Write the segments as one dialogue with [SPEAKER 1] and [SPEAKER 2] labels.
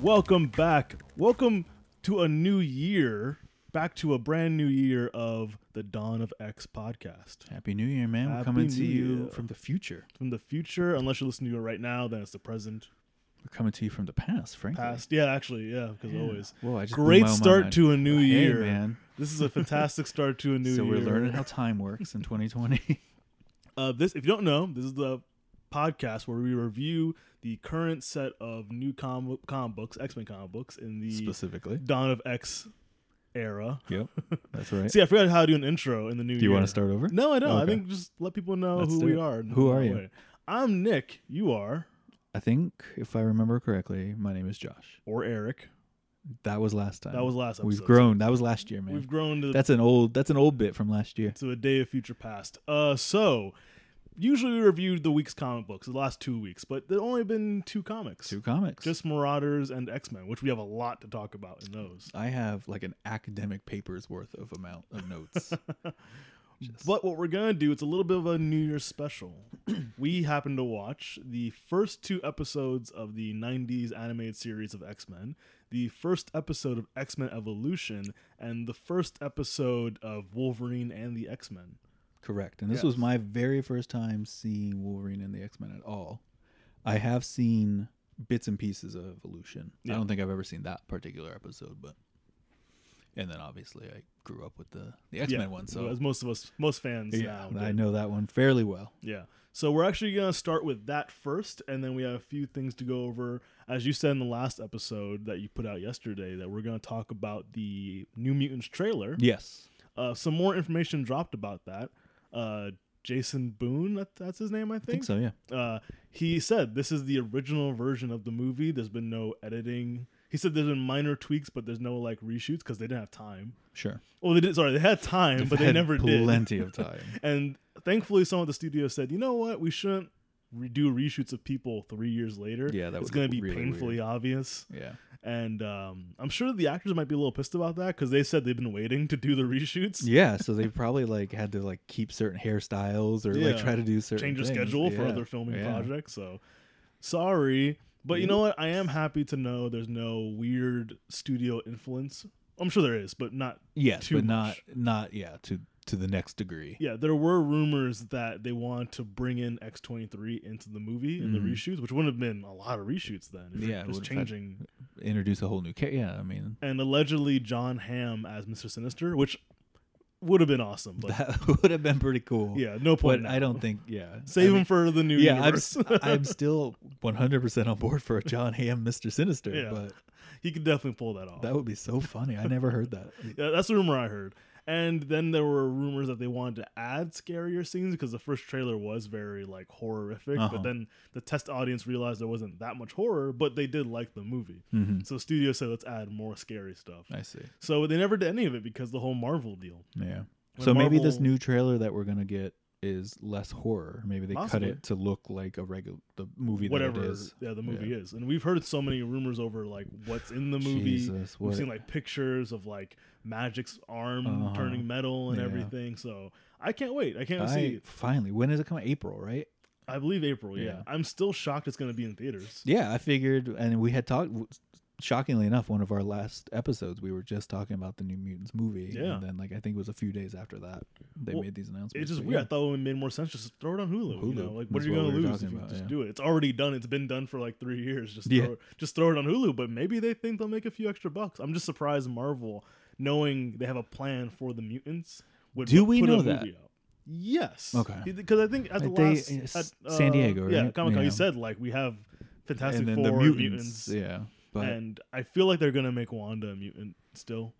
[SPEAKER 1] Welcome back. Welcome to a new year. Back to a brand new year of the Dawn of X podcast.
[SPEAKER 2] Happy New Year, man.
[SPEAKER 1] Happy
[SPEAKER 2] We're coming to
[SPEAKER 1] New
[SPEAKER 2] you
[SPEAKER 1] Year.
[SPEAKER 2] from the future.
[SPEAKER 1] From the future, unless you're listening to it right now, then it's the present.
[SPEAKER 2] We're coming to you from the past, frankly.
[SPEAKER 1] Past. Yeah, actually, yeah, because always.
[SPEAKER 2] Whoa, I just blew my
[SPEAKER 1] Great
[SPEAKER 2] own
[SPEAKER 1] start
[SPEAKER 2] mind.
[SPEAKER 1] to a new
[SPEAKER 2] Hey,
[SPEAKER 1] year.
[SPEAKER 2] man.
[SPEAKER 1] This is a fantastic start to a new
[SPEAKER 2] so
[SPEAKER 1] year.
[SPEAKER 2] we're learning how time works in 2020.
[SPEAKER 1] Uh, this, if you don't know, this is the podcast where we review the current set of new comic, comic books, X Men comic books in the
[SPEAKER 2] Specifically.
[SPEAKER 1] Dawn of X era.
[SPEAKER 2] Yep. That's right.
[SPEAKER 1] See, I forgot how to do an intro in the new year.
[SPEAKER 2] Do you want to start over?
[SPEAKER 1] No, I don't. I
[SPEAKER 2] Okay.
[SPEAKER 1] think just let people know
[SPEAKER 2] Let's
[SPEAKER 1] who
[SPEAKER 2] do
[SPEAKER 1] we
[SPEAKER 2] it.
[SPEAKER 1] are. and
[SPEAKER 2] Who are
[SPEAKER 1] that
[SPEAKER 2] you?
[SPEAKER 1] way. I'm Nick. You are,
[SPEAKER 2] I think, if I remember correctly, my name is Josh.
[SPEAKER 1] or Eric.
[SPEAKER 2] That was last time.
[SPEAKER 1] That was last episode.
[SPEAKER 2] We've grown. That was last year, man.
[SPEAKER 1] We've grown to
[SPEAKER 2] that's an old. That's an old bit from last year.
[SPEAKER 1] to a day of future past. Uh, so usually we reviewed the week's comic books, the last two weeks, but there only been two comics,
[SPEAKER 2] Two comics.
[SPEAKER 1] just Marauders and X Men, which we have a lot to talk about in those.
[SPEAKER 2] I have like an academic paper's worth of amount of notes. Just-
[SPEAKER 1] But what we're gonna do, it's a little bit of a New Year's special. we happen to watch the first two episodes of the '90s animated series of X Men, the first episode of X Men Evolution, and the first episode of Wolverine and the X Men.
[SPEAKER 2] Correct. And this was
[SPEAKER 1] Yes.
[SPEAKER 2] my very first time seeing Wolverine and the X Men at all. I have seen bits and pieces of Evolution.
[SPEAKER 1] Yeah.
[SPEAKER 2] I don't think I've ever seen that particular episode, but and then obviously I grew up with the the X Men one, so
[SPEAKER 1] as most of us, most fans
[SPEAKER 2] yeah,
[SPEAKER 1] now,
[SPEAKER 2] I
[SPEAKER 1] do.
[SPEAKER 2] know that one fairly well.
[SPEAKER 1] Yeah. So we're actually going to start with that first, and then we have a few things to go over. As you said in the last episode that you put out yesterday, that we're going to talk about the New Mutants trailer.
[SPEAKER 2] Yes,
[SPEAKER 1] Uh, some more information dropped about that. Uh, Jason Boone, that, that's his name, I
[SPEAKER 2] I
[SPEAKER 1] think.
[SPEAKER 2] think so. Yeah,
[SPEAKER 1] Uh, he said this is the original version of the movie. There's been no editing. He said there's been minor tweaks, but there's no like reshoots because they didn't have time.
[SPEAKER 2] sure.
[SPEAKER 1] Oh, they did. Sorry, they had time, but they
[SPEAKER 2] Had
[SPEAKER 1] never
[SPEAKER 2] plenty
[SPEAKER 1] did.
[SPEAKER 2] of time.
[SPEAKER 1] And thankfully, some of the studios said, you know what, we shouldn't re- do reshoots of people three years later.
[SPEAKER 2] Yeah, that
[SPEAKER 1] it's
[SPEAKER 2] would
[SPEAKER 1] going to
[SPEAKER 2] look
[SPEAKER 1] be
[SPEAKER 2] really
[SPEAKER 1] painfully obvious.
[SPEAKER 2] yeah,
[SPEAKER 1] And um, I'm sure the actors might be a little pissed about that because they said they've been waiting to do the reshoots.
[SPEAKER 2] yeah. So they probably like had to like keep certain hairstyles or like
[SPEAKER 1] Yeah.
[SPEAKER 2] try to do certain
[SPEAKER 1] Change their
[SPEAKER 2] things.
[SPEAKER 1] schedule for
[SPEAKER 2] Yeah.
[SPEAKER 1] other filming
[SPEAKER 2] Yeah.
[SPEAKER 1] projects. So sorry. But you know what? I am happy to know there's no weird studio influence. I'm sure there is, but not.
[SPEAKER 2] Yes,
[SPEAKER 1] too
[SPEAKER 2] but
[SPEAKER 1] much.
[SPEAKER 2] not not yeah to to the next degree.
[SPEAKER 1] Yeah, there were rumors that they wanted to bring in X23 into the movie in the
[SPEAKER 2] Mhm.
[SPEAKER 1] reshoots, which wouldn't have been a lot of reshoots then. If it
[SPEAKER 2] Yeah, it
[SPEAKER 1] was
[SPEAKER 2] would've had-
[SPEAKER 1] changing
[SPEAKER 2] introduce a whole new character. Yeah, I mean
[SPEAKER 1] and allegedly John Hamm as Mr. Sinister, which would have been awesome. But
[SPEAKER 2] that would have been pretty cool.
[SPEAKER 1] yeah, no point.
[SPEAKER 2] but
[SPEAKER 1] now.
[SPEAKER 2] I don't think. Yeah,
[SPEAKER 1] save
[SPEAKER 2] I mean,
[SPEAKER 1] him for the new
[SPEAKER 2] Yeah, I'm,
[SPEAKER 1] universe.
[SPEAKER 2] s- I'm still 100 percent on board for a John Hamm Mister Sinister,
[SPEAKER 1] Yeah.
[SPEAKER 2] but
[SPEAKER 1] he could definitely pull that off.
[SPEAKER 2] that would be so funny. I never heard that.
[SPEAKER 1] yeah, that's the rumor I heard. And then there were rumors that they wanted to add scarier scenes because the first trailer was very like horrific,
[SPEAKER 2] Uh-huh.
[SPEAKER 1] but then the test audience realized there wasn't that much horror, but they did like the movie.
[SPEAKER 2] Mhm.
[SPEAKER 1] So studio said let's add more scary stuff.
[SPEAKER 2] I see.
[SPEAKER 1] So they never did any of it because the whole Marvel deal.
[SPEAKER 2] Yeah.
[SPEAKER 1] When
[SPEAKER 2] so maybe this
[SPEAKER 1] Marvel-
[SPEAKER 2] new trailer that we're gonna get is less horror. Maybe they
[SPEAKER 1] Possibly.
[SPEAKER 2] cut it to look like a regular the movie
[SPEAKER 1] whatever
[SPEAKER 2] that it is.
[SPEAKER 1] yeah the movie is and we've heard so many rumors over like what's in the movie
[SPEAKER 2] Jesus,
[SPEAKER 1] we've
[SPEAKER 2] what-
[SPEAKER 1] seen like pictures of like magic's arm
[SPEAKER 2] Uh-huh.
[SPEAKER 1] turning metal and
[SPEAKER 2] Yeah.
[SPEAKER 1] everything so i can't wait i can't see
[SPEAKER 2] I
[SPEAKER 1] it
[SPEAKER 2] finally when is it coming? April, right?
[SPEAKER 1] i believe april yeah.
[SPEAKER 2] Yeah.
[SPEAKER 1] i'm still shocked it's going to be in theaters
[SPEAKER 2] Yeah, I figured, and we had talked. Shockingly enough, one of our last episodes, we were just talking about the New Mutants movie.
[SPEAKER 1] Yeah.
[SPEAKER 2] and then like I think it was a few days after that they
[SPEAKER 1] Well,
[SPEAKER 2] made these announcements.
[SPEAKER 1] it's just
[SPEAKER 2] but
[SPEAKER 1] weird. I
[SPEAKER 2] yeah.
[SPEAKER 1] thought it would made more sense just throw it on Hulu. You
[SPEAKER 2] Hulu.
[SPEAKER 1] know, like what
[SPEAKER 2] That's
[SPEAKER 1] are you
[SPEAKER 2] what
[SPEAKER 1] gonna
[SPEAKER 2] we were
[SPEAKER 1] lose if
[SPEAKER 2] talking
[SPEAKER 1] you
[SPEAKER 2] about,
[SPEAKER 1] just
[SPEAKER 2] yeah.
[SPEAKER 1] do it? It's already done. It's been done for like three years. Just
[SPEAKER 2] Yeah.
[SPEAKER 1] throw, just throw it on Hulu. But maybe they think they'll make a few extra bucks. I'm just surprised Marvel, knowing they have a plan for the mutants, would
[SPEAKER 2] Do
[SPEAKER 1] put
[SPEAKER 2] we
[SPEAKER 1] a
[SPEAKER 2] know that?
[SPEAKER 1] movie out. Yes.
[SPEAKER 2] Okay.
[SPEAKER 1] Because I think at the
[SPEAKER 2] Like they-
[SPEAKER 1] last
[SPEAKER 2] it's
[SPEAKER 1] at,
[SPEAKER 2] San Diego,
[SPEAKER 1] yeah,
[SPEAKER 2] right?
[SPEAKER 1] Comic Con, you
[SPEAKER 2] Yeah.
[SPEAKER 1] said like we have Fantastic
[SPEAKER 2] and then
[SPEAKER 1] Four
[SPEAKER 2] the
[SPEAKER 1] and
[SPEAKER 2] mutants, yeah, but
[SPEAKER 1] and I feel like they're gonna make Wanda a mutant still.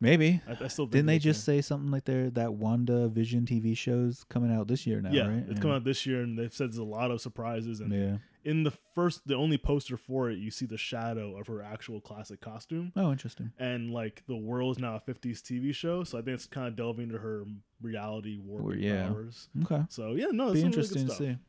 [SPEAKER 2] maybe
[SPEAKER 1] I, I still think
[SPEAKER 2] didn't they
[SPEAKER 1] it's gonna-
[SPEAKER 2] just say something like they're that Wanda Vision TV show's coming out this year now?
[SPEAKER 1] yeah,
[SPEAKER 2] right?
[SPEAKER 1] it's coming out this year, and they've said there's a lot of surprises. And
[SPEAKER 2] Yeah.
[SPEAKER 1] in the first, the only poster for it, you see the shadow of her actual classic costume,
[SPEAKER 2] Oh, interesting.
[SPEAKER 1] and like the world is now a '50s TV show, so I think it's kind of delving into her reality
[SPEAKER 2] Well,
[SPEAKER 1] warping
[SPEAKER 2] yeah.
[SPEAKER 1] powers.
[SPEAKER 2] Okay,
[SPEAKER 1] So yeah, no,
[SPEAKER 2] be
[SPEAKER 1] it's interesting
[SPEAKER 2] interesting
[SPEAKER 1] really
[SPEAKER 2] to
[SPEAKER 1] good stuff.
[SPEAKER 2] see.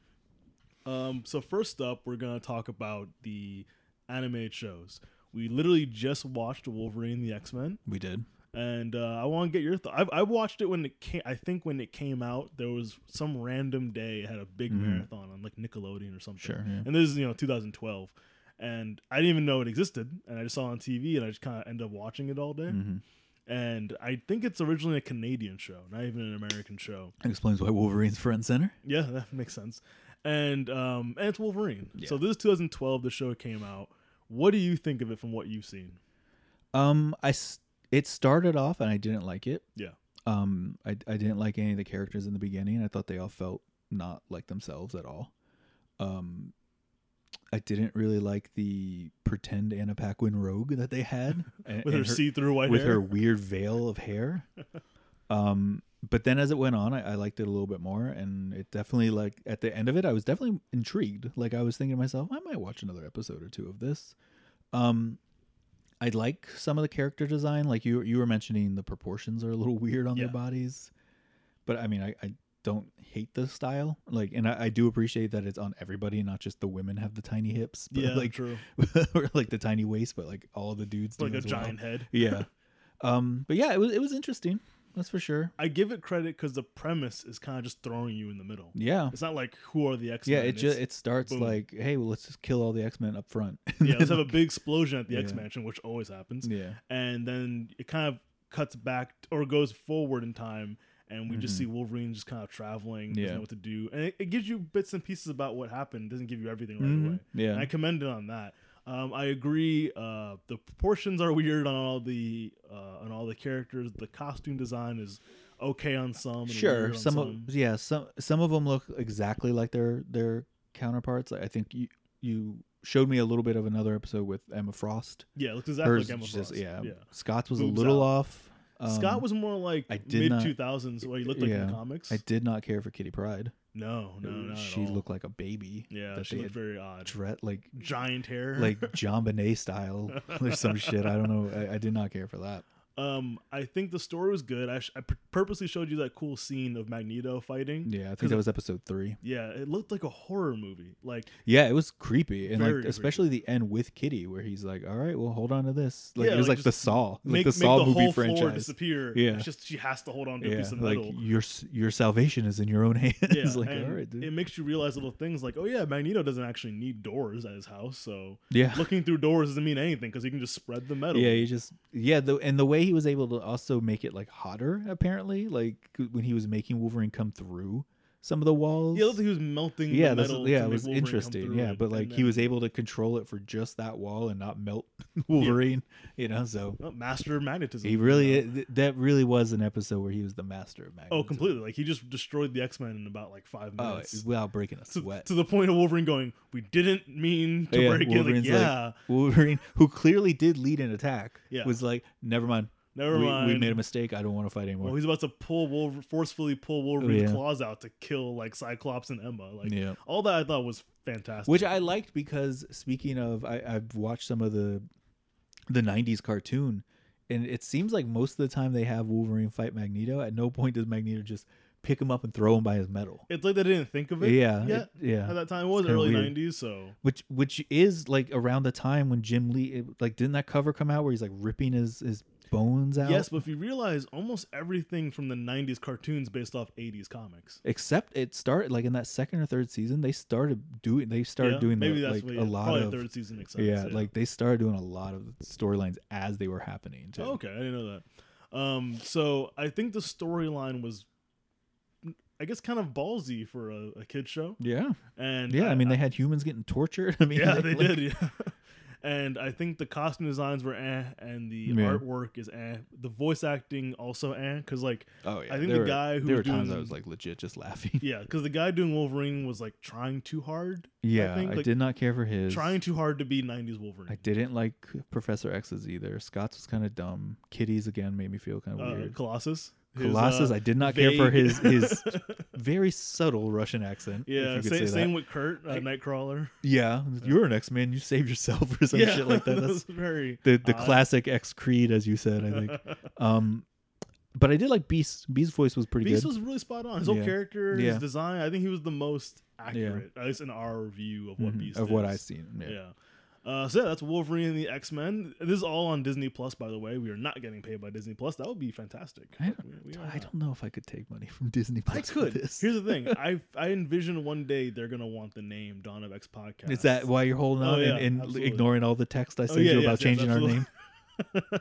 [SPEAKER 1] Um, so first up, we're gonna talk about the animated shows. We literally just watched Wolverine, the X Men,
[SPEAKER 2] We did.
[SPEAKER 1] and uh, I want to get your thoughts. I watched it when it came. I think when it came out, there was some random day it had a big
[SPEAKER 2] Mhm.
[SPEAKER 1] marathon on like Nickelodeon or something.
[SPEAKER 2] Sure. Yeah.
[SPEAKER 1] And this is you know 2012, and I didn't even know it existed, and I just saw it on TV, and I just kind of ended up watching it all day.
[SPEAKER 2] Mhm.
[SPEAKER 1] And I think it's originally a Canadian show, not even an American show.
[SPEAKER 2] It explains why Wolverine's front and center.
[SPEAKER 1] Yeah, that makes sense. And um, and it's Wolverine. So
[SPEAKER 2] Yeah.
[SPEAKER 1] this is 2012. The show came out. What do you think of it from what you've seen?
[SPEAKER 2] Um, I s- it started off and I didn't like it.
[SPEAKER 1] Yeah.
[SPEAKER 2] Um, I I didn't like any of the characters in the beginning. I thought they all felt not like themselves at all. Um, I didn't really like the pretend Anna Paquin rogue that they had and-
[SPEAKER 1] With her,
[SPEAKER 2] and
[SPEAKER 1] see-through white
[SPEAKER 2] with
[SPEAKER 1] hair.
[SPEAKER 2] her weird veil of hair. um, but then as it went on, I, I liked it a little bit more, and it definitely like at the end of it, I was definitely intrigued. Like I was thinking to myself, I might watch another episode or two of this. Um, I like some of the character design. Like you, you were mentioning the proportions are a little weird on
[SPEAKER 1] Yeah.
[SPEAKER 2] their bodies, but I mean, I. I don't hate the style like and I, I do appreciate that it's on everybody not just the women have the tiny hips but
[SPEAKER 1] yeah,
[SPEAKER 2] like
[SPEAKER 1] true.
[SPEAKER 2] or like the tiny waist but like all the dudes do
[SPEAKER 1] Like a
[SPEAKER 2] as well.
[SPEAKER 1] giant head.
[SPEAKER 2] Yeah. Um, but yeah, it was it was interesting. That's for sure.
[SPEAKER 1] I give it credit because the premise is kind of just throwing you in the middle.
[SPEAKER 2] Yeah.
[SPEAKER 1] It's not like who are the X Men.
[SPEAKER 2] Yeah, it just it starts
[SPEAKER 1] boom.
[SPEAKER 2] like, hey, well, let's just kill all the X Men up front.
[SPEAKER 1] yeah. Let's have a big explosion at the X
[SPEAKER 2] Yeah.
[SPEAKER 1] Mansion, which always happens,
[SPEAKER 2] yeah,
[SPEAKER 1] and then it kind of cuts back or goes forward in time, and we just see Wolverine just kind of traveling, doesn't
[SPEAKER 2] Mm-hmm. Yeah.
[SPEAKER 1] know what to do, and it, it gives you bits and pieces about what happened. Doesn't give you everything right
[SPEAKER 2] Mhm.
[SPEAKER 1] away.
[SPEAKER 2] yeah.
[SPEAKER 1] And I commend it on that. Um, I agree. Uh, the proportions are weird on all the uh, on all the characters. The costume design is okay on some. And
[SPEAKER 2] sure.
[SPEAKER 1] weird on
[SPEAKER 2] Some of yeah, some some of them look exactly like their their counterparts. Like, I think you you showed me a little bit of another episode with Emma Frost.
[SPEAKER 1] yeah, it looks exactly
[SPEAKER 2] Hers
[SPEAKER 1] like Emma
[SPEAKER 2] is just-
[SPEAKER 1] Frost.
[SPEAKER 2] yeah.
[SPEAKER 1] yeah.
[SPEAKER 2] Scott's was
[SPEAKER 1] Boobs
[SPEAKER 2] a little
[SPEAKER 1] out.
[SPEAKER 2] off. Um,
[SPEAKER 1] Scott was more like
[SPEAKER 2] I did
[SPEAKER 1] mid
[SPEAKER 2] not-
[SPEAKER 1] two thousands, what he looked like in
[SPEAKER 2] yeah,
[SPEAKER 1] the comics.
[SPEAKER 2] I did not care for Kitty Pride.
[SPEAKER 1] no, no, not
[SPEAKER 2] she
[SPEAKER 1] at all.
[SPEAKER 2] looked like a baby.
[SPEAKER 1] yeah,
[SPEAKER 2] that
[SPEAKER 1] she
[SPEAKER 2] they
[SPEAKER 1] looked
[SPEAKER 2] had
[SPEAKER 1] very odd.
[SPEAKER 2] Dre- like
[SPEAKER 1] Giant hair,
[SPEAKER 2] like John Bonet style or some shit. I don't know. I, I did not care for that.
[SPEAKER 1] um, I think the story was good. I, sh- I pur- purposely showed you that cool scene of Magneto fighting.
[SPEAKER 2] Yeah, I
[SPEAKER 1] Cause
[SPEAKER 2] think that was episode three.
[SPEAKER 1] Yeah, it looked like a horror movie. Like
[SPEAKER 2] Yeah, it was creepy, and
[SPEAKER 1] Very
[SPEAKER 2] like especially the end with Kitty, where he's like, "All right, well, hold on to this." Like
[SPEAKER 1] Yeah,
[SPEAKER 2] it was
[SPEAKER 1] like,
[SPEAKER 2] like, the
[SPEAKER 1] just
[SPEAKER 2] Saw,
[SPEAKER 1] make,
[SPEAKER 2] like the Saw
[SPEAKER 1] make the
[SPEAKER 2] movie
[SPEAKER 1] whole floor
[SPEAKER 2] franchise.
[SPEAKER 1] disappear.
[SPEAKER 2] Yeah.
[SPEAKER 1] it's just she has to hold on to a
[SPEAKER 2] Yeah,
[SPEAKER 1] piece of
[SPEAKER 2] like
[SPEAKER 1] metal.
[SPEAKER 2] your s- your salvation is in your own hands.
[SPEAKER 1] yeah,
[SPEAKER 2] like all
[SPEAKER 1] and
[SPEAKER 2] right, dude.
[SPEAKER 1] it makes you realize little things like, oh yeah, Magneto doesn't actually need doors at his house, so
[SPEAKER 2] yeah,
[SPEAKER 1] looking through doors doesn't mean anything because he can just spread the metal.
[SPEAKER 2] yeah. He just yeah, the, and the way he was able to also make it like hotter, apparently, like when he was making Wolverine come through some of the walls.
[SPEAKER 1] Yeah, it looked like he was melting.
[SPEAKER 2] yeah,
[SPEAKER 1] the
[SPEAKER 2] that's,
[SPEAKER 1] metal
[SPEAKER 2] yeah,
[SPEAKER 1] to
[SPEAKER 2] it
[SPEAKER 1] make
[SPEAKER 2] was
[SPEAKER 1] Wolverine come
[SPEAKER 2] interesting.
[SPEAKER 1] through
[SPEAKER 2] Yeah,
[SPEAKER 1] it,
[SPEAKER 2] but like
[SPEAKER 1] and
[SPEAKER 2] he
[SPEAKER 1] then-
[SPEAKER 2] was able to control it for just that wall and not melt Wolverine. You know, so
[SPEAKER 1] Well, Oh, master of magnetism.
[SPEAKER 2] he
[SPEAKER 1] you
[SPEAKER 2] really
[SPEAKER 1] know?
[SPEAKER 2] th- that really was an episode where he was the master of magnetism.
[SPEAKER 1] oh, completely. Like he just destroyed the X Men in about like five
[SPEAKER 2] Oh,
[SPEAKER 1] minutes.
[SPEAKER 2] without breaking a
[SPEAKER 1] to,
[SPEAKER 2] sweat.
[SPEAKER 1] to the point of Wolverine going, "We didn't mean to
[SPEAKER 2] Oh, Yeah,
[SPEAKER 1] break it." Like,
[SPEAKER 2] Wolverine's like-
[SPEAKER 1] yeah,
[SPEAKER 2] Wolverine, who clearly did lead an attack,
[SPEAKER 1] Yeah.
[SPEAKER 2] was like, "Never mind,
[SPEAKER 1] never
[SPEAKER 2] we,
[SPEAKER 1] mind.
[SPEAKER 2] we made a mistake. I don't want to fight anymore."
[SPEAKER 1] well, he's about to pull Wolver- forcefully pull Wolverine's
[SPEAKER 2] yeah.
[SPEAKER 1] claws out to kill like Cyclops and Emma. Like
[SPEAKER 2] yeah.
[SPEAKER 1] all that, I thought was fantastic.
[SPEAKER 2] which I liked because speaking of, I, I've watched some of the the '90s cartoon, and it seems like most of the time they have Wolverine fight Magneto. At no point does Magneto just pick him up and throw him by his metal.
[SPEAKER 1] it's like they didn't think of it.
[SPEAKER 2] Yeah,
[SPEAKER 1] yet
[SPEAKER 2] it- yeah.
[SPEAKER 1] At that time, it was
[SPEAKER 2] kinda
[SPEAKER 1] early
[SPEAKER 2] weird.
[SPEAKER 1] '90s, so
[SPEAKER 2] Which which is like around the time when Jim Lee it- like didn't that cover come out where he's like ripping his his bones out?
[SPEAKER 1] yes. But if you realize, almost everything from the '90s cartoons based off '80s comics.
[SPEAKER 2] Except it started like in that second or third season, they started doing they started
[SPEAKER 1] Yeah,
[SPEAKER 2] doing the,
[SPEAKER 1] maybe that's
[SPEAKER 2] like
[SPEAKER 1] what,
[SPEAKER 2] a lot
[SPEAKER 1] probably
[SPEAKER 2] of
[SPEAKER 1] third season makes sense.
[SPEAKER 2] yeah, like they started doing a lot of storylines as they were happening. Too.
[SPEAKER 1] Oh, okay, I didn't know that. Um, so I think the storyline was, I guess, kind of ballsy for a, a kid show.
[SPEAKER 2] Yeah.
[SPEAKER 1] And
[SPEAKER 2] Yeah, I, mean they had humans getting tortured. I mean,
[SPEAKER 1] yeah, they
[SPEAKER 2] like-
[SPEAKER 1] did. Yeah. And I think the costume designs were eh, and the
[SPEAKER 2] Yeah.
[SPEAKER 1] artwork is eh. The voice acting also eh, because like
[SPEAKER 2] Oh yeah,
[SPEAKER 1] I think
[SPEAKER 2] there
[SPEAKER 1] the
[SPEAKER 2] were-
[SPEAKER 1] guy who
[SPEAKER 2] there were
[SPEAKER 1] was
[SPEAKER 2] times I
[SPEAKER 1] doing-
[SPEAKER 2] was like legit just laughing.
[SPEAKER 1] yeah, because the guy doing Wolverine was like trying too hard,
[SPEAKER 2] Yeah, I,
[SPEAKER 1] think, like,
[SPEAKER 2] did not care for his.
[SPEAKER 1] trying too hard to be '90s Wolverine.
[SPEAKER 2] I didn't like Professor X's either. Scott's was kind of dumb. Kitty's again made me feel kind of
[SPEAKER 1] Uh,
[SPEAKER 2] weird.
[SPEAKER 1] Colossus. His,
[SPEAKER 2] Colossus,
[SPEAKER 1] uh,
[SPEAKER 2] I did not care for
[SPEAKER 1] vague-
[SPEAKER 2] his his very subtle Russian accent. if
[SPEAKER 1] yeah,
[SPEAKER 2] you could
[SPEAKER 1] same,
[SPEAKER 2] say
[SPEAKER 1] same
[SPEAKER 2] That.
[SPEAKER 1] with Kurt, uh,
[SPEAKER 2] I-
[SPEAKER 1] Nightcrawler.
[SPEAKER 2] Yeah, you're an X Man. You save yourself or some
[SPEAKER 1] yeah,
[SPEAKER 2] shit like that.
[SPEAKER 1] that
[SPEAKER 2] That's
[SPEAKER 1] was very
[SPEAKER 2] the the
[SPEAKER 1] odd.
[SPEAKER 2] classic X Creed, as you said. I think. Um, but I did like Beast. Beast's voice was pretty
[SPEAKER 1] Beast
[SPEAKER 2] good.
[SPEAKER 1] was really spot on. His whole
[SPEAKER 2] Yeah.
[SPEAKER 1] character, his
[SPEAKER 2] Yeah.
[SPEAKER 1] design. I think he was the most accurate, at least in our review of what
[SPEAKER 2] Mhm,
[SPEAKER 1] Beast
[SPEAKER 2] of what
[SPEAKER 1] is.
[SPEAKER 2] I've seen.
[SPEAKER 1] Yeah. Uh, so yeah, that's Wolverine and the X Men. This is all on Disney Plus, by the way. We are not getting paid by Disney Plus. That would be fantastic.
[SPEAKER 2] I
[SPEAKER 1] But
[SPEAKER 2] don't,
[SPEAKER 1] we- we are
[SPEAKER 2] I
[SPEAKER 1] not.
[SPEAKER 2] don't know if I could take money from Disney.
[SPEAKER 1] I
[SPEAKER 2] Plus for
[SPEAKER 1] could.
[SPEAKER 2] This.
[SPEAKER 1] Here's the thing. I I envision one day they're gonna want the name Dawn of X podcast.
[SPEAKER 2] Is that why you're holding
[SPEAKER 1] Oh,
[SPEAKER 2] on
[SPEAKER 1] yeah,
[SPEAKER 2] and, and
[SPEAKER 1] absolutely.
[SPEAKER 2] ignoring all the text I
[SPEAKER 1] Oh,
[SPEAKER 2] sent
[SPEAKER 1] yeah,
[SPEAKER 2] you
[SPEAKER 1] yes,
[SPEAKER 2] about
[SPEAKER 1] yes,
[SPEAKER 2] changing our
[SPEAKER 1] absolutely.
[SPEAKER 2] name?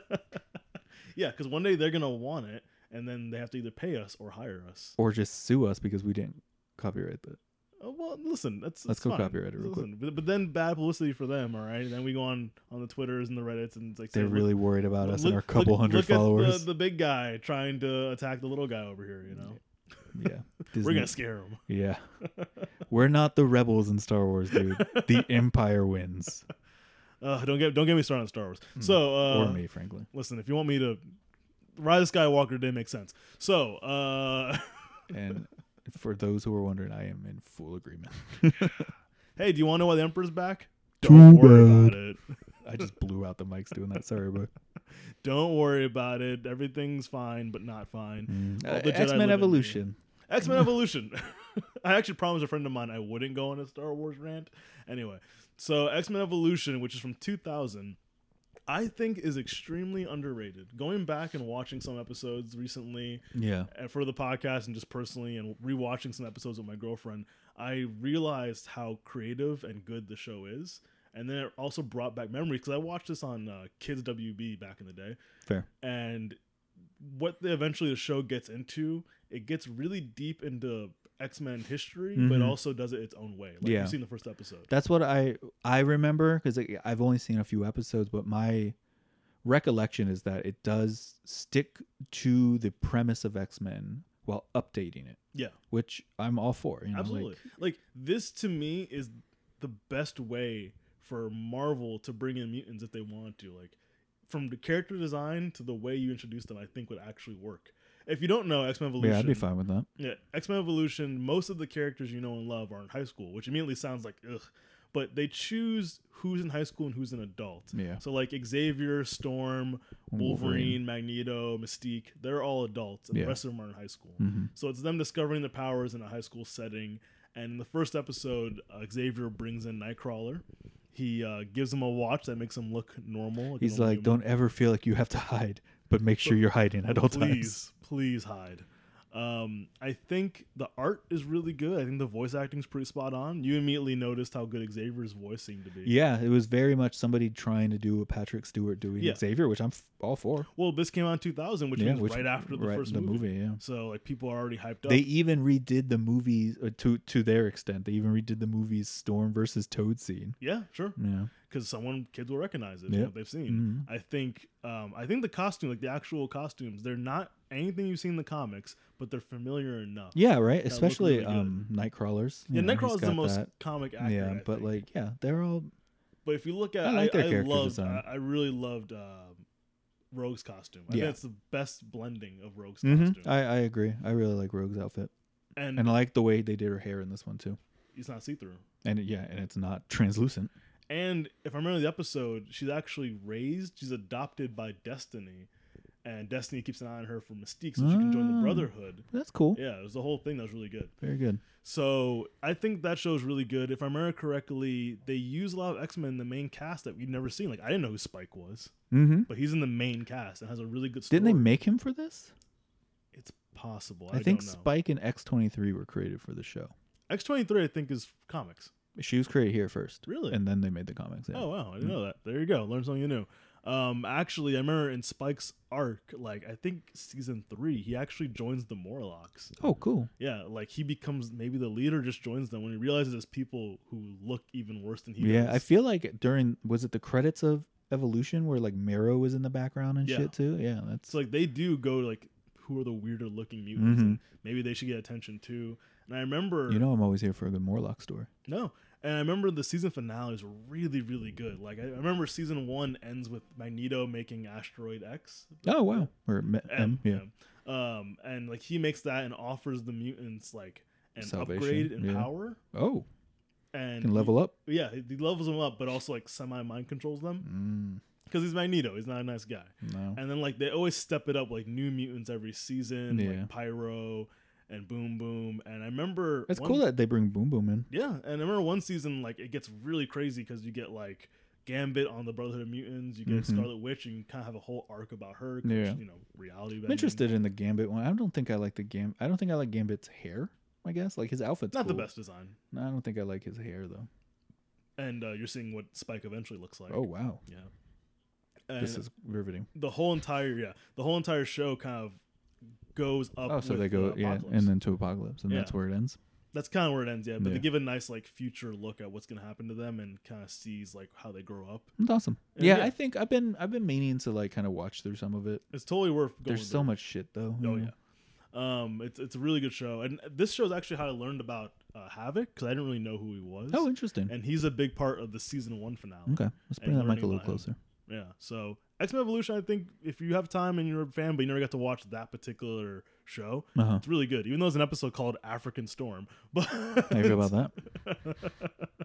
[SPEAKER 1] yeah, because one day they're gonna want it, and then they have to either pay us or hire us.
[SPEAKER 2] Or just sue us because we didn't copyright that.
[SPEAKER 1] Oh, well, listen, that's
[SPEAKER 2] Let's
[SPEAKER 1] it's
[SPEAKER 2] go
[SPEAKER 1] fine.
[SPEAKER 2] copyright it real quick.
[SPEAKER 1] Listen, But, but then bad publicity for them. All right, and then we go on on the twitters and the reddits and it's like
[SPEAKER 2] They're
[SPEAKER 1] say, look-
[SPEAKER 2] really worried about us and our couple
[SPEAKER 1] look-
[SPEAKER 2] hundred
[SPEAKER 1] look at
[SPEAKER 2] followers.
[SPEAKER 1] the, the big guy trying to attack the little guy over here. You know,
[SPEAKER 2] yeah. Disney.
[SPEAKER 1] we're gonna scare him.
[SPEAKER 2] Yeah. We're not the rebels in Star Wars, dude. the Empire wins.
[SPEAKER 1] Uh, don't get don't get me started on Star Wars. So uh,
[SPEAKER 2] or Hmm, me, frankly.
[SPEAKER 1] listen, if you want me to, Rise of Skywalker didn't make sense. So uh,
[SPEAKER 2] And for those who are wondering, I am in full agreement.
[SPEAKER 1] hey, do you want to know why the Emperor's back?
[SPEAKER 2] Too
[SPEAKER 1] Don't worry about
[SPEAKER 2] bad.
[SPEAKER 1] it.
[SPEAKER 2] I just blew out the mics doing that. Sorry, but
[SPEAKER 1] Don't worry about it. Everything's fine, but not fine.
[SPEAKER 2] Mm.
[SPEAKER 1] All
[SPEAKER 2] Uh,
[SPEAKER 1] the Jedi
[SPEAKER 2] X
[SPEAKER 1] live in
[SPEAKER 2] Men
[SPEAKER 1] me.
[SPEAKER 2] Evolution.
[SPEAKER 1] X Men Evolution. I actually promised a friend of mine I wouldn't go on a Star Wars rant. Anyway, so X Men Evolution, which is from 2000, I think is extremely underrated. Going back and watching some episodes recently
[SPEAKER 2] Yeah.
[SPEAKER 1] uh, for the podcast and just personally and rewatching some episodes with my girlfriend, I realized how creative and good the show is. And then it also brought back memories because I watched this on uh, Kids WB back in the day
[SPEAKER 2] Fair.
[SPEAKER 1] and what the, eventually the show gets into it gets really deep into x-men history but
[SPEAKER 2] Mhm.
[SPEAKER 1] also does it its own way like
[SPEAKER 2] Yeah.
[SPEAKER 1] you've seen the first episode
[SPEAKER 2] That's what I I remember because I've only seen a few episodes, but my recollection is that it does stick to the premise of X Men while updating it.
[SPEAKER 1] Yeah.
[SPEAKER 2] which I'm all for. You know,
[SPEAKER 1] absolutely
[SPEAKER 2] Like,
[SPEAKER 1] like, this to me is the best way for marvel to bring in mutants if they want to like from the character design to the way you introduce them i think would actually work if you don't know x-men evolution
[SPEAKER 2] yeah, I'd be fine with that.
[SPEAKER 1] Yeah, X Men Evolution. Most of the characters you know and love are in high school, which immediately sounds like ugh. But they choose who's in high school and who's an adult.
[SPEAKER 2] Yeah.
[SPEAKER 1] So like Xavier, Storm, Wolverine, Magneto, Mystique, they're all adults, and
[SPEAKER 2] Yeah.
[SPEAKER 1] the rest of them are in high school.
[SPEAKER 2] Mhm.
[SPEAKER 1] So it's them discovering their powers in a high school setting. And in the first episode, uh, Xavier brings in Nightcrawler. He uh, gives him a watch that makes him look normal. a
[SPEAKER 2] He's
[SPEAKER 1] normal
[SPEAKER 2] like,
[SPEAKER 1] human.
[SPEAKER 2] don't ever feel like you have to hide, but make sure you're hiding at all times.
[SPEAKER 1] please, please hide. Um, I think the art is really good. I think the voice acting's pretty spot on. You immediately noticed how good Xavier's voice seemed to be.
[SPEAKER 2] Yeah, it was very much somebody trying to do what Patrick Stewart doing
[SPEAKER 1] Yeah.
[SPEAKER 2] Xavier, which I'm f- all for.
[SPEAKER 1] Well, this came out in 2000, which
[SPEAKER 2] yeah,
[SPEAKER 1] means
[SPEAKER 2] which-
[SPEAKER 1] right after the
[SPEAKER 2] right-
[SPEAKER 1] first
[SPEAKER 2] the
[SPEAKER 1] movie.
[SPEAKER 2] movie. Yeah,
[SPEAKER 1] So like people are already hyped up.
[SPEAKER 2] They even redid the movies uh, to to their extent. They even redid the movie's Storm versus Toad scene.
[SPEAKER 1] yeah, sure.
[SPEAKER 2] Yeah,
[SPEAKER 1] Because someone kids will recognize it.
[SPEAKER 2] Yeah.
[SPEAKER 1] Yeah. What they've seen.
[SPEAKER 2] Mhm.
[SPEAKER 1] I think. Um, I think the costume, like the actual costumes, they're not anything you've seen in the comics, but they're familiar enough.
[SPEAKER 2] yeah, right.
[SPEAKER 1] looked
[SPEAKER 2] Especially
[SPEAKER 1] really good.
[SPEAKER 2] um, Nightcrawlers.
[SPEAKER 1] Yeah,
[SPEAKER 2] You know, he's
[SPEAKER 1] Nightcrawler's the
[SPEAKER 2] got
[SPEAKER 1] most
[SPEAKER 2] that.
[SPEAKER 1] comic actor.
[SPEAKER 2] Yeah,
[SPEAKER 1] I
[SPEAKER 2] but
[SPEAKER 1] think.
[SPEAKER 2] like, yeah, they're all.
[SPEAKER 1] But if you look at,
[SPEAKER 2] I
[SPEAKER 1] I
[SPEAKER 2] like their
[SPEAKER 1] I,
[SPEAKER 2] character
[SPEAKER 1] loved,
[SPEAKER 2] design.
[SPEAKER 1] I, I really loved um Rogue's costume. I
[SPEAKER 2] Yeah.
[SPEAKER 1] think it's the best blending of Rogue's
[SPEAKER 2] Mhm.
[SPEAKER 1] costume.
[SPEAKER 2] I I agree. I really like Rogue's outfit,
[SPEAKER 1] and,
[SPEAKER 2] and I like the way they did her hair in this one too.
[SPEAKER 1] he's not see through.
[SPEAKER 2] And it- yeah, and it's not translucent.
[SPEAKER 1] And if I remember the episode, she's actually raised. She's adopted by Destiny, and Destiny keeps an eye on her for Mystique, so she can join
[SPEAKER 2] Ah.
[SPEAKER 1] the Brotherhood.
[SPEAKER 2] That's cool.
[SPEAKER 1] Yeah, it was the whole thing that was really good.
[SPEAKER 2] Very good.
[SPEAKER 1] So I think that show's really good. If I remember correctly, they use a lot of X Men in the main cast that we've never seen. Like I didn't know who Spike was,
[SPEAKER 2] Mm-hmm.
[SPEAKER 1] but he's in the main cast and has a really good story.
[SPEAKER 2] Didn't they make him for this?
[SPEAKER 1] It's possible.
[SPEAKER 2] I,
[SPEAKER 1] I,
[SPEAKER 2] think
[SPEAKER 1] don't know.
[SPEAKER 2] Spike and X twenty three were created for the show.
[SPEAKER 1] X twenty three, I think, is comics.
[SPEAKER 2] She was created here first,
[SPEAKER 1] Really?
[SPEAKER 2] and then they made the comics. Yeah. Mm-hmm.
[SPEAKER 1] oh wow, I didn't know that. There you go. Learn something new. Um, actually, I remember in Spike's arc, like I think season three, he actually joins the Morlocks.
[SPEAKER 2] oh, cool.
[SPEAKER 1] Yeah, like he becomes maybe the leader, just joins them when he realizes there's people who look even worse than he
[SPEAKER 2] yeah,
[SPEAKER 1] does.
[SPEAKER 2] I feel like during was it the credits of Evolution where like Marrow was in the background and
[SPEAKER 1] Yeah.
[SPEAKER 2] shit too? Yeah, that's
[SPEAKER 1] so like they do go like, who are the weirder looking mutants?
[SPEAKER 2] Mhm.
[SPEAKER 1] And maybe they should get attention too. And I remember,
[SPEAKER 2] you know I'm always here for a good Morlock story.
[SPEAKER 1] No. And I remember the season finale is really, really good. Like I I remember season one ends with Magneto making Asteroid X.
[SPEAKER 2] Oh wow, or me-
[SPEAKER 1] M,
[SPEAKER 2] M, yeah.
[SPEAKER 1] M. Um, and like he makes that and offers the mutants like an
[SPEAKER 2] Salvation,
[SPEAKER 1] upgrade in
[SPEAKER 2] yeah.
[SPEAKER 1] power
[SPEAKER 2] Oh,
[SPEAKER 1] and
[SPEAKER 2] can level up.
[SPEAKER 1] Yeah, he levels them up, but also like semi mind controls them
[SPEAKER 2] Mm,
[SPEAKER 1] because he's Magneto. He's not a nice guy.
[SPEAKER 2] no,
[SPEAKER 1] And then like they always step it up, like new mutants every season,
[SPEAKER 2] Yeah.
[SPEAKER 1] like Pyro and Boom Boom. And I remember
[SPEAKER 2] it's
[SPEAKER 1] one-
[SPEAKER 2] cool that they bring Boom Boom in.
[SPEAKER 1] Yeah, and I remember one season like it gets really crazy because you get like Gambit on the Brotherhood of Mutants. You get
[SPEAKER 2] Mhm.
[SPEAKER 1] Scarlet Witch, and you kind of have a whole arc about her.
[SPEAKER 2] Yeah.
[SPEAKER 1] Which, you know, reality.
[SPEAKER 2] I'm
[SPEAKER 1] bending.
[SPEAKER 2] interested in the Gambit one. I don't think I like the Gam. I don't think I like Gambit's hair. I guess like his outfit's
[SPEAKER 1] Not the
[SPEAKER 2] cool.
[SPEAKER 1] best design.
[SPEAKER 2] No, I don't think I like his hair though.
[SPEAKER 1] And uh, you're seeing what Spike eventually looks like. uh,
[SPEAKER 2] oh wow,
[SPEAKER 1] yeah. And
[SPEAKER 2] this is riveting.
[SPEAKER 1] the whole entire yeah, the whole entire show kind of goes up.
[SPEAKER 2] Oh, so
[SPEAKER 1] with
[SPEAKER 2] they go
[SPEAKER 1] the
[SPEAKER 2] yeah,
[SPEAKER 1] apocalypse.
[SPEAKER 2] and then to apocalypse, and
[SPEAKER 1] Yeah.
[SPEAKER 2] that's where it ends.
[SPEAKER 1] that's kind of where it ends. Yeah, but they
[SPEAKER 2] Yeah.
[SPEAKER 1] give a nice like future look at what's gonna happen to them and kind of sees like how they grow up.
[SPEAKER 2] It's awesome.
[SPEAKER 1] And
[SPEAKER 2] Yeah,
[SPEAKER 1] yeah.
[SPEAKER 2] I think I've been I've been meaning to like kind of watch through some of it.
[SPEAKER 1] It's totally worth. Going
[SPEAKER 2] There's so much shit though.
[SPEAKER 1] Oh
[SPEAKER 2] you
[SPEAKER 1] yeah.
[SPEAKER 2] know?
[SPEAKER 1] Um, it's it's a really good show, and this show is actually how I learned about uh, Havoc because I didn't really know who he was.
[SPEAKER 2] Oh, interesting.
[SPEAKER 1] and he's a big part of the season one finale.
[SPEAKER 2] okay, let's bring
[SPEAKER 1] and
[SPEAKER 2] that mic a
[SPEAKER 1] learning
[SPEAKER 2] little
[SPEAKER 1] about him.
[SPEAKER 2] closer.
[SPEAKER 1] Yeah. So X Men Evolution, I think if you have time and you're a fan, but you never got to watch that particular show,
[SPEAKER 2] Uh huh.
[SPEAKER 1] it's really good. Even though it's an episode called African Storm, but
[SPEAKER 2] How you feel about that?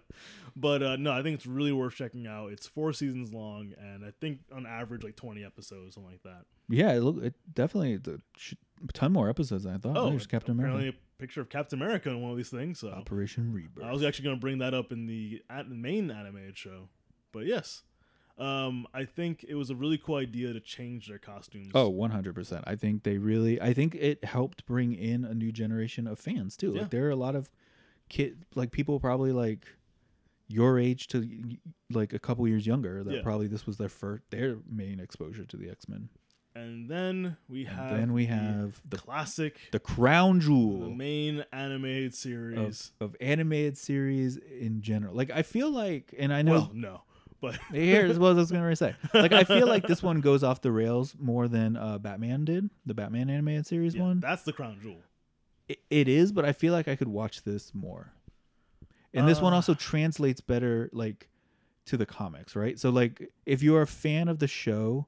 [SPEAKER 1] but uh, no, I think it's really worth checking out. It's four seasons long, and I think on average like twenty episodes, something like that.
[SPEAKER 2] Yeah, it look it definitely the sh- a ton more episodes than I thought. Oh, there's Captain
[SPEAKER 1] apparently
[SPEAKER 2] America,
[SPEAKER 1] a picture of Captain America in one of these things. So
[SPEAKER 2] Operation Rebirth.
[SPEAKER 1] I was actually going to bring that up in the at the main animated show, but yes, um, I think it was a really cool idea to change their costumes.
[SPEAKER 2] Oh, 100%. I think they really I think it helped bring in a new generation of fans too.
[SPEAKER 1] Yeah.
[SPEAKER 2] Like there are a lot of kid like people probably like your age to y- like a couple years younger that
[SPEAKER 1] Yeah.
[SPEAKER 2] probably this was their first their main exposure to the X-Men.
[SPEAKER 1] and then we
[SPEAKER 2] And
[SPEAKER 1] have
[SPEAKER 2] then we
[SPEAKER 1] the
[SPEAKER 2] have the
[SPEAKER 1] classic,
[SPEAKER 2] the crown
[SPEAKER 1] the
[SPEAKER 2] jewel
[SPEAKER 1] main animated
[SPEAKER 2] of,
[SPEAKER 1] series.
[SPEAKER 2] of animated series in general. Like I feel like and I know
[SPEAKER 1] Well, no, but
[SPEAKER 2] Here's what I was gonna say. Like I feel like this one goes off the rails more than uh, Batman did, the Batman animated series
[SPEAKER 1] yeah,
[SPEAKER 2] one.
[SPEAKER 1] that's the crown jewel.
[SPEAKER 2] it, it is, but I feel like I could watch this more. And this one
[SPEAKER 1] Uh.
[SPEAKER 2] also translates better like to the comics, right? So like if you're a fan of the show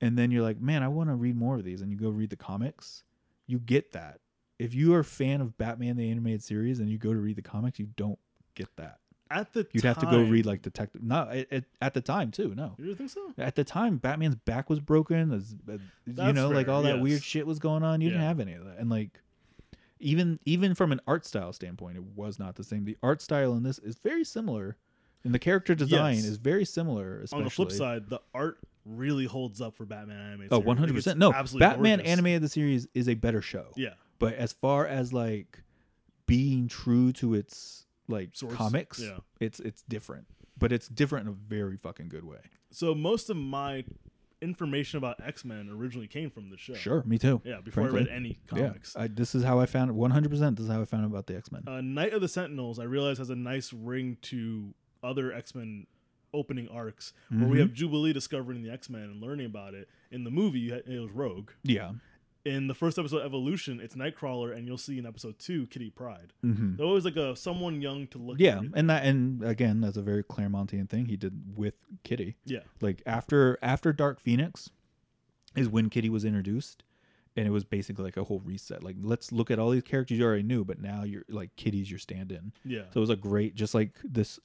[SPEAKER 2] and then you're like, "Man, I want to read more of these." And you go read the comics, you get that. If you are a fan of Batman the animated series and you go to read the comics, you don't get that.
[SPEAKER 1] At the
[SPEAKER 2] You'd have to go
[SPEAKER 1] time-
[SPEAKER 2] read like Detective No, it, it, at the time too, no.
[SPEAKER 1] You really think so?
[SPEAKER 2] At the time Batman's back was broken, as- uh, you
[SPEAKER 1] That's
[SPEAKER 2] know, like
[SPEAKER 1] fair,
[SPEAKER 2] all that
[SPEAKER 1] yes.
[SPEAKER 2] weird shit was going on. You didn't
[SPEAKER 1] Yeah.
[SPEAKER 2] have any of that. And like even even from an art style standpoint, it was not the same. The art style in this is very similar, and the character design
[SPEAKER 1] Yes.
[SPEAKER 2] is very similar. Especially.
[SPEAKER 1] On the flip side, the art really holds up for Batman animated.
[SPEAKER 2] oh,
[SPEAKER 1] series. Like,
[SPEAKER 2] 100
[SPEAKER 1] it's
[SPEAKER 2] percent. No,
[SPEAKER 1] absolutely
[SPEAKER 2] Batman
[SPEAKER 1] gorgeous.
[SPEAKER 2] animated the series is a better show.
[SPEAKER 1] Yeah,
[SPEAKER 2] But as far as like being true to its like
[SPEAKER 1] Source,
[SPEAKER 2] comics,
[SPEAKER 1] yeah.
[SPEAKER 2] it's it's different. But it's different in a very fucking good way.
[SPEAKER 1] So most of my information about X Men originally came from the show.
[SPEAKER 2] Sure, me too.
[SPEAKER 1] Yeah, before I
[SPEAKER 2] frankly.
[SPEAKER 1] read any comics.
[SPEAKER 2] Yeah, I, this is how I found 100. percent This is how I found out about the X Men.
[SPEAKER 1] Uh, Knight of the Sentinels, I realize, has a nice ring to other X Men opening arcs, where we
[SPEAKER 2] Mhm.
[SPEAKER 1] have Jubilee discovering the X Men and learning about it. In the movie, you had- it was Rogue.
[SPEAKER 2] yeah,
[SPEAKER 1] In the first episode, Evolution, it's Nightcrawler, and you'll see in episode two, Kitty Pride.
[SPEAKER 2] hmm
[SPEAKER 1] They're always like a someone young to look.
[SPEAKER 2] yeah,
[SPEAKER 1] at it.
[SPEAKER 2] and that and again, that's a very Claremontian thing he did with Kitty.
[SPEAKER 1] yeah.
[SPEAKER 2] Like after after Dark Phoenix is when Kitty was introduced, and it was basically like a whole reset. Like let's look at all these characters you already knew, but now you're like Kitty's your stand-in.
[SPEAKER 1] Yeah.
[SPEAKER 2] So it was a great, just like this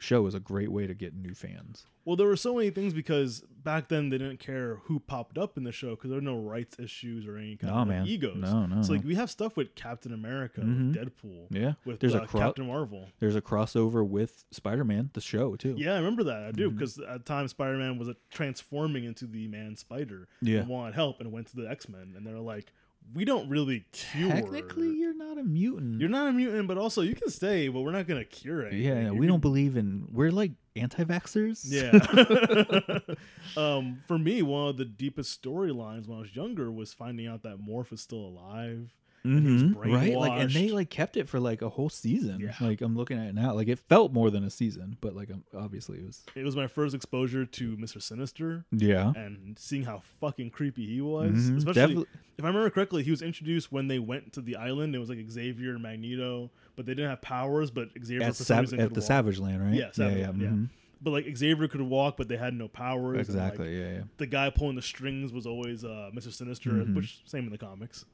[SPEAKER 2] show is a great way to get new fans.
[SPEAKER 1] Well, there were so many things because back then they didn't care who popped up in the show because there were no rights issues or any kind
[SPEAKER 2] No,
[SPEAKER 1] of like,
[SPEAKER 2] man.
[SPEAKER 1] egos.
[SPEAKER 2] No, no,
[SPEAKER 1] So like
[SPEAKER 2] no.
[SPEAKER 1] we have stuff with Captain America,
[SPEAKER 2] Mhm.
[SPEAKER 1] with Deadpool,
[SPEAKER 2] Yeah,
[SPEAKER 1] with
[SPEAKER 2] There's a
[SPEAKER 1] uh,
[SPEAKER 2] cro-
[SPEAKER 1] Captain Marvel.
[SPEAKER 2] there's a crossover with Spider-Man, the show too.
[SPEAKER 1] Yeah, I remember that. I do
[SPEAKER 2] Mhm.
[SPEAKER 1] because at the time Spider Man was uh, transforming into the Man Spider
[SPEAKER 2] yeah.
[SPEAKER 1] and wanted help and went to the X Men and they're like, we don't really cure.
[SPEAKER 2] Technically, you're not a mutant.
[SPEAKER 1] you're not a mutant, but also you can stay, but we're not gonna cure it.
[SPEAKER 2] Yeah, yeah, we don't believe in. We're like anti-vaxxers.
[SPEAKER 1] Yeah. um, for me, one of the deepest storylines when I was younger was finding out that Morph is still alive.
[SPEAKER 2] Mhm. right. Like, and they
[SPEAKER 1] brainwashed.
[SPEAKER 2] like kept it for like a whole season.
[SPEAKER 1] Yeah.
[SPEAKER 2] Like, I'm looking at it now. Like, it felt more than a season, but like, um, obviously, it was.
[SPEAKER 1] It was my first exposure to Mr. Sinister
[SPEAKER 2] Yeah.
[SPEAKER 1] and seeing how fucking creepy he was.
[SPEAKER 2] Mhm.
[SPEAKER 1] Especially,
[SPEAKER 2] Definitely-
[SPEAKER 1] if I remember correctly, he was introduced when they went to the island. It was like Xavier and Magneto, but they didn't have powers. But Xavier
[SPEAKER 2] at,
[SPEAKER 1] for
[SPEAKER 2] Sav-
[SPEAKER 1] some reason
[SPEAKER 2] at
[SPEAKER 1] could
[SPEAKER 2] the
[SPEAKER 1] walk.
[SPEAKER 2] Savage Land, right?
[SPEAKER 1] Yeah, Savage
[SPEAKER 2] yeah,
[SPEAKER 1] Land, yeah.
[SPEAKER 2] mhm.
[SPEAKER 1] But like Xavier could walk, but they had no powers. and, like,
[SPEAKER 2] Exactly. Yeah, yeah.
[SPEAKER 1] the guy pulling the strings was always uh, Mr. Sinister,
[SPEAKER 2] Mhm.
[SPEAKER 1] which same in the comics.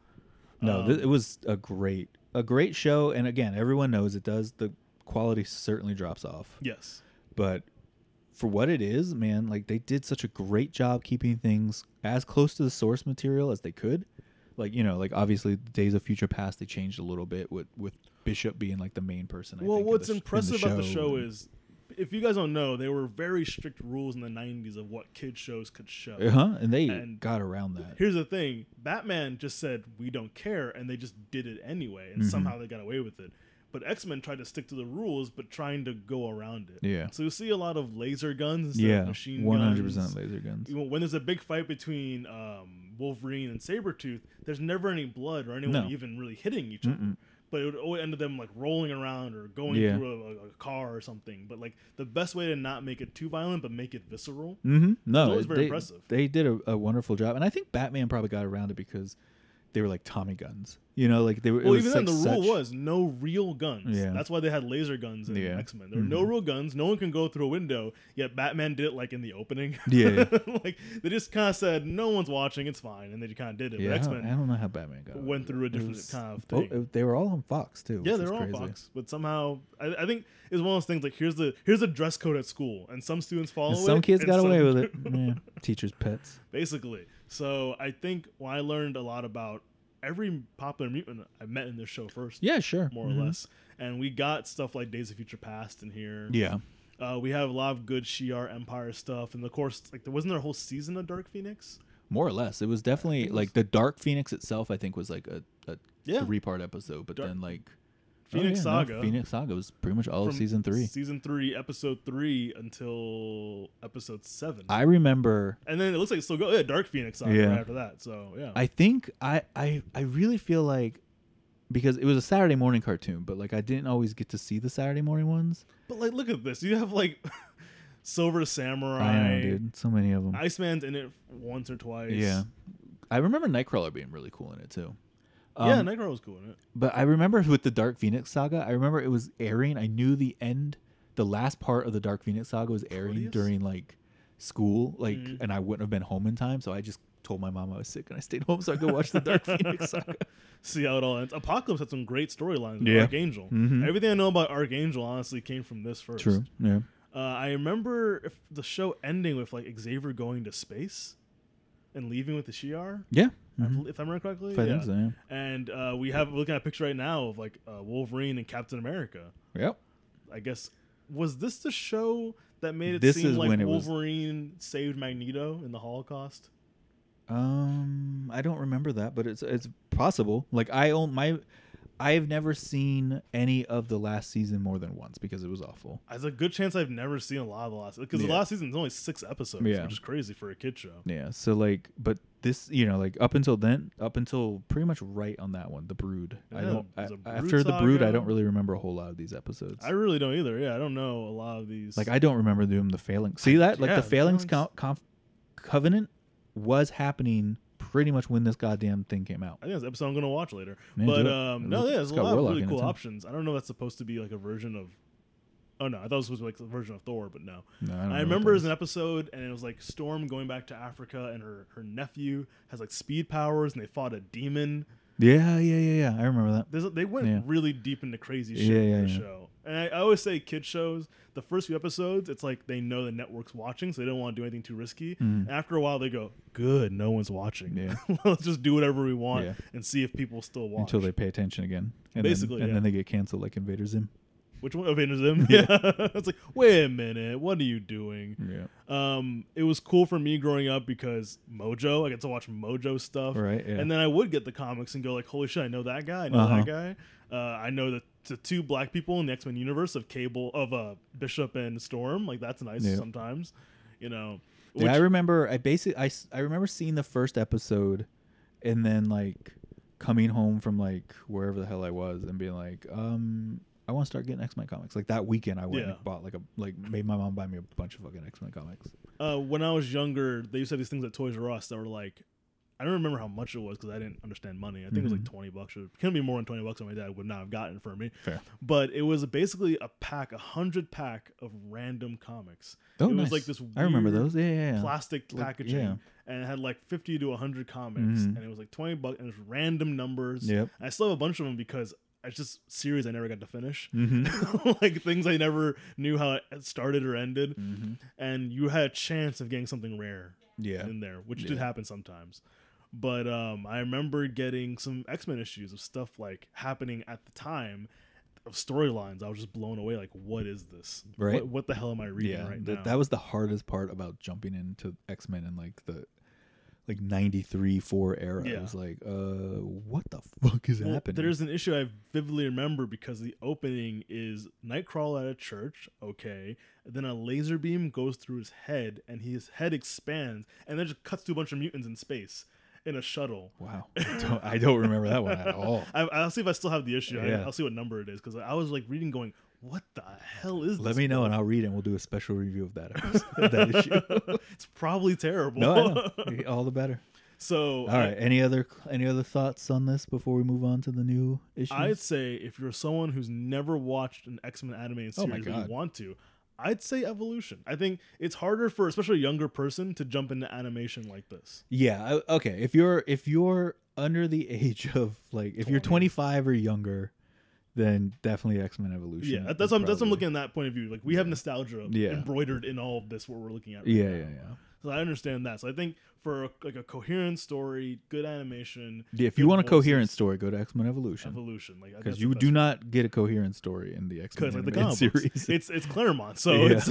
[SPEAKER 2] No,
[SPEAKER 1] Um,
[SPEAKER 2] th- it was a great, a great show. And again, everyone knows it does. The quality certainly drops off.
[SPEAKER 1] yes.
[SPEAKER 2] but for what it is, man, like they did such a great job keeping things as close to the source material as they could. Like you know, like obviously, Days of Future Past they changed a little bit with with Bishop being like the main person. I
[SPEAKER 1] Well,
[SPEAKER 2] think, in
[SPEAKER 1] what's
[SPEAKER 2] the sh- in
[SPEAKER 1] impressive about the show
[SPEAKER 2] and-
[SPEAKER 1] is if you guys don't know, there were very strict rules in the '90s of what kid shows could show.
[SPEAKER 2] huh? Uh-huh, And they
[SPEAKER 1] And-
[SPEAKER 2] got around that.
[SPEAKER 1] Here's the thing: Batman just said we don't care, and they just did it anyway,
[SPEAKER 2] Mm-hmm.
[SPEAKER 1] and somehow they got away with it. But X Men tried to stick to the rules, but trying to go around it.
[SPEAKER 2] Yeah.
[SPEAKER 1] So you see a lot of laser guns instead of
[SPEAKER 2] Yeah,
[SPEAKER 1] machine
[SPEAKER 2] one hundred
[SPEAKER 1] guns.
[SPEAKER 2] percent laser guns.
[SPEAKER 1] You know, When there's a big fight between um, Wolverine and Sabretooth, there's never any blood or anyone
[SPEAKER 2] No.
[SPEAKER 1] even really hitting each other. But it would always end up them like rolling around or going
[SPEAKER 2] Yeah.
[SPEAKER 1] through a, a car or something. But like the best way to not make it too violent, but make it visceral.
[SPEAKER 2] Mm-hmm. No,
[SPEAKER 1] always very
[SPEAKER 2] they,
[SPEAKER 1] impressive.
[SPEAKER 2] They did a, a wonderful job, and I think Batman probably got around it because they were like Tommy guns. You know, like they were. it
[SPEAKER 1] Well,
[SPEAKER 2] was
[SPEAKER 1] even then, the
[SPEAKER 2] like
[SPEAKER 1] rule
[SPEAKER 2] such-
[SPEAKER 1] was no real guns.
[SPEAKER 2] Yeah.
[SPEAKER 1] That's why they had laser guns in
[SPEAKER 2] Yeah. Mm-hmm.
[SPEAKER 1] X Men. There were no real guns. No one can go through a window. Yet Batman did it like in the opening.
[SPEAKER 2] Yeah.
[SPEAKER 1] like they just kind of said, no one's watching. It's fine. And they kind of did it.
[SPEAKER 2] Yeah,
[SPEAKER 1] But
[SPEAKER 2] I
[SPEAKER 1] X
[SPEAKER 2] don't- I
[SPEAKER 1] Men
[SPEAKER 2] don't know how Batman got.
[SPEAKER 1] went through a
[SPEAKER 2] around it. It
[SPEAKER 1] different
[SPEAKER 2] was-
[SPEAKER 1] kind of
[SPEAKER 2] oh,
[SPEAKER 1] thing.
[SPEAKER 2] it- they were all on Fox too.
[SPEAKER 1] yeah,
[SPEAKER 2] which
[SPEAKER 1] they're
[SPEAKER 2] is
[SPEAKER 1] all
[SPEAKER 2] crazy.
[SPEAKER 1] Fox, but somehow I, I think it's one of those things. Like here's the here's the dress code at school, and some students follow
[SPEAKER 2] And
[SPEAKER 1] it.
[SPEAKER 2] some kids
[SPEAKER 1] and
[SPEAKER 2] got
[SPEAKER 1] some
[SPEAKER 2] away with it. Yeah, Teachers' pets.
[SPEAKER 1] basically. So I think when I learned a lot about every popular mutant I met in this show first,
[SPEAKER 2] Yeah, Mm-hmm. sure.
[SPEAKER 1] more or less, and we got stuff like Days of Future Past in here.
[SPEAKER 2] Yeah.
[SPEAKER 1] Uh, we have a lot of good Shi'ar Empire stuff, and of course, like there wasn't there a whole season of Dark Phoenix.
[SPEAKER 2] More or less. It was definitely like the Dark Phoenix itself, I think, was like a, a
[SPEAKER 1] Yeah.
[SPEAKER 2] three part episode, but
[SPEAKER 1] Dark-
[SPEAKER 2] then like
[SPEAKER 1] Phoenix
[SPEAKER 2] oh, yeah, no,
[SPEAKER 1] Saga.
[SPEAKER 2] Phoenix Saga was pretty much all of
[SPEAKER 1] from
[SPEAKER 2] season three.
[SPEAKER 1] Season three, episode three until episode seven.
[SPEAKER 2] I remember
[SPEAKER 1] and then it looks like it's still go yeah, Dark Phoenix on
[SPEAKER 2] Yeah.
[SPEAKER 1] right after that. So yeah.
[SPEAKER 2] I think I, I I really feel like because it was a Saturday morning cartoon, but like I didn't always get to see the Saturday morning ones.
[SPEAKER 1] but like look at this. You have like Silver Samurai.
[SPEAKER 2] I know, dude. So many of them.
[SPEAKER 1] Iceman's in it once or twice.
[SPEAKER 2] yeah. I remember Nightcrawler being really cool in it too. Um,
[SPEAKER 1] yeah, Nightcrawler was cool in it.
[SPEAKER 2] But I remember with the Dark Phoenix saga, I remember it was airing. I knew the end, the last part of the Dark Phoenix saga was airing
[SPEAKER 1] Proteus?
[SPEAKER 2] during like school, like,
[SPEAKER 1] Mhm.
[SPEAKER 2] and I wouldn't have been home in time. So I just told my mom I was sick and I stayed home so I could watch the Dark Phoenix saga.
[SPEAKER 1] See how it all ends. Apocalypse had some great storylines. with
[SPEAKER 2] Yeah.
[SPEAKER 1] Archangel.
[SPEAKER 2] Mhm.
[SPEAKER 1] Everything I know about Archangel honestly came from this first.
[SPEAKER 2] True. Yeah.
[SPEAKER 1] Uh, I remember if the show ending with like Xavier going to space and leaving with the Shi'ar.
[SPEAKER 2] Yeah.
[SPEAKER 1] I
[SPEAKER 2] Mhm.
[SPEAKER 1] bel- If I remember correctly,
[SPEAKER 2] If I
[SPEAKER 1] yeah.
[SPEAKER 2] think so, yeah.
[SPEAKER 1] And uh, we have we're looking at a picture right now of like uh, Wolverine and Captain America.
[SPEAKER 2] Yep.
[SPEAKER 1] I guess was this the show that made it
[SPEAKER 2] This
[SPEAKER 1] seem
[SPEAKER 2] is
[SPEAKER 1] like
[SPEAKER 2] when it was-
[SPEAKER 1] Wolverine saved Magneto in the Holocaust?
[SPEAKER 2] Um, I don't remember that, but it's it's possible. Like I own my, I've never seen any of the last season more than once because it was awful.
[SPEAKER 1] There's a good chance I've never seen a lot of the last because the
[SPEAKER 2] Yeah.
[SPEAKER 1] last season's only six episodes,
[SPEAKER 2] Yeah.
[SPEAKER 1] which is crazy for a kid show.
[SPEAKER 2] Yeah. So like, but this, you know, like up until then, up until pretty much right on that one, the Brood. I
[SPEAKER 1] Yeah,
[SPEAKER 2] don't I,
[SPEAKER 1] there's a Brood
[SPEAKER 2] after the Brood, I
[SPEAKER 1] saga.
[SPEAKER 2] don't really remember a whole lot of these episodes.
[SPEAKER 1] I really don't either. Yeah, I don't know a lot of these.
[SPEAKER 2] like I don't remember doing the Phalanx. See that? Like
[SPEAKER 1] Yeah,
[SPEAKER 2] the
[SPEAKER 1] the
[SPEAKER 2] Phalanx,
[SPEAKER 1] Phalanx.
[SPEAKER 2] co- conf- Covenant was happening pretty much when this goddamn thing came out.
[SPEAKER 1] I think that's the episode I'm gonna watch later.
[SPEAKER 2] Man,
[SPEAKER 1] but
[SPEAKER 2] do it.
[SPEAKER 1] um,
[SPEAKER 2] It
[SPEAKER 1] no,
[SPEAKER 2] looks-
[SPEAKER 1] yeah, there's
[SPEAKER 2] it's
[SPEAKER 1] a
[SPEAKER 2] got
[SPEAKER 1] lot of
[SPEAKER 2] Warlock
[SPEAKER 1] really
[SPEAKER 2] in it,
[SPEAKER 1] cool
[SPEAKER 2] too.
[SPEAKER 1] options. I don't know if that's supposed to be like a version of. Oh no, I thought it was supposed to be like a version of Thor, but no.
[SPEAKER 2] No, I, don't
[SPEAKER 1] I,
[SPEAKER 2] know what
[SPEAKER 1] remember
[SPEAKER 2] that
[SPEAKER 1] as
[SPEAKER 2] is.
[SPEAKER 1] an episode, and it was like Storm going back to Africa, and her her nephew has like speed powers, and they fought a demon.
[SPEAKER 2] Yeah, yeah, yeah, yeah. I remember that.
[SPEAKER 1] There's, they went
[SPEAKER 2] Yeah.
[SPEAKER 1] really deep into crazy shit
[SPEAKER 2] Yeah,
[SPEAKER 1] in
[SPEAKER 2] yeah,
[SPEAKER 1] the
[SPEAKER 2] yeah.
[SPEAKER 1] show. And I, I always say kid shows, the first few episodes, it's like they know the network's watching, so they don't want to do anything too risky. And after a while, they go, good, no one's watching.
[SPEAKER 2] Mm-hmm. Yeah.
[SPEAKER 1] Let's just do whatever we want
[SPEAKER 2] Yeah.
[SPEAKER 1] and see if people still watch.
[SPEAKER 2] until they pay attention again. And
[SPEAKER 1] Basically,
[SPEAKER 2] then, and
[SPEAKER 1] yeah.
[SPEAKER 2] then they get canceled like Invader Zim.
[SPEAKER 1] Which one? Avengers Zim. Yeah. it's like, wait a minute, what are you doing?
[SPEAKER 2] Yeah,
[SPEAKER 1] um, it was cool for me growing up because Mojo, I get to watch Mojo stuff,
[SPEAKER 2] Right, yeah.
[SPEAKER 1] And then I would get the comics and go like, "Holy shit, I know that guy, I know
[SPEAKER 2] Uh-huh.
[SPEAKER 1] that guy." Uh, I know the, the two black people in the X Men universe of Cable, of uh, Bishop and Storm. Like that's nice
[SPEAKER 2] Yeah.
[SPEAKER 1] sometimes, you know. Which,
[SPEAKER 2] yeah. I remember. I basically, I, s- I remember seeing the first episode, and then like coming home from like wherever the hell I was, and being like, um, I want to start getting X Men comics. Like that weekend, I went
[SPEAKER 1] Yeah.
[SPEAKER 2] and bought like a like made my mom buy me a bunch of fucking X Men comics.
[SPEAKER 1] uh, when I was younger, they used to have these things at Toys R Us that were like, I don't remember how much it was because I didn't understand money. I think it was like twenty bucks or it couldn't be more than twenty bucks. That my dad would not have gotten for me.
[SPEAKER 2] Mm-hmm. Fair.
[SPEAKER 1] But it was basically a pack, a hundred pack of random comics.
[SPEAKER 2] Oh,
[SPEAKER 1] it was
[SPEAKER 2] nice.
[SPEAKER 1] like this.
[SPEAKER 2] I remember
[SPEAKER 1] weird
[SPEAKER 2] those. Yeah, yeah, yeah.
[SPEAKER 1] plastic
[SPEAKER 2] Like,
[SPEAKER 1] packaging,
[SPEAKER 2] yeah.
[SPEAKER 1] and it had like fifty to hundred comics,
[SPEAKER 2] Mhm.
[SPEAKER 1] and it was like twenty bucks, and it was random numbers.
[SPEAKER 2] Yep.
[SPEAKER 1] I still have a bunch of them because it's just series I never got to finish.
[SPEAKER 2] Mm-hmm.
[SPEAKER 1] like things I never knew how it started or ended,
[SPEAKER 2] mm-hmm.
[SPEAKER 1] and you had a chance of getting something rare
[SPEAKER 2] Yeah.
[SPEAKER 1] in there, which
[SPEAKER 2] Yeah.
[SPEAKER 1] did happen sometimes. But um, I remember getting some X Men issues of stuff like happening at the time. of storylines, I was just blown away. Like, what is this?
[SPEAKER 2] Right.
[SPEAKER 1] What, what the hell am I reading
[SPEAKER 2] yeah,
[SPEAKER 1] right
[SPEAKER 2] that,
[SPEAKER 1] now?
[SPEAKER 2] that was the hardest part about jumping into X Men in like the like ninety three four era.
[SPEAKER 1] Yeah.
[SPEAKER 2] It was like, uh, what the fuck is
[SPEAKER 1] Well,
[SPEAKER 2] happening?
[SPEAKER 1] There's an issue I vividly remember because the opening is Nightcrawler at a church, okay, then a laser beam goes through his head and his head expands and then just cuts to a bunch of mutants in space in a shuttle.
[SPEAKER 2] wow, I don't, I don't remember that one at all.
[SPEAKER 1] I, I'll see if I still have the issue. I,
[SPEAKER 2] Yeah.
[SPEAKER 1] I'll see what number it is because I was like reading, going, "What the hell is
[SPEAKER 2] Let
[SPEAKER 1] this?"
[SPEAKER 2] me know and I'll read it and we'll do a special review of that episode, of that issue.
[SPEAKER 1] it's probably terrible.
[SPEAKER 2] No, I know. all the better.
[SPEAKER 1] so,
[SPEAKER 2] All right. Any other any other thoughts on this before we move on to the new issues?
[SPEAKER 1] I'd say if you're someone who's never watched an X Men animated
[SPEAKER 2] Oh
[SPEAKER 1] series
[SPEAKER 2] my
[SPEAKER 1] but you
[SPEAKER 2] God.
[SPEAKER 1] want to, I'd say Evolution. I think it's harder for especially a younger person to jump into animation like this.
[SPEAKER 2] Yeah. I- Okay. If you're if you're under the age of like if you're
[SPEAKER 1] 20.
[SPEAKER 2] 25 or younger, then definitely X Men Evolution.
[SPEAKER 1] yeah,
[SPEAKER 2] is
[SPEAKER 1] that's what I'm, that's what I'm
[SPEAKER 2] probably-
[SPEAKER 1] looking at that point of view. Like we have nostalgia
[SPEAKER 2] Yeah.
[SPEAKER 1] embroidered in all of this what we're looking at. Right
[SPEAKER 2] Yeah,
[SPEAKER 1] now.
[SPEAKER 2] yeah, yeah.
[SPEAKER 1] So I understand that. So I think for like a coherent story, good animation,
[SPEAKER 2] Yeah, if you
[SPEAKER 1] good
[SPEAKER 2] want a
[SPEAKER 1] voices,
[SPEAKER 2] coherent story, go to X Men Evolution
[SPEAKER 1] Evolution, like
[SPEAKER 2] because you do not get a coherent story in the X
[SPEAKER 1] because like the
[SPEAKER 2] Men
[SPEAKER 1] comic
[SPEAKER 2] series.
[SPEAKER 1] series. It's it's Claremont, so
[SPEAKER 2] Yeah.
[SPEAKER 1] it's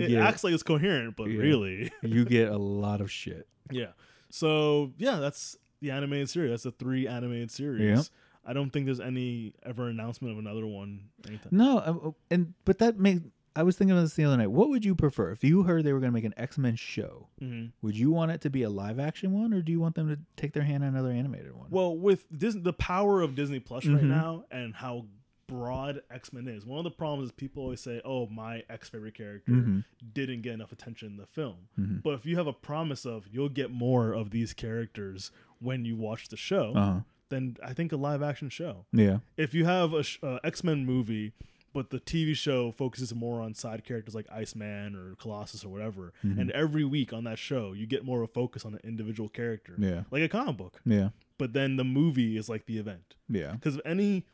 [SPEAKER 1] it
[SPEAKER 2] get-
[SPEAKER 1] acts like it's coherent, but
[SPEAKER 2] Yeah.
[SPEAKER 1] really
[SPEAKER 2] you get a lot of shit.
[SPEAKER 1] Yeah. So yeah, that's the animated series. That's the three animated series.
[SPEAKER 2] Yeah.
[SPEAKER 1] I don't think there's any ever announcement of another one. Anytime.
[SPEAKER 2] No, um, and but that makes. I was thinking about this the other night. What would you prefer if you heard they were going to make an X Men show?
[SPEAKER 1] Mhm.
[SPEAKER 2] Would you want it to be a live action one, or do you want them to take their hand on another animated one?
[SPEAKER 1] Well, with Disney, the power of Disney Plus right
[SPEAKER 2] Mhm.
[SPEAKER 1] now, and how broad X Men is, one of the problems is people always say, "Oh, my X favorite character
[SPEAKER 2] Mhm.
[SPEAKER 1] didn't get enough attention in the film."
[SPEAKER 2] Mhm.
[SPEAKER 1] But if you have a promise of you'll get more of these characters when you watch the show,
[SPEAKER 2] uh-huh.
[SPEAKER 1] then I think a live action show.
[SPEAKER 2] yeah,
[SPEAKER 1] if you have a sh- uh, X Men movie, but the TV show focuses more on side characters like Iceman or Colossus or whatever,
[SPEAKER 2] Mm-hmm.
[SPEAKER 1] and every week on that show you get more of a focus on an individual character,
[SPEAKER 2] yeah,
[SPEAKER 1] like a comic book.
[SPEAKER 2] yeah,
[SPEAKER 1] But then the movie is like the event
[SPEAKER 2] yeah.
[SPEAKER 1] because if any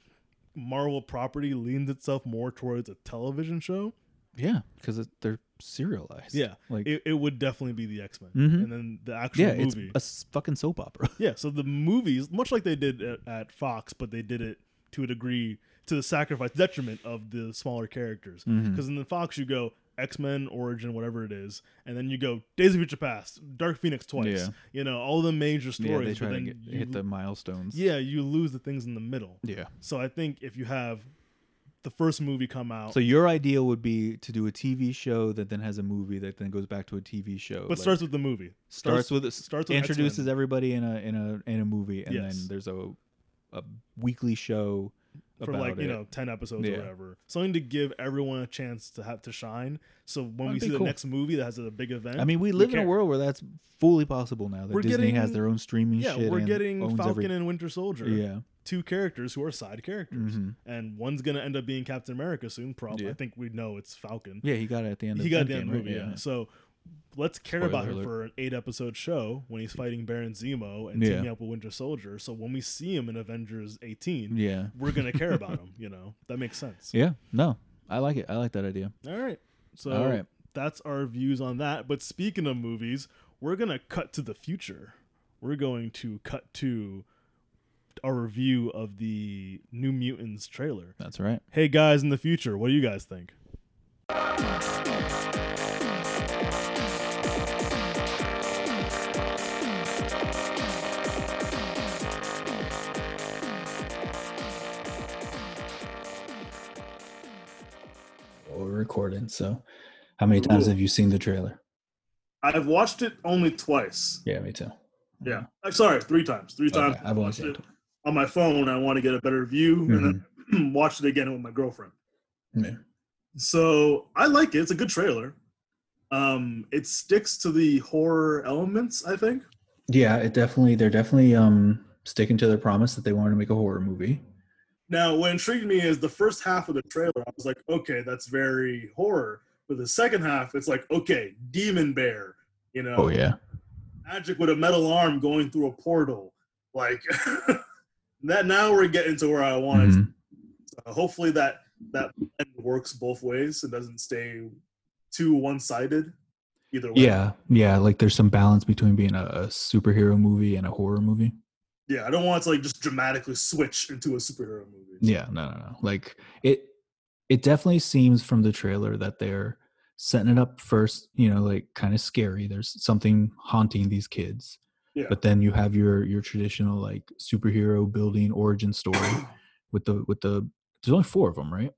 [SPEAKER 1] Marvel property leans itself more towards a television show,
[SPEAKER 2] Yeah, because they're serialized.
[SPEAKER 1] Yeah,
[SPEAKER 2] like
[SPEAKER 1] it, it would definitely be the X Men,
[SPEAKER 2] Mhm.
[SPEAKER 1] and then the actual
[SPEAKER 2] yeah, it's
[SPEAKER 1] movie.
[SPEAKER 2] a s- fucking soap opera.
[SPEAKER 1] Yeah, so the movies, much like they did at, at Fox, but they did it to a degree to the sacrifice detriment of the smaller characters. Because
[SPEAKER 2] Mm-hmm.
[SPEAKER 1] in the Fox, you go X Men Origin, whatever it is, and then you go Days of Future Past, Dark Phoenix twice.
[SPEAKER 2] Yeah.
[SPEAKER 1] You know all the major stories.
[SPEAKER 2] yeah, they
[SPEAKER 1] but
[SPEAKER 2] try to
[SPEAKER 1] then
[SPEAKER 2] get,
[SPEAKER 1] you,
[SPEAKER 2] hit the milestones.
[SPEAKER 1] Yeah, you lose the things in the middle.
[SPEAKER 2] yeah.
[SPEAKER 1] So I think if you have the first movie come out,
[SPEAKER 2] So your idea would be to do a TV show that then has a movie that then goes back to a TV show,
[SPEAKER 1] but starts with the movie.
[SPEAKER 2] starts with starts
[SPEAKER 1] starts with
[SPEAKER 2] introduces
[SPEAKER 1] X-Men.
[SPEAKER 2] everybody in a in a in a movie, and
[SPEAKER 1] Yes.
[SPEAKER 2] then there's a a weekly show
[SPEAKER 1] for
[SPEAKER 2] about
[SPEAKER 1] like you
[SPEAKER 2] it.
[SPEAKER 1] know 10 episodes or
[SPEAKER 2] Yeah.
[SPEAKER 1] whatever something to give everyone a chance to have to shine so when we
[SPEAKER 2] That'd
[SPEAKER 1] see
[SPEAKER 2] be
[SPEAKER 1] the
[SPEAKER 2] cool.
[SPEAKER 1] next movie that has a big event
[SPEAKER 2] I mean, we live in
[SPEAKER 1] care.
[SPEAKER 2] a world where that's fully possible now. That
[SPEAKER 1] We're
[SPEAKER 2] Disney has
[SPEAKER 1] getting-
[SPEAKER 2] their own streaming
[SPEAKER 1] yeah
[SPEAKER 2] shit.
[SPEAKER 1] we're
[SPEAKER 2] and
[SPEAKER 1] getting
[SPEAKER 2] owns
[SPEAKER 1] falcon
[SPEAKER 2] every-
[SPEAKER 1] and winter soldier
[SPEAKER 2] Yeah,
[SPEAKER 1] two characters who are side characters
[SPEAKER 2] Mhm.
[SPEAKER 1] and one's gonna end up being captain america soon probably
[SPEAKER 2] Yeah.
[SPEAKER 1] i think we know it's falcon
[SPEAKER 2] yeah, he got it at the end.
[SPEAKER 1] he
[SPEAKER 2] of
[SPEAKER 1] got at
[SPEAKER 2] Endgame,
[SPEAKER 1] the end of the
[SPEAKER 2] right?
[SPEAKER 1] movie yeah. so let's care
[SPEAKER 2] Spoiler
[SPEAKER 1] about him
[SPEAKER 2] alert.
[SPEAKER 1] for an eight episode show when he's fighting baron zemo and
[SPEAKER 2] Yeah.
[SPEAKER 1] teaming up with winter soldier so when we see him in avengers 18
[SPEAKER 2] yeah. yeah.
[SPEAKER 1] we're gonna care about him you know that makes sense
[SPEAKER 2] Yeah. No, I like it. I like that idea.
[SPEAKER 1] All right. So
[SPEAKER 2] All right.
[SPEAKER 1] that's our views on that. But speaking of movies, we're going to cut to the future. We're going to cut to our review of the New Mutants trailer.
[SPEAKER 2] That's right.
[SPEAKER 1] Hey guys in the future, what do you guys think?
[SPEAKER 2] We're recording. So, how many times
[SPEAKER 1] Ooh.
[SPEAKER 2] have you seen the trailer?
[SPEAKER 1] I've watched it only twice.
[SPEAKER 2] Yeah, me too.
[SPEAKER 1] Yeah. I'm sorry, three times. Three
[SPEAKER 2] Mm-hmm. Okay,
[SPEAKER 1] times.
[SPEAKER 2] I've only seen it.
[SPEAKER 1] on my phone. I want to get a better view and then watched it again with my girlfriend.
[SPEAKER 2] Mm-hmm. Yeah.
[SPEAKER 1] So I like it. It's a good trailer. Um, it sticks to the horror elements, I think.
[SPEAKER 2] Yeah, it definitely. They're definitely um sticking to their promise that they wanted to make a horror movie.
[SPEAKER 1] Now, what intrigued me is the first half of the trailer. I was like, okay, that's very horror. But the second half, it's like, okay, demon bear, you know,
[SPEAKER 2] Oh yeah.
[SPEAKER 1] magic with a metal arm going through a portal. Like that. Now we're getting to where I wanted.
[SPEAKER 2] Mhm.
[SPEAKER 1] Uh, hopefully that that blend works both ways and doesn't stay too one-sided. Either way.
[SPEAKER 2] Yeah, yeah. Like there's some balance between being a, a superhero movie and a horror movie.
[SPEAKER 1] Yeah, I don't want it to like just dramatically switch into a superhero movie.
[SPEAKER 2] Yeah, no, no, no. Like it, it definitely seems from the trailer that they're setting it up first. You know, like kind of scary. There's something haunting these kids.
[SPEAKER 1] Yeah.
[SPEAKER 2] But then you have your your traditional like superhero building origin story with the with the. There's only four of them, right?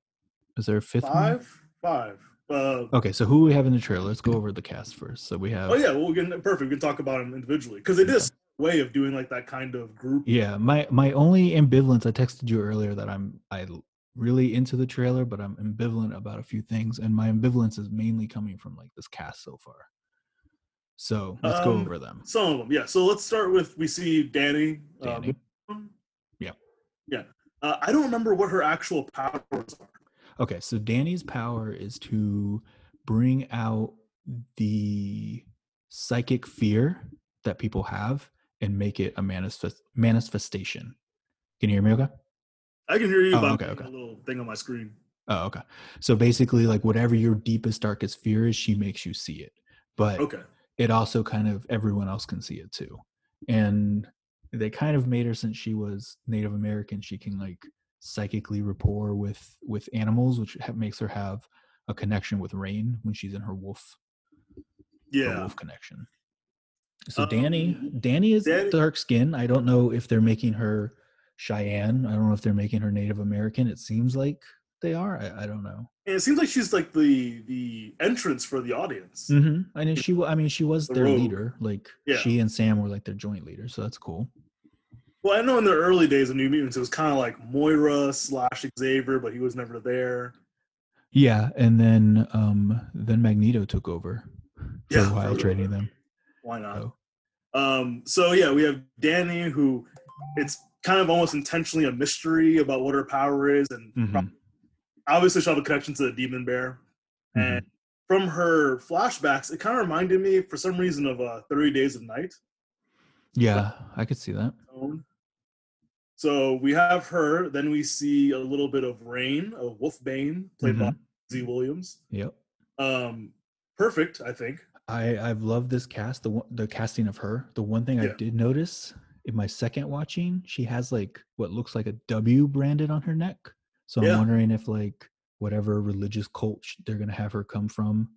[SPEAKER 2] Is there a fifth one?
[SPEAKER 1] Five, five. Uh,
[SPEAKER 2] Okay, so who we have in the trailer? Let's go over the cast first. So we have
[SPEAKER 1] Oh yeah, well, we can perfect. We can talk about them individually because it is a way of doing like that kind of group.
[SPEAKER 2] Yeah, my my only ambivalence. I texted you earlier that I'm I l- really into the trailer, but I'm ambivalent about a few things, and my ambivalence is mainly coming from like this cast so far. So let's go
[SPEAKER 1] Um,
[SPEAKER 2] over them.
[SPEAKER 1] Some of them, yeah. So let's start with we see Danny.
[SPEAKER 2] Danny.
[SPEAKER 1] Um,
[SPEAKER 2] Yeah.
[SPEAKER 1] yeah. Uh, I don't remember what her actual powers are.
[SPEAKER 2] Okay, so Danny's power is to bring out the psychic fear that people have and make it a manifest manifestation. Can you hear me? Okay.
[SPEAKER 1] I can hear you,
[SPEAKER 2] Oh,
[SPEAKER 1] but
[SPEAKER 2] okay,
[SPEAKER 1] I'm getting
[SPEAKER 2] okay.
[SPEAKER 1] a little thing on my screen.
[SPEAKER 2] Oh, okay. So basically, like whatever your deepest, darkest fear is, she makes you see it. But
[SPEAKER 1] Okay.
[SPEAKER 2] it also kind of everyone else can see it too. And they kind of made her since she was Native American, she can like psychically rapport with with animals, which ha- makes her have a connection with rain when she's in her wolf her
[SPEAKER 1] Yeah.
[SPEAKER 2] wolf connection. So Danny,
[SPEAKER 1] Um,
[SPEAKER 2] Danny is
[SPEAKER 1] Danny-
[SPEAKER 2] dark skin. I don't know if they're making her Cheyenne. I don't know if they're making her Native American. It seems like they are. I, I don't know.
[SPEAKER 1] And it seems like she's like the the entrance for the audience.
[SPEAKER 2] hmm I mean, she. wa- I mean, she was
[SPEAKER 1] The
[SPEAKER 2] their
[SPEAKER 1] rogue.
[SPEAKER 2] leader. Like
[SPEAKER 1] Yeah.
[SPEAKER 2] she and Sam were like their joint leader, so that's cool.
[SPEAKER 1] Well, I know in the early days of New Mutants, it was kind of like Moira slash Xavier, but he was never there.
[SPEAKER 2] Yeah, and then um then Magneto took over for
[SPEAKER 1] Yeah, for
[SPEAKER 2] a
[SPEAKER 1] Uh, a
[SPEAKER 2] while,
[SPEAKER 1] little
[SPEAKER 2] training
[SPEAKER 1] bit.
[SPEAKER 2] them.
[SPEAKER 1] Why not?
[SPEAKER 2] So
[SPEAKER 1] Um, so yeah, we have Danny, who it's kind of almost intentionally a mystery about what her power is, and
[SPEAKER 2] Mhm.
[SPEAKER 1] prob- obviously she'll have a connection to the demon bear.
[SPEAKER 2] Mm-hmm.
[SPEAKER 1] And from her flashbacks, it kind of reminded me, for some reason, of uh, Thirty Days of Night.
[SPEAKER 2] yeah, I could see that.
[SPEAKER 1] Own. So we have her. Then we see a little bit of Rain, of Wolfbane, played by
[SPEAKER 2] Mm-hmm.
[SPEAKER 1] Z Williams.
[SPEAKER 2] Yep.
[SPEAKER 1] Um, perfect, I think.
[SPEAKER 2] I I've loved this cast, the one, the casting of her. The one thing I
[SPEAKER 1] Yeah.
[SPEAKER 2] did notice in my second watching, she has like what looks like a W branded on her neck. So
[SPEAKER 1] Yeah.
[SPEAKER 2] I'm wondering if like whatever religious cult sh- they're gonna have her come from,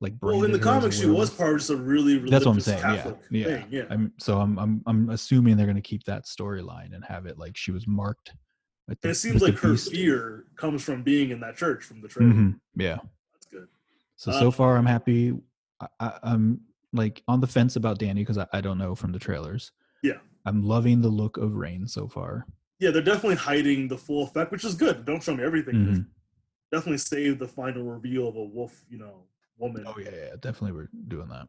[SPEAKER 2] like
[SPEAKER 1] well, in the
[SPEAKER 2] branded her as a
[SPEAKER 1] comics, she was
[SPEAKER 2] werewolf.
[SPEAKER 1] part of just a really religious
[SPEAKER 2] That's what I'm saying. Yeah,
[SPEAKER 1] Catholic
[SPEAKER 2] yeah.
[SPEAKER 1] thing. Yeah.
[SPEAKER 2] I'm so I'm I'm I'm assuming they're gonna keep that storyline and have it like she was marked. At
[SPEAKER 1] And it
[SPEAKER 2] with
[SPEAKER 1] seems
[SPEAKER 2] the
[SPEAKER 1] like her
[SPEAKER 2] beast.
[SPEAKER 1] fear comes from being in that church from the trailer.
[SPEAKER 2] Mhm, Yeah.
[SPEAKER 1] That's good.
[SPEAKER 2] So so
[SPEAKER 1] Uh,
[SPEAKER 2] far I'm happy. I, I, I'm like on the fence about Danny because I, I don't know from the trailers.
[SPEAKER 1] Yeah.
[SPEAKER 2] I'm loving the look of Rain so far.
[SPEAKER 1] Yeah, they're definitely hiding the full effect, which is good. Don't show me everything. but
[SPEAKER 2] Mhm.
[SPEAKER 1] Definitely save the final reveal of a wolf, you know, woman.
[SPEAKER 2] Oh yeah, yeah, yeah, definitely we're doing that.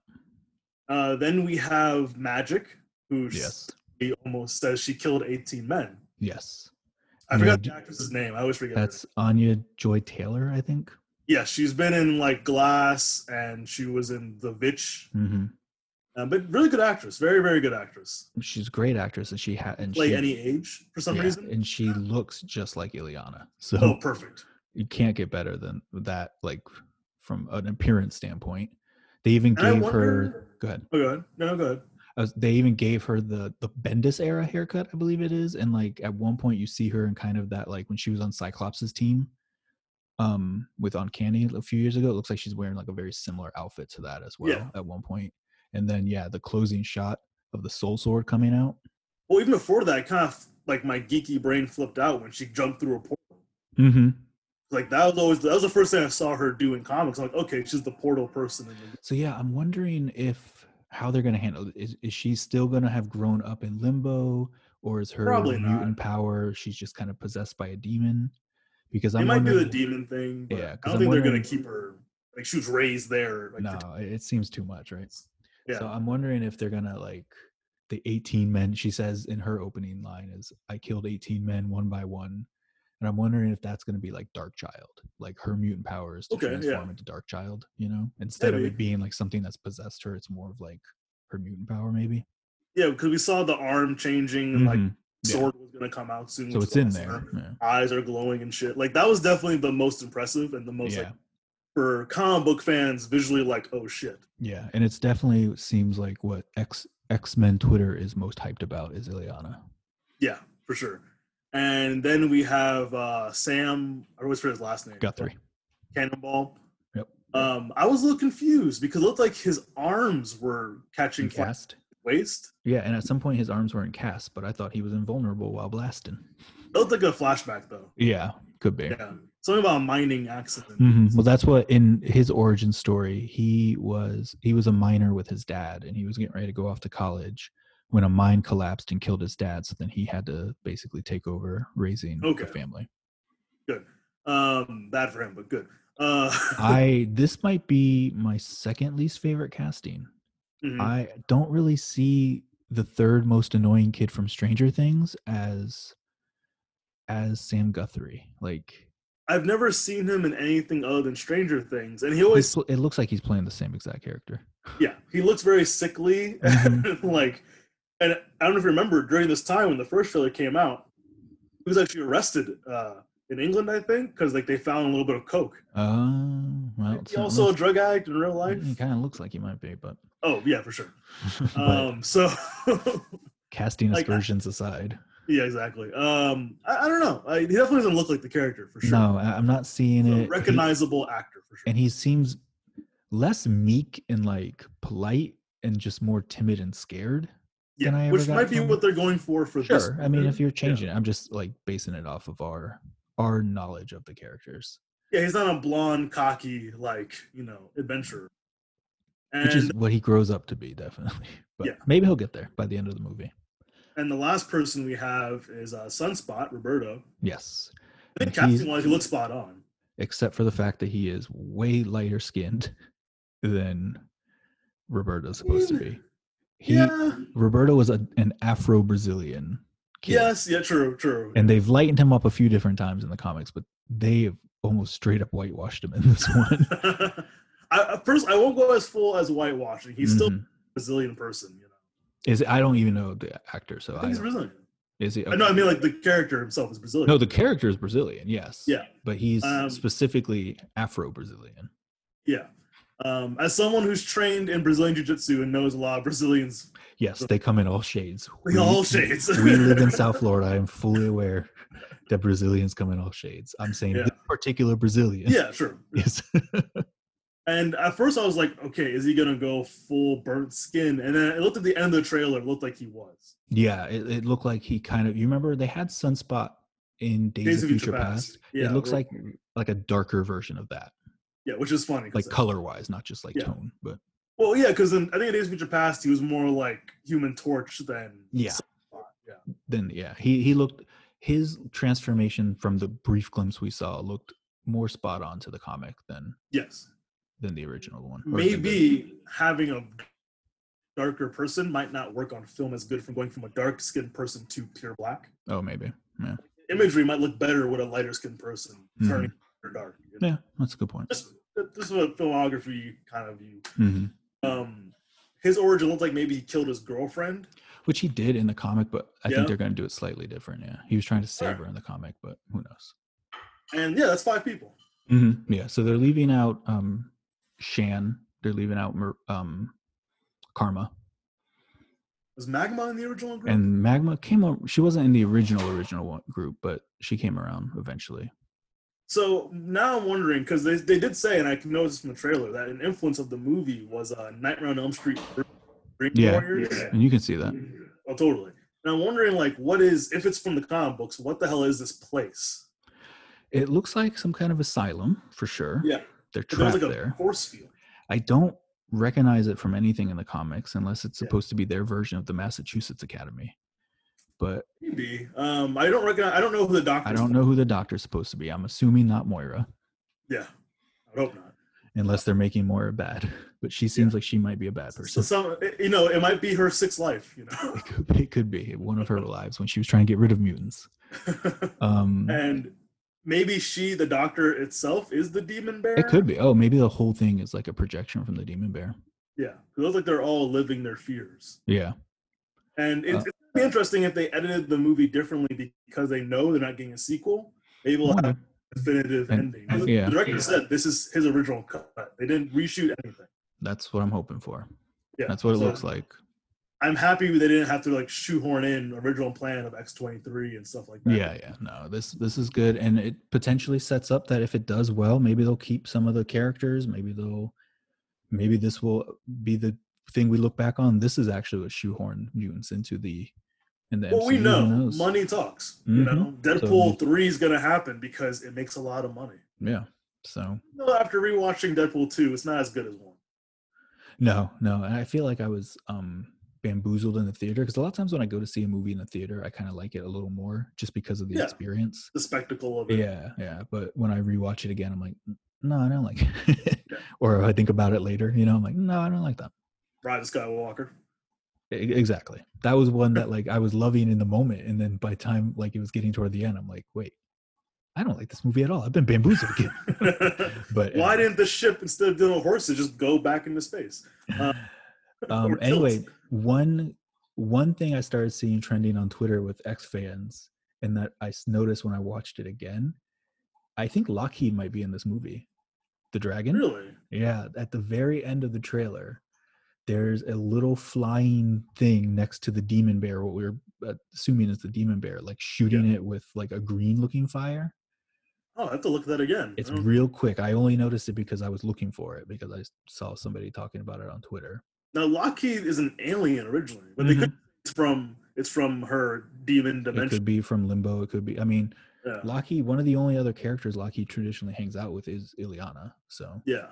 [SPEAKER 1] Uh, then we have Magic, who
[SPEAKER 2] Yes.
[SPEAKER 1] she almost says she killed 18 men.
[SPEAKER 2] Yes.
[SPEAKER 1] I
[SPEAKER 2] Yeah,
[SPEAKER 1] forgot
[SPEAKER 2] d-
[SPEAKER 1] the actress's name. I always forget. her
[SPEAKER 2] That's Anya Joy Taylor, I think.
[SPEAKER 1] name. Yeah, she's been in like Glass, and she was in The Witch.
[SPEAKER 2] hmm
[SPEAKER 1] Uh, but really good actress, very very good actress.
[SPEAKER 2] She's a great actress, and she had and
[SPEAKER 1] Play
[SPEAKER 2] she
[SPEAKER 1] any age for some
[SPEAKER 2] yeah,
[SPEAKER 1] reason.
[SPEAKER 2] and she looks just like Ileana. So
[SPEAKER 1] oh, perfect.
[SPEAKER 2] you can't get better than that. Like from an appearance standpoint, they even
[SPEAKER 1] And I
[SPEAKER 2] gave her.
[SPEAKER 1] wonder.
[SPEAKER 2] Go ahead.
[SPEAKER 1] Oh, go ahead. No, no, go ahead.
[SPEAKER 2] I was- they even gave her the the Bendis era haircut, I believe it is. And like at one point, you see her in kind of that like when she was on Cyclops's team, um, with Uncanny a few years ago. It looks like she's wearing like a very similar outfit to that as well
[SPEAKER 1] Yeah.
[SPEAKER 2] at one point. And then yeah, the closing shot of the Soul Sword coming out.
[SPEAKER 1] Well, even before that, I kind of like my geeky brain flipped out when she jumped through a portal.
[SPEAKER 2] Mm-hmm.
[SPEAKER 1] Like that was always that was the first thing I saw her do in comics. I'm like, okay, she's the portal person. In the,
[SPEAKER 2] So yeah, I'm wondering if how they're gonna handle it. Is, is she still gonna have grown up in limbo, or is her
[SPEAKER 1] Probably not.
[SPEAKER 2] mutant power she's just kind of possessed by a demon? Because
[SPEAKER 1] they
[SPEAKER 2] I'm
[SPEAKER 1] might do the
[SPEAKER 2] wondering-
[SPEAKER 1] demon thing. But
[SPEAKER 2] Yeah,
[SPEAKER 1] I
[SPEAKER 2] 'cause
[SPEAKER 1] don't
[SPEAKER 2] I'm
[SPEAKER 1] think they're gonna
[SPEAKER 2] wondering-
[SPEAKER 1] keep her. Like she was raised there. Like,
[SPEAKER 2] no, it- it seems too much, right?
[SPEAKER 1] yeah.
[SPEAKER 2] So I'm wondering if they're gonna like the 18 men. She says in her opening line is, "I killed 18 men one by one," and I'm wondering if that's gonna be like Dark Child, like her mutant powers to
[SPEAKER 1] Okay, yeah.
[SPEAKER 2] transform into Dark Child. You know, instead of
[SPEAKER 1] Maybe.
[SPEAKER 2] it being like something that's possessed her, it's more of like her mutant power, maybe.
[SPEAKER 1] yeah, because we saw the arm changing and like
[SPEAKER 2] Mhm. yeah.
[SPEAKER 1] sword was gonna come out soon.
[SPEAKER 2] Mm-hmm. So
[SPEAKER 1] which
[SPEAKER 2] it's in
[SPEAKER 1] was
[SPEAKER 2] there.
[SPEAKER 1] awesome.
[SPEAKER 2] Yeah.
[SPEAKER 1] Eyes are glowing and shit. Like that was definitely the most impressive and the most
[SPEAKER 2] yeah.
[SPEAKER 1] like for comic book fans visually like oh shit.
[SPEAKER 2] yeah, and it's definitely seems like what X X Men Twitter is most hyped about is Ileana.
[SPEAKER 1] Yeah, for sure. And then we have uh, Sam. I always forget his last name.
[SPEAKER 2] Guthrie.
[SPEAKER 1] Cannonball.
[SPEAKER 2] Yep.
[SPEAKER 1] Um, I was a little confused because it looked like his arms were catching
[SPEAKER 2] In
[SPEAKER 1] fire
[SPEAKER 2] cast.
[SPEAKER 1] waist.
[SPEAKER 2] Yeah, and at some point his arms weren't cast, but I thought he was invulnerable while blasting.
[SPEAKER 1] It looked like a flashback though.
[SPEAKER 2] Yeah, could be.
[SPEAKER 1] Yeah. Something about a mining accident.
[SPEAKER 2] hmm Well, that's what in his origin story he was. He was a miner with his dad, and he was getting ready to go off to college when a mine collapsed and killed his dad. So then he had to basically take over raising
[SPEAKER 1] Okay.
[SPEAKER 2] the family.
[SPEAKER 1] Um, bad for him, but good. Uh,
[SPEAKER 2] I this might be my second least favorite casting.
[SPEAKER 1] mhm.
[SPEAKER 2] I don't really see the third most annoying kid from Stranger Things as as Sam Guthrie. Like
[SPEAKER 1] I've never seen him in anything other than Stranger Things, and he
[SPEAKER 2] he's
[SPEAKER 1] always
[SPEAKER 2] pl- it looks like he's playing the same exact character.
[SPEAKER 1] yeah he looks very sickly
[SPEAKER 2] Mhm.
[SPEAKER 1] like and I don't know if you remember during this time when the first trailer came out he was actually arrested uh, in England I think because like they found a little bit of coke.
[SPEAKER 2] Oh, well,
[SPEAKER 1] He also a drug addict in real life.
[SPEAKER 2] kind of looks like he might be, but,
[SPEAKER 1] Oh yeah, for sure.
[SPEAKER 2] Mm-hmm. but
[SPEAKER 1] Um, so
[SPEAKER 2] casting
[SPEAKER 1] like, I-
[SPEAKER 2] aspersions aside,
[SPEAKER 1] yeah, exactly. Um, I, I don't know. I, he definitely doesn't look like the character for sure.
[SPEAKER 2] no, I, I'm not seeing
[SPEAKER 1] He's
[SPEAKER 2] it.
[SPEAKER 1] a
[SPEAKER 2] He-
[SPEAKER 1] recognizable actor for sure.
[SPEAKER 2] and he seems less meek and like polite and just more timid and scared.
[SPEAKER 1] yeah,
[SPEAKER 2] than I ever
[SPEAKER 1] which
[SPEAKER 2] got
[SPEAKER 1] might be
[SPEAKER 2] from-
[SPEAKER 1] what they're going for for this.
[SPEAKER 2] Sure, I mean, if
[SPEAKER 1] movie.
[SPEAKER 2] you're changing it, I'm just like basing it off of our our knowledge of the characters,
[SPEAKER 1] yeah, he's not a blonde, cocky, like you know, adventurer. And
[SPEAKER 2] which is what he grows up to be, definitely. But
[SPEAKER 1] Yeah.
[SPEAKER 2] maybe he'll get there by the end of the movie.
[SPEAKER 1] And the last person we have is uh, Sunspot, Roberto.
[SPEAKER 2] Yes,
[SPEAKER 1] I think
[SPEAKER 2] And he's-
[SPEAKER 1] casting wise, he looks spot on.
[SPEAKER 2] except for the fact that he is way lighter skinned than Roberto's supposed to be. He,
[SPEAKER 1] yeah.
[SPEAKER 2] Roberto was a, an Afro Brazilian kid.
[SPEAKER 1] Yes. Yeah. True. True.
[SPEAKER 2] And they've lightened him up a few different times in the comics, but they've almost straight up whitewashed him in this one.
[SPEAKER 1] I, I- first, I won't go as full as whitewashing. He's still a
[SPEAKER 2] Mhm.
[SPEAKER 1] Brazilian person. You know,
[SPEAKER 2] is I don't even know the actor, so
[SPEAKER 1] I
[SPEAKER 2] I,
[SPEAKER 1] think he's
[SPEAKER 2] don't-
[SPEAKER 1] Brazilian.
[SPEAKER 2] is he?
[SPEAKER 1] I know. I
[SPEAKER 2] okay.
[SPEAKER 1] mean, like the character himself is Brazilian.
[SPEAKER 2] no, the character is Brazilian, yes.
[SPEAKER 1] Yeah.
[SPEAKER 2] but he's
[SPEAKER 1] Um,
[SPEAKER 2] specifically Afro Brazilian.
[SPEAKER 1] Yeah. Um, as someone who's trained in Brazilian jiu-jitsu and knows a lot of Brazilians,
[SPEAKER 2] Yes, they come in all shades.
[SPEAKER 1] like all
[SPEAKER 2] We-
[SPEAKER 1] shades.
[SPEAKER 2] we live in South Florida. I'm fully aware that Brazilians come in all shades. I'm saying
[SPEAKER 1] Yeah.
[SPEAKER 2] this particular Brazilian.
[SPEAKER 1] yeah, sure.
[SPEAKER 2] Yes.
[SPEAKER 1] And at first, I was like, okay, is he gonna go full burnt skin? And then I looked at the end of the trailer; it looked like he was.
[SPEAKER 2] yeah. It, it looked like he kind of. You remember they had Sunspot in Days, of Future Past.
[SPEAKER 1] Yeah,
[SPEAKER 2] it looks
[SPEAKER 1] we're-
[SPEAKER 2] like like a darker version of that,
[SPEAKER 1] yeah, which is funny. 'cause
[SPEAKER 2] like
[SPEAKER 1] it-
[SPEAKER 2] color wise, not just like
[SPEAKER 1] Yeah.
[SPEAKER 2] tone, but
[SPEAKER 1] well, yeah, because in I think in Days of Future Past, he was more like Human Torch than
[SPEAKER 2] Yeah.
[SPEAKER 1] Cyclops, yeah.
[SPEAKER 2] then yeah, he he looked his transformation from the brief glimpse we saw looked more spot on to the comic than
[SPEAKER 1] Yes,
[SPEAKER 2] than the original one. or than the-
[SPEAKER 1] maybe having a darker person might not work on film as good from going from a dark skinned person to pure black.
[SPEAKER 2] oh, maybe. Yeah.
[SPEAKER 1] Imagery might look better with a lighter skinned person
[SPEAKER 2] Mhm.
[SPEAKER 1] turning pure dark. you know?
[SPEAKER 2] Yeah, that's a good point.
[SPEAKER 1] Just this is what filmography kind of view.
[SPEAKER 2] hmm
[SPEAKER 1] um his origin looked like maybe he killed his girlfriend.
[SPEAKER 2] Which he did in the comic, but I
[SPEAKER 1] Yeah.
[SPEAKER 2] think they're going to do it slightly different. Yeah, he was trying to save
[SPEAKER 1] Sure.
[SPEAKER 2] her in the comic, but who knows?
[SPEAKER 1] And yeah, that's five people. Mm-hmm.
[SPEAKER 2] Yeah, so they're leaving out um, Shan. They're leaving out Mer- um, Karma
[SPEAKER 1] Was Magma in the original group?
[SPEAKER 2] and Magma came. o- She wasn't in the original original one- group, but she came around eventually.
[SPEAKER 1] so now I'm wondering because they, they did say, and I can notice from the trailer that an influence of the movie was uh, Nightmare on Elm Street. Dream
[SPEAKER 2] Yeah.
[SPEAKER 1] Warriors.
[SPEAKER 2] And you can see that.
[SPEAKER 1] Oh, totally. And I'm wondering, like, what is if it's from the comic books? What the hell is this place?
[SPEAKER 2] It looks like some kind of asylum for sure.
[SPEAKER 1] Yeah,
[SPEAKER 2] they're
[SPEAKER 1] But there's
[SPEAKER 2] trapped
[SPEAKER 1] like a
[SPEAKER 2] there.
[SPEAKER 1] force field.
[SPEAKER 2] I don't recognize it from anything in the comics unless it's
[SPEAKER 1] Yeah.
[SPEAKER 2] supposed to be their version of the Massachusetts Academy. But
[SPEAKER 1] Maybe. Um, I don't recognize. I don't know who the doctor.
[SPEAKER 2] I don't know who the doctor's supposed to be. I'm assuming not Moira,
[SPEAKER 1] Yeah, I would hope not.
[SPEAKER 2] unless they're making Moira bad. But she seems like she might be a bad
[SPEAKER 1] So
[SPEAKER 2] person.
[SPEAKER 1] some, you know, it might be her sixth life. You know.
[SPEAKER 2] It could, be, it could be one of her lives when she was trying to get rid of mutants. Um,
[SPEAKER 1] and maybe she, the doctor itself, is the demon bear.
[SPEAKER 2] it could be. Oh, maybe the whole thing is like a projection from the demon bear.
[SPEAKER 1] Yeah, it looks like they're all living their fears,
[SPEAKER 2] Yeah,
[SPEAKER 1] and it's,
[SPEAKER 2] Uh.
[SPEAKER 1] it's gonna be interesting if they edited the movie differently because they know they're not getting a sequel. They will have
[SPEAKER 2] Wonder.
[SPEAKER 1] a definitive
[SPEAKER 2] Mm-hmm. And-
[SPEAKER 1] ending.
[SPEAKER 2] and-
[SPEAKER 1] The-
[SPEAKER 2] yeah.
[SPEAKER 1] The director said this is his original cut. They didn't reshoot anything.
[SPEAKER 2] that's what I'm hoping for.
[SPEAKER 1] Yeah,
[SPEAKER 2] That's what it
[SPEAKER 1] so
[SPEAKER 2] looks like.
[SPEAKER 1] I'm happy they didn't have to like shoehorn in original plan of X23 and stuff like that.
[SPEAKER 2] Yeah, yeah. No, this this is good, and it potentially sets up that if it does well, maybe they'll keep some of the characters. Maybe they'll, maybe this will be the thing we look back on. This is actually what shoehorned mutants into the, in the.
[SPEAKER 1] Well, we
[SPEAKER 2] MCU, who
[SPEAKER 1] know
[SPEAKER 2] knows?
[SPEAKER 1] money talks. You
[SPEAKER 2] Mhm.
[SPEAKER 1] know, Deadpool three is gonna happen because it makes a lot of money.
[SPEAKER 2] Yeah. So
[SPEAKER 1] No, after rewatching Deadpool two, it's not as good as one.
[SPEAKER 2] no, no, and I feel like I was um bamboozled in the theater because a lot of times when I go to see a movie in the theater, I kind of like it a little more just because of the
[SPEAKER 1] Yeah.
[SPEAKER 2] experience.
[SPEAKER 1] The spectacle of it.
[SPEAKER 2] Yeah, yeah. But when I rewatch it again, I'm like, "N- no, I don't like it.
[SPEAKER 1] Yeah.
[SPEAKER 2] or I think about it later, you know, I'm like, no, I don't like that.
[SPEAKER 1] Rise of Skywalker.
[SPEAKER 2] E- Exactly. That was one that like I was loving in the moment, and then by the time like it was getting toward the end, I'm like, wait, I don't like this movie at all. I've been bamboozled again. But
[SPEAKER 1] Why
[SPEAKER 2] anyway.
[SPEAKER 1] didn't the ship instead of dealing with horses just go back into space? Uh,
[SPEAKER 2] um
[SPEAKER 1] Or
[SPEAKER 2] anyway
[SPEAKER 1] tilt.
[SPEAKER 2] one one thing i started seeing trending on twitter with x fans and that i s- noticed when i watched it again i think lockheed might be in this movie the dragon
[SPEAKER 1] really?
[SPEAKER 2] yeah at the very end of the trailer there's a little flying thing next to the demon bear what we were uh, assuming is the demon bear like shooting it with like a green looking fire
[SPEAKER 1] Oh, I have to look at that again. Oh.
[SPEAKER 2] it's
[SPEAKER 1] I don't-
[SPEAKER 2] real quick i only noticed it because i was looking for it because i s- saw somebody talking about it on twitter
[SPEAKER 1] Now Lockheed is an alien originally, but they
[SPEAKER 2] Mhm.
[SPEAKER 1] could, it's from it's from her demon
[SPEAKER 2] Mm-hmm. it could
[SPEAKER 1] dimension.
[SPEAKER 2] be from limbo it could be i mean
[SPEAKER 1] Yeah.
[SPEAKER 2] Lockheed, one of the only other characters Lockheed traditionally hangs out with is Ileana. So
[SPEAKER 1] yeah,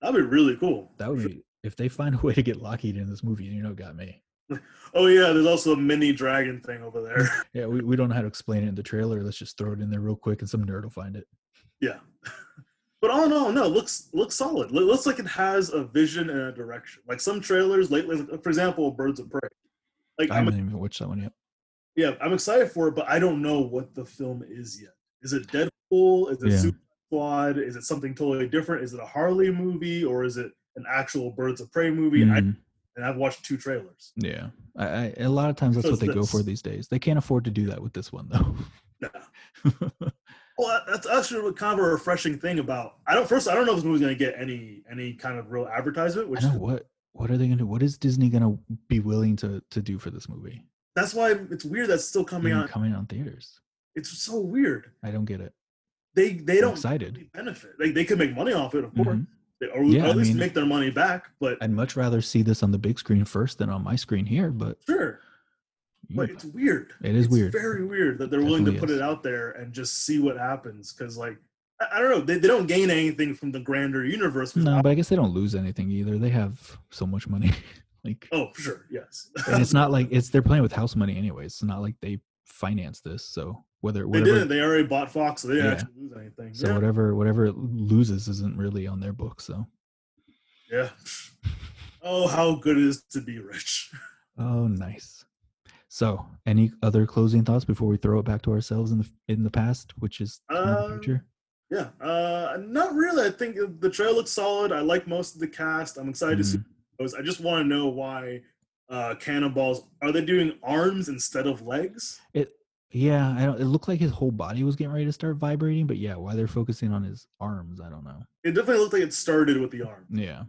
[SPEAKER 1] that'd be really cool.
[SPEAKER 2] that would be if they find a way to get Lockheed in this movie, you know, it got me.
[SPEAKER 1] Oh yeah, there's also a mini dragon thing over there.
[SPEAKER 2] Yeah, we, we don't know how to explain it in the trailer. Let's just throw it in there real quick and some nerd will find it.
[SPEAKER 1] yeah, but all in all, no, it looks looks solid. Lo- looks like it has a vision and a direction. Like some trailers lately, like, for example, Birds of Prey. Like
[SPEAKER 2] I
[SPEAKER 1] I'm
[SPEAKER 2] haven't even watched that one yet.
[SPEAKER 1] yeah, I'm excited for it, but I don't know what the film is yet. Is it Deadpool? Is it
[SPEAKER 2] Yeah.
[SPEAKER 1] Super Squad? Is it something totally different? Is it a Harley movie or is it an actual Birds of Prey movie? I,
[SPEAKER 2] Mhm.
[SPEAKER 1] and I've watched two trailers.
[SPEAKER 2] yeah. I, I, a lot of times that's
[SPEAKER 1] Because
[SPEAKER 2] what they go for
[SPEAKER 1] this-
[SPEAKER 2] these days. They can't afford to do that with this one, though.
[SPEAKER 1] Nah. Well, that- that's actually what kind of a refreshing thing about. I don't first. I don't know if this movie's gonna get any any kind of real advertisement,
[SPEAKER 2] I
[SPEAKER 1] which
[SPEAKER 2] know what. What are they going to What is Disney going to be willing to, to do for this movie?
[SPEAKER 1] that's why it's weird. That's still coming
[SPEAKER 2] Even
[SPEAKER 1] out.
[SPEAKER 2] coming on theaters.
[SPEAKER 1] It's so weird.
[SPEAKER 2] I don't get it.
[SPEAKER 1] They they
[SPEAKER 2] I'm
[SPEAKER 1] don't
[SPEAKER 2] excited.
[SPEAKER 1] really benefit. Like they could make money off it, of course,
[SPEAKER 2] Mhm.
[SPEAKER 1] They- or,
[SPEAKER 2] Yeah,
[SPEAKER 1] or at
[SPEAKER 2] I
[SPEAKER 1] least
[SPEAKER 2] mean-
[SPEAKER 1] make their money back. But
[SPEAKER 2] I'd much rather see this on the big screen first than on my screen here, but
[SPEAKER 1] sure, but
[SPEAKER 2] yeah.
[SPEAKER 1] it's weird.
[SPEAKER 2] It is
[SPEAKER 1] it's
[SPEAKER 2] weird.
[SPEAKER 1] Very weird that they're willing to
[SPEAKER 2] Definitely
[SPEAKER 1] put
[SPEAKER 2] is.
[SPEAKER 1] it out there and just see what happens. Because like I, I don't know, they, they don't gain anything from the grander universe. 'cause
[SPEAKER 2] no,
[SPEAKER 1] I-
[SPEAKER 2] but I guess they don't lose anything either. They have so much money. like
[SPEAKER 1] oh, for sure, yes.
[SPEAKER 2] and it's not like it's they're playing with house money anyway. It's not like they finance this. So whether
[SPEAKER 1] they
[SPEAKER 2] whatever
[SPEAKER 1] didn't. They already bought Fox, so they didn't
[SPEAKER 2] Yeah.
[SPEAKER 1] actually lose anything.
[SPEAKER 2] so
[SPEAKER 1] yeah.
[SPEAKER 2] whatever whatever it loses isn't really on their books. So
[SPEAKER 1] yeah. Oh, how good it is to be rich.
[SPEAKER 2] oh nice. So any other closing thoughts before we throw it back to ourselves in the in the past, which is in the
[SPEAKER 1] Um,
[SPEAKER 2] future?
[SPEAKER 1] Yeah. Uh, not really. I think the trail looks solid. I like most of the cast. I'm excited to see
[SPEAKER 2] Mhm.
[SPEAKER 1] where it goes. I just want to know why uh, cannonballs are they doing arms instead of legs?
[SPEAKER 2] It yeah, I don't it looked like his whole body was getting ready to start vibrating, but yeah, why they're focusing on his arms, I don't know.
[SPEAKER 1] It definitely looked like it started with the arm.
[SPEAKER 2] Yeah,
[SPEAKER 1] And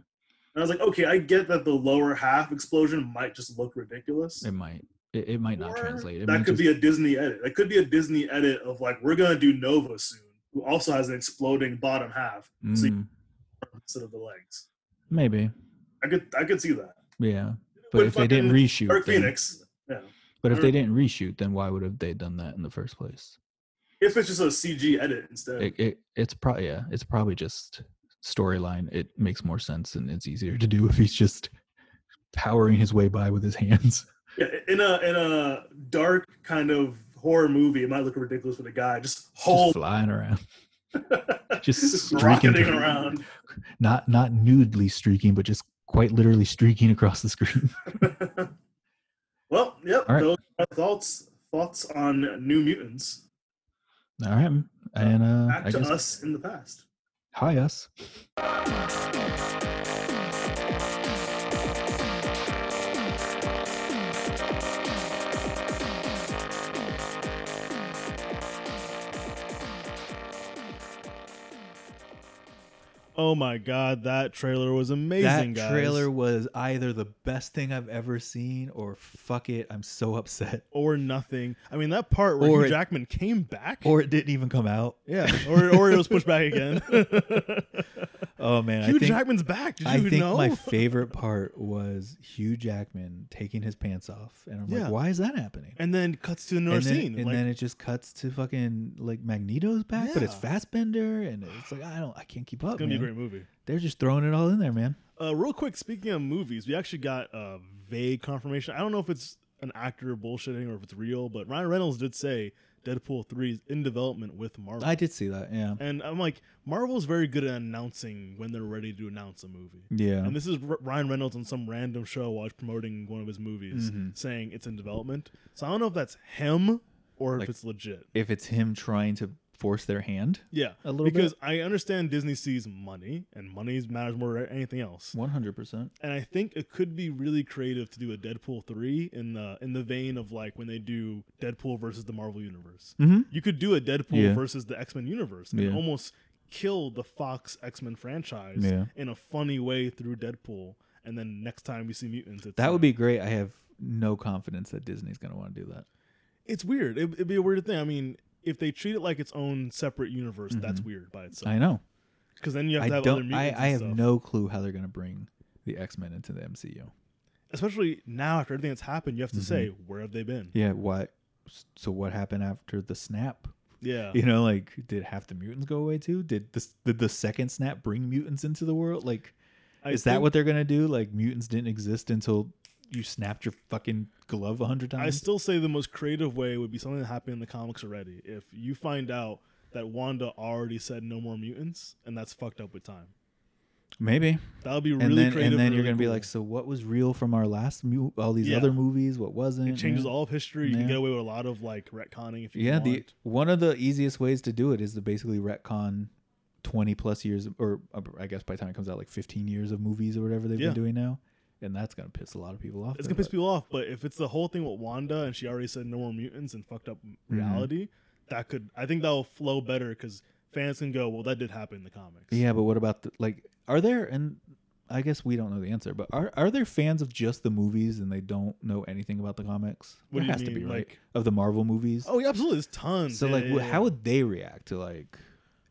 [SPEAKER 1] I was like, okay, I get that the lower half explosion might just look ridiculous.
[SPEAKER 2] it might it, it might not
[SPEAKER 1] Or
[SPEAKER 2] translate. It
[SPEAKER 1] that
[SPEAKER 2] might
[SPEAKER 1] could
[SPEAKER 2] just-
[SPEAKER 1] be a Disney edit. That could be a Disney edit of like, we're gonna do Nova soon, who also has an exploding bottom half so you-
[SPEAKER 2] Mm,
[SPEAKER 1] instead of the legs.
[SPEAKER 2] maybe.
[SPEAKER 1] I could I could see that.
[SPEAKER 2] Yeah. But
[SPEAKER 1] With
[SPEAKER 2] if they didn't
[SPEAKER 1] fucking
[SPEAKER 2] reshoot
[SPEAKER 1] Dark
[SPEAKER 2] then-
[SPEAKER 1] Phoenix. Yeah.
[SPEAKER 2] But if
[SPEAKER 1] or-
[SPEAKER 2] they didn't reshoot, then why would have they done that in the first place?
[SPEAKER 1] If it's just a CG edit instead.
[SPEAKER 2] It, it it's probably yeah, it's probably just storyline. It makes more sense and it's easier to do if he's just powering his way by with his hands.
[SPEAKER 1] Yeah, in a in a dark kind of horror movie, it might look ridiculous with a guy just whole
[SPEAKER 2] Just flying around. just streaking
[SPEAKER 1] rocketing
[SPEAKER 2] through.
[SPEAKER 1] around.
[SPEAKER 2] Not not nudely streaking, but just quite literally streaking across the screen.
[SPEAKER 1] well, yep.
[SPEAKER 2] All right.
[SPEAKER 1] Those are our thoughts thoughts on New Mutants.
[SPEAKER 2] All right. And uh
[SPEAKER 1] Back
[SPEAKER 2] I
[SPEAKER 1] to
[SPEAKER 2] guess
[SPEAKER 1] us in the past.
[SPEAKER 2] hi us.
[SPEAKER 1] Oh my god, that trailer was
[SPEAKER 2] That
[SPEAKER 1] amazing, guys.
[SPEAKER 2] trailer was either the best thing I've ever seen or fuck it, I'm so upset.
[SPEAKER 1] or nothing. I mean, that part where
[SPEAKER 2] Or
[SPEAKER 1] Hugh
[SPEAKER 2] it-
[SPEAKER 1] Jackman came back.
[SPEAKER 2] Or it didn't even come out.
[SPEAKER 1] yeah, or or it was pushed back again.
[SPEAKER 2] Oh man, I
[SPEAKER 1] Hugh
[SPEAKER 2] think
[SPEAKER 1] Jackman's back. Did you
[SPEAKER 2] I think
[SPEAKER 1] know?
[SPEAKER 2] my favorite part was Hugh Jackman taking his pants off, and I'm
[SPEAKER 1] Yeah.
[SPEAKER 2] like, why is that happening?
[SPEAKER 1] and then cuts to another
[SPEAKER 2] and then,
[SPEAKER 1] scene.
[SPEAKER 2] and
[SPEAKER 1] like,
[SPEAKER 2] then it just cuts to fucking like Magneto's back, but it's
[SPEAKER 1] Yeah.
[SPEAKER 2] Fassbender, and it's like I don't, I can't keep up.
[SPEAKER 1] it's gonna be a
[SPEAKER 2] man.
[SPEAKER 1] great movie.
[SPEAKER 2] They're just throwing it all in there, man.
[SPEAKER 1] Uh, real quick, speaking of movies, we actually got a vague confirmation. I don't know if it's an actor bullshitting or if it's real, but Ryan Reynolds did say Deadpool 3 is in development with Marvel.
[SPEAKER 2] I did see that, yeah,
[SPEAKER 1] and I'm like, Marvel's very good at announcing when they're ready to announce a movie.
[SPEAKER 2] yeah.
[SPEAKER 1] And this is R- Ryan Reynolds on some random show while he's promoting one of his movies,
[SPEAKER 2] Mhm.
[SPEAKER 1] saying it's in development. So I don't know if that's him or if
[SPEAKER 2] Like-
[SPEAKER 1] it's legit.
[SPEAKER 2] If it's him trying to force their hand,
[SPEAKER 1] Yeah,
[SPEAKER 2] A little bit.
[SPEAKER 1] because I understand Disney sees money, and money matters more than anything else.
[SPEAKER 2] one hundred percent.
[SPEAKER 1] and I think it could be really creative to do a Deadpool three in the in the vein of like when they do Deadpool versus the Marvel universe.
[SPEAKER 2] Mhm.
[SPEAKER 1] You could do a Deadpool
[SPEAKER 2] Yeah.
[SPEAKER 1] versus the X Men universe and
[SPEAKER 2] Yeah.
[SPEAKER 1] almost kill the Fox X Men franchise
[SPEAKER 2] Yeah.
[SPEAKER 1] in a funny way through Deadpool. And then next time we see mutants, it's
[SPEAKER 2] That would
[SPEAKER 1] uh,
[SPEAKER 2] be great. I have no confidence that Disney's gonna want to do that.
[SPEAKER 1] it's weird. It, it'd be a weird thing. I mean, if they treat it like its own separate universe, that's weird by itself.
[SPEAKER 2] I know.
[SPEAKER 1] Because then you have
[SPEAKER 2] Mm-hmm. I
[SPEAKER 1] to have other
[SPEAKER 2] don't.
[SPEAKER 1] mutants.
[SPEAKER 2] I,
[SPEAKER 1] and
[SPEAKER 2] I have
[SPEAKER 1] stuff.
[SPEAKER 2] no clue how they're gonna bring the X Men into the MCU.
[SPEAKER 1] Especially now after everything that's happened, you have to
[SPEAKER 2] Mm-hmm.
[SPEAKER 1] say where have they been?
[SPEAKER 2] Yeah. What? So what happened after the snap?
[SPEAKER 1] Yeah.
[SPEAKER 2] You know, like did half the mutants go away too? Did this? Did the second snap bring mutants into the world? Like,
[SPEAKER 1] I
[SPEAKER 2] is
[SPEAKER 1] think-
[SPEAKER 2] that what they're gonna do? Like mutants didn't exist until you snapped your fucking glove a hundred
[SPEAKER 1] I
[SPEAKER 2] times.
[SPEAKER 1] still say the most creative way would be something that happened in the comics already. If you find out that Wanda already said no more mutants, and that's fucked up with time.
[SPEAKER 2] Maybe.
[SPEAKER 1] That would be really
[SPEAKER 2] And then
[SPEAKER 1] creative.
[SPEAKER 2] and then you're
[SPEAKER 1] really
[SPEAKER 2] gonna be
[SPEAKER 1] cool.
[SPEAKER 2] like, so what was real from our last mu- all these
[SPEAKER 1] Yeah.
[SPEAKER 2] other movies? What wasn't?
[SPEAKER 1] it changes
[SPEAKER 2] Yeah.
[SPEAKER 1] all of history. You can
[SPEAKER 2] Yeah.
[SPEAKER 1] get away with a lot of like retconning if you
[SPEAKER 2] Yeah,
[SPEAKER 1] want.
[SPEAKER 2] the one of the easiest ways to do it is to basically retcon twenty plus years, or uh, I guess by the time it comes out, like fifteen years of movies or whatever they've
[SPEAKER 1] Yeah.
[SPEAKER 2] been doing now, and that's gonna piss a lot of people off.
[SPEAKER 1] it's
[SPEAKER 2] though,
[SPEAKER 1] gonna piss
[SPEAKER 2] but-
[SPEAKER 1] people off, but if it's the whole thing with Wanda and she already said no more mutants and fucked up
[SPEAKER 2] Mm-hmm.
[SPEAKER 1] reality, that could I think that'll flow better because fans can go, well, that did happen in the comics.
[SPEAKER 2] Yeah, but what about the, like? Are there and I guess we don't know the answer, but are are there fans of just the movies and they don't know anything about the comics?
[SPEAKER 1] What do
[SPEAKER 2] There
[SPEAKER 1] you
[SPEAKER 2] has to
[SPEAKER 1] mean,
[SPEAKER 2] be right
[SPEAKER 1] like-
[SPEAKER 2] of the Marvel movies.
[SPEAKER 1] Oh, yeah, absolutely. There's tons.
[SPEAKER 2] so
[SPEAKER 1] Yeah,
[SPEAKER 2] like,
[SPEAKER 1] yeah,
[SPEAKER 2] wh-
[SPEAKER 1] yeah.
[SPEAKER 2] how would they react to like?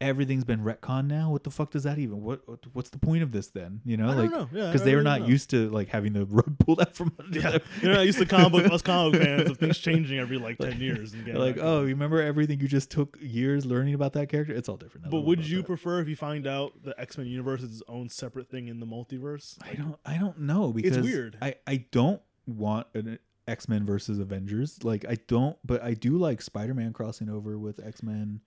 [SPEAKER 2] Everything's been retcon now. What the fuck does that even? What what- what's the point of this then? You know,
[SPEAKER 1] I
[SPEAKER 2] like
[SPEAKER 1] don't know. Yeah, I
[SPEAKER 2] because
[SPEAKER 1] don't
[SPEAKER 2] they were
[SPEAKER 1] really
[SPEAKER 2] not
[SPEAKER 1] know.
[SPEAKER 2] used to like having the rug pulled out from under
[SPEAKER 1] Yeah,
[SPEAKER 2] them.
[SPEAKER 1] they're not used to comic book us comic book fans of things changing every like ten years. And
[SPEAKER 2] They're
[SPEAKER 1] getting
[SPEAKER 2] like,
[SPEAKER 1] back to
[SPEAKER 2] oh,
[SPEAKER 1] it."
[SPEAKER 2] you remember everything you just took years learning about that character? It's all different. now.
[SPEAKER 1] but
[SPEAKER 2] Don't worry
[SPEAKER 1] would
[SPEAKER 2] about
[SPEAKER 1] you
[SPEAKER 2] that.
[SPEAKER 1] prefer if you find out the X Men universe is its own separate thing in the multiverse?
[SPEAKER 2] I don't. I don't know because
[SPEAKER 1] weird.
[SPEAKER 2] I I don't want an X Men versus Avengers. Like I don't, but I do like Spider Man crossing over with X Men.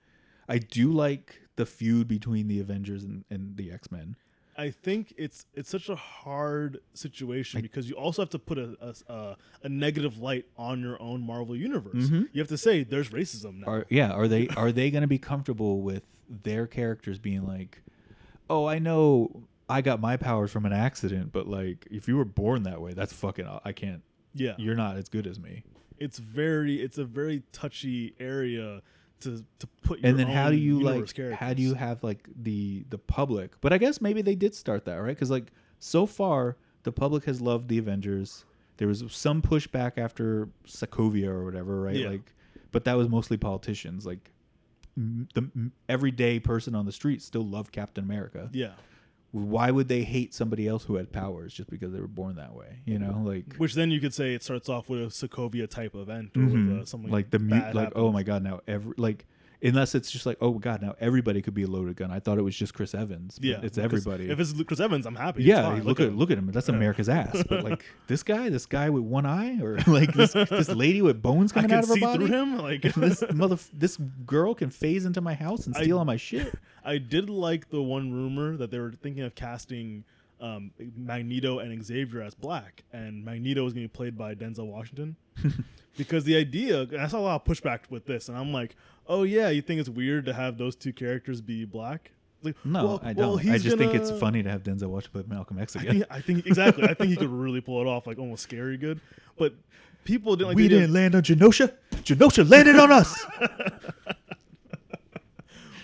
[SPEAKER 2] I do like the feud between the Avengers and, and the X Men.
[SPEAKER 1] I think it's it's such a hard situation because you also have to put a a s- a, a negative light on your own Marvel universe.
[SPEAKER 2] Mm-hmm.
[SPEAKER 1] You have to say there's racism now.
[SPEAKER 2] Are yeah? Are they are they going to be comfortable with their characters being like, oh, I know I got my powers from an accident, but like if you were born that way, that's fucking. I can't.
[SPEAKER 1] yeah,
[SPEAKER 2] You're not as good as me.
[SPEAKER 1] it's very it's a very touchy area to to put. Your
[SPEAKER 2] and then how do
[SPEAKER 1] own
[SPEAKER 2] you
[SPEAKER 1] universe
[SPEAKER 2] like how do you
[SPEAKER 1] characters.
[SPEAKER 2] have like the the public but i guess maybe they did start that right because like so far the public has loved the avengers there was some pushback after sokovia or whatever right
[SPEAKER 1] Yeah.
[SPEAKER 2] like but that was mostly politicians like m- the m- everyday person on the street still loved captain america
[SPEAKER 1] yeah.
[SPEAKER 2] why would they hate somebody else who had powers just because they were born that way you know like
[SPEAKER 1] Which then you could say it starts off with a Sokovia type event or with
[SPEAKER 2] Mhm.
[SPEAKER 1] a, something
[SPEAKER 2] like the mute
[SPEAKER 1] bad
[SPEAKER 2] like oh
[SPEAKER 1] happens.
[SPEAKER 2] my god now every like unless it's just like oh my god now everybody could be a loaded gun i thought it was just chris evans but
[SPEAKER 1] Yeah, because
[SPEAKER 2] it's everybody
[SPEAKER 1] If it's Chris Evans, I'm happy. It's
[SPEAKER 2] yeah
[SPEAKER 1] fine.
[SPEAKER 2] look at look at him that's america's ass but like this guy this guy with one eye or like this this lady with bones
[SPEAKER 1] I
[SPEAKER 2] coming
[SPEAKER 1] can
[SPEAKER 2] out of her
[SPEAKER 1] see
[SPEAKER 2] body
[SPEAKER 1] through him. Like
[SPEAKER 2] this mother this girl can phase into my house and
[SPEAKER 1] I-
[SPEAKER 2] steal all my shit
[SPEAKER 1] I did like the one rumor that they were thinking of casting um, Magneto and Xavier as black, and Magneto was going to be played by Denzel Washington. because the idea, and I saw a lot of pushback with this, and I'm like, oh yeah, you think it's weird to have those two characters be black? Like,
[SPEAKER 2] no
[SPEAKER 1] well-
[SPEAKER 2] i
[SPEAKER 1] well,
[SPEAKER 2] don't i
[SPEAKER 1] he's
[SPEAKER 2] just think it's
[SPEAKER 1] gonna-
[SPEAKER 2] funny to have denzel watch play malcolm x
[SPEAKER 1] I
[SPEAKER 2] again
[SPEAKER 1] think, I think exactly. I think he could really pull it off, like almost scary good. But people didn't like. the
[SPEAKER 2] we
[SPEAKER 1] idea of-
[SPEAKER 2] didn't land on genosha genosha landed on us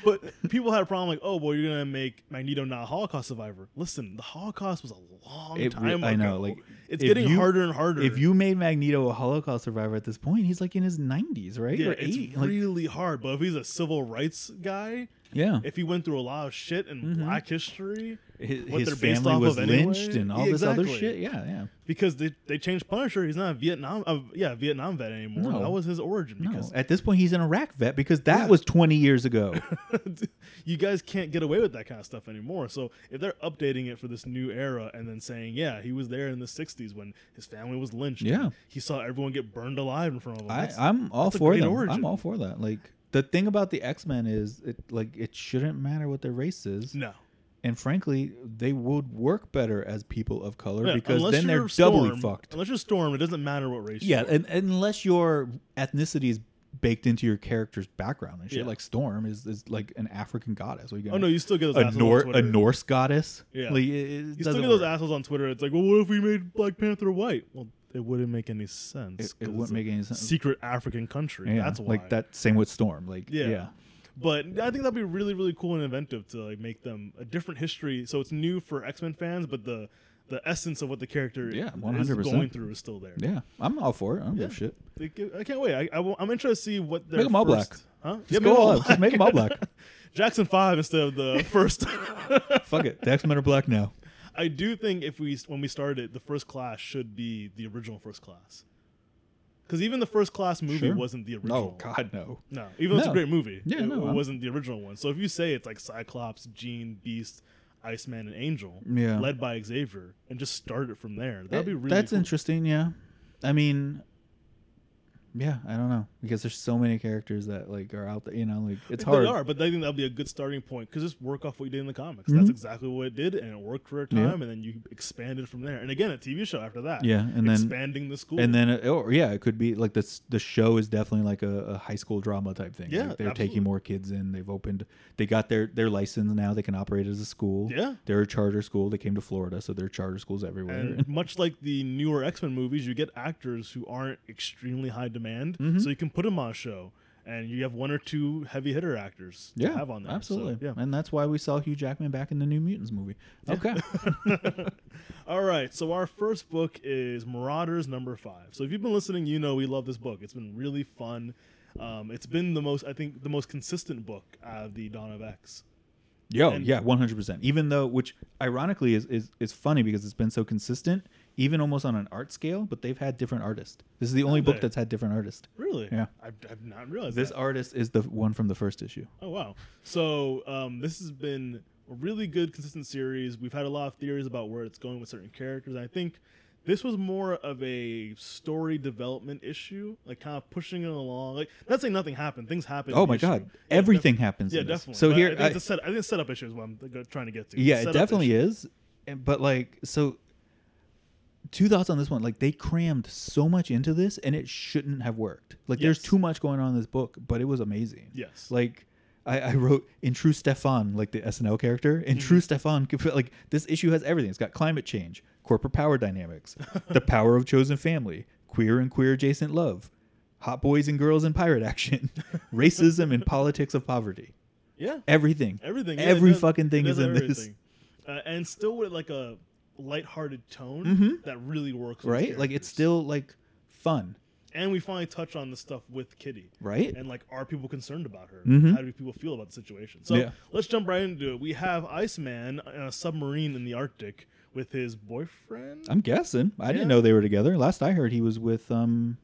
[SPEAKER 1] But people had a problem like, oh, well, you're gonna make Magneto not a Holocaust survivor. Listen, the Holocaust was a long
[SPEAKER 2] It
[SPEAKER 1] time ago.
[SPEAKER 2] re- I know, like,
[SPEAKER 1] it's
[SPEAKER 2] if
[SPEAKER 1] getting
[SPEAKER 2] you-
[SPEAKER 1] harder and harder.
[SPEAKER 2] If you made Magneto a Holocaust survivor at this point, he's like in his 90s, right?
[SPEAKER 1] yeah,
[SPEAKER 2] or
[SPEAKER 1] it's
[SPEAKER 2] 80. Like,
[SPEAKER 1] really hard. But if he's a civil rights guy,
[SPEAKER 2] yeah.
[SPEAKER 1] if he went through a lot of shit in Black history,
[SPEAKER 2] His,
[SPEAKER 1] what
[SPEAKER 2] his
[SPEAKER 1] they're based
[SPEAKER 2] family
[SPEAKER 1] off
[SPEAKER 2] was
[SPEAKER 1] of
[SPEAKER 2] lynched
[SPEAKER 1] anyway.
[SPEAKER 2] and all
[SPEAKER 1] Yeah,
[SPEAKER 2] this other
[SPEAKER 1] exactly.
[SPEAKER 2] shit. Yeah, yeah.
[SPEAKER 1] because they, they changed Punisher, he's not a Vietnam, uh, yeah, Vietnam vet anymore.
[SPEAKER 2] No.
[SPEAKER 1] That was his origin.
[SPEAKER 2] No,
[SPEAKER 1] Because
[SPEAKER 2] at this point, he's an Iraq vet because that
[SPEAKER 1] Yeah.
[SPEAKER 2] was 20 years ago.
[SPEAKER 1] you guys can't get away with that kind of stuff anymore. So if they're updating it for this new era and then saying, yeah, he was there in the '60s when his family was lynched, and
[SPEAKER 2] Yeah.
[SPEAKER 1] he saw everyone get burned alive in front of him.
[SPEAKER 2] I,
[SPEAKER 1] That's-
[SPEAKER 2] I'm all
[SPEAKER 1] that's a
[SPEAKER 2] for
[SPEAKER 1] great
[SPEAKER 2] that.
[SPEAKER 1] origin.
[SPEAKER 2] I'm all for that. Like the thing about the X Men is, it like it shouldn't matter what their race is,
[SPEAKER 1] no,
[SPEAKER 2] and frankly, they would work better as people of color
[SPEAKER 1] Yeah,
[SPEAKER 2] because
[SPEAKER 1] unless
[SPEAKER 2] then they're
[SPEAKER 1] you're Storm,
[SPEAKER 2] doubly fucked.
[SPEAKER 1] Unless you're Storm, it doesn't matter what race.
[SPEAKER 2] Yeah,
[SPEAKER 1] you are.
[SPEAKER 2] and, and unless your ethnicity is baked into your character's background and shit,
[SPEAKER 1] Yeah.
[SPEAKER 2] like Storm is, is like an African goddess. What are you
[SPEAKER 1] Oh
[SPEAKER 2] gonna-
[SPEAKER 1] no, you still get those
[SPEAKER 2] a
[SPEAKER 1] assholes
[SPEAKER 2] Nor
[SPEAKER 1] on
[SPEAKER 2] a
[SPEAKER 1] Twitter.
[SPEAKER 2] Norse goddess.
[SPEAKER 1] Yeah.
[SPEAKER 2] like, it- it
[SPEAKER 1] you still
[SPEAKER 2] doesn't
[SPEAKER 1] get those
[SPEAKER 2] work.
[SPEAKER 1] assholes on Twitter. It's like, well, what if we made Black Panther white? Well, it wouldn't make any sense.
[SPEAKER 2] It,
[SPEAKER 1] 'cause
[SPEAKER 2] it
[SPEAKER 1] it's
[SPEAKER 2] wouldn't
[SPEAKER 1] a
[SPEAKER 2] make any sense.
[SPEAKER 1] secret African country.
[SPEAKER 2] Yeah,
[SPEAKER 1] That's why.
[SPEAKER 2] like that. Same with Storm. Like
[SPEAKER 1] Yeah.
[SPEAKER 2] yeah,
[SPEAKER 1] But I think that'd be really, really cool and inventive to like make them a different history. So it's new for X Men fans, but the the essence of what the character
[SPEAKER 2] Yeah,
[SPEAKER 1] is
[SPEAKER 2] 100%.
[SPEAKER 1] going through is still there.
[SPEAKER 2] yeah. I'm all for it. I don't give a shit.
[SPEAKER 1] They gi- I can't wait. I, I, will- I'm interested to see what their
[SPEAKER 2] Make 'em all
[SPEAKER 1] first-
[SPEAKER 2] black.
[SPEAKER 1] Huh?
[SPEAKER 2] Just go all out. Just make 'em all black.
[SPEAKER 1] Jackson Five instead of the first.
[SPEAKER 2] Fuck it. The X Men are black now.
[SPEAKER 1] I do think if we when we started it, the first class should be the original first class. Because even the first class movie
[SPEAKER 2] Sure. Oh,
[SPEAKER 1] wasn't the original.
[SPEAKER 2] No, God, no.
[SPEAKER 1] No, even though it's a
[SPEAKER 2] No.
[SPEAKER 1] great movie,
[SPEAKER 2] Yeah,
[SPEAKER 1] it,
[SPEAKER 2] no,
[SPEAKER 1] it
[SPEAKER 2] I'm-
[SPEAKER 1] wasn't the original one. So if you say it's like Cyclops, Jean, Beast, Iceman, and Angel,
[SPEAKER 2] Yeah.
[SPEAKER 1] led by Xavier, and just start it from there, that'd be
[SPEAKER 2] It-
[SPEAKER 1] really.
[SPEAKER 2] That's
[SPEAKER 1] cool.
[SPEAKER 2] interesting. Yeah, I mean, yeah, I don't know because there's so many characters that like are out there. You know, like it's
[SPEAKER 1] They
[SPEAKER 2] hard.
[SPEAKER 1] are, but I think that'd be a good starting point because just work off what you did in the comics. That's exactly what it did, and it worked for a time,
[SPEAKER 2] Mm-hmm. Yeah.
[SPEAKER 1] and then you expanded from there. And again, a TV show after that.
[SPEAKER 2] Yeah, and then-
[SPEAKER 1] expanding the school.
[SPEAKER 2] And then, it, or yeah, it could be like this. The show is definitely like a, a high school drama type thing.
[SPEAKER 1] Yeah,
[SPEAKER 2] like they're
[SPEAKER 1] absolutely.
[SPEAKER 2] taking more kids in. They've opened. They got their their license now. They can operate as a school.
[SPEAKER 1] Yeah.
[SPEAKER 2] they're a charter school. They came to Florida, so there are charter schools everywhere.
[SPEAKER 1] And much like the newer X Men movies, you get actors who aren't extremely high demand,
[SPEAKER 2] Mm-hmm.
[SPEAKER 1] so you can put them on a show, and you have one or two heavy hitter actors to
[SPEAKER 2] yeah,
[SPEAKER 1] have on there. So,
[SPEAKER 2] absolutely.
[SPEAKER 1] yeah.
[SPEAKER 2] and that's why we saw Hugh Jackman back in the New Mutants movie. Okay,
[SPEAKER 1] All right, so our first book is Marauders number five. So if you've been listening, you know we love this book. It's been really fun. Um, it's been the most, I think, the most consistent book out of the Dawn of X.
[SPEAKER 2] Yo,
[SPEAKER 1] And-
[SPEAKER 2] yeah, one hundred percent. Even though, which ironically is, is is funny because it's been so consistent, even almost on an art scale. But they've had different artists. This is the only
[SPEAKER 1] they?
[SPEAKER 2] book that's had different artists.
[SPEAKER 1] Really?
[SPEAKER 2] Yeah.
[SPEAKER 1] I've, I've not realized
[SPEAKER 2] This
[SPEAKER 1] that.
[SPEAKER 2] artist is the one from the first issue.
[SPEAKER 1] Oh wow! So um, this has been a really good, consistent series. We've had a lot of theories about where it's going with certain characters. I think this was more of a story development issue, like kind of pushing it along. Like not saying nothing happened; things happened. in
[SPEAKER 2] Oh
[SPEAKER 1] the
[SPEAKER 2] my
[SPEAKER 1] issue.
[SPEAKER 2] god,
[SPEAKER 1] Yeah,
[SPEAKER 2] everything
[SPEAKER 1] def-
[SPEAKER 2] happens.
[SPEAKER 1] yeah,
[SPEAKER 2] in this.
[SPEAKER 1] definitely.
[SPEAKER 2] So
[SPEAKER 1] But I
[SPEAKER 2] here,
[SPEAKER 1] think,
[SPEAKER 2] I-
[SPEAKER 1] it's a set, I think it's setup issue is what I'm like, trying to get to.
[SPEAKER 2] yeah, it
[SPEAKER 1] Setup
[SPEAKER 2] definitely
[SPEAKER 1] issue.
[SPEAKER 2] is. And- But like, so two thoughts on this one. Like, they crammed so much into this, and it shouldn't have worked. Like, there's
[SPEAKER 1] Yes.
[SPEAKER 2] too much going on in this book, but it was amazing.
[SPEAKER 1] Yes.
[SPEAKER 2] Like, I, I wrote in true Stefan, like the SNL character, in
[SPEAKER 1] Mm-hmm.
[SPEAKER 2] true Stefan, like this issue has everything. It's got climate change, corporate power dynamics, the power of chosen family, queer and queer adjacent love, hot boys and girls in pirate action, racism and politics of poverty.
[SPEAKER 1] Yeah.
[SPEAKER 2] Everything.
[SPEAKER 1] everything. yeah, it
[SPEAKER 2] Every
[SPEAKER 1] does-
[SPEAKER 2] fucking
[SPEAKER 1] it
[SPEAKER 2] thing
[SPEAKER 1] does
[SPEAKER 2] is in this.
[SPEAKER 1] everything. Uh, and still with like a lighthearted tone that really works. with
[SPEAKER 2] Mm-hmm. right? Like
[SPEAKER 1] characters.
[SPEAKER 2] it's still like fun,
[SPEAKER 1] and we finally touch on the stuff with Kitty,
[SPEAKER 2] right?
[SPEAKER 1] and like are people concerned about her
[SPEAKER 2] Mhm.
[SPEAKER 1] how do people feel about the situation so
[SPEAKER 2] Yeah.
[SPEAKER 1] let's jump right into it we have iceman on a submarine in the arctic with his boyfriend
[SPEAKER 2] I'm guessing. I
[SPEAKER 1] Yeah.
[SPEAKER 2] didn't know they were together. Last I heard, he was with um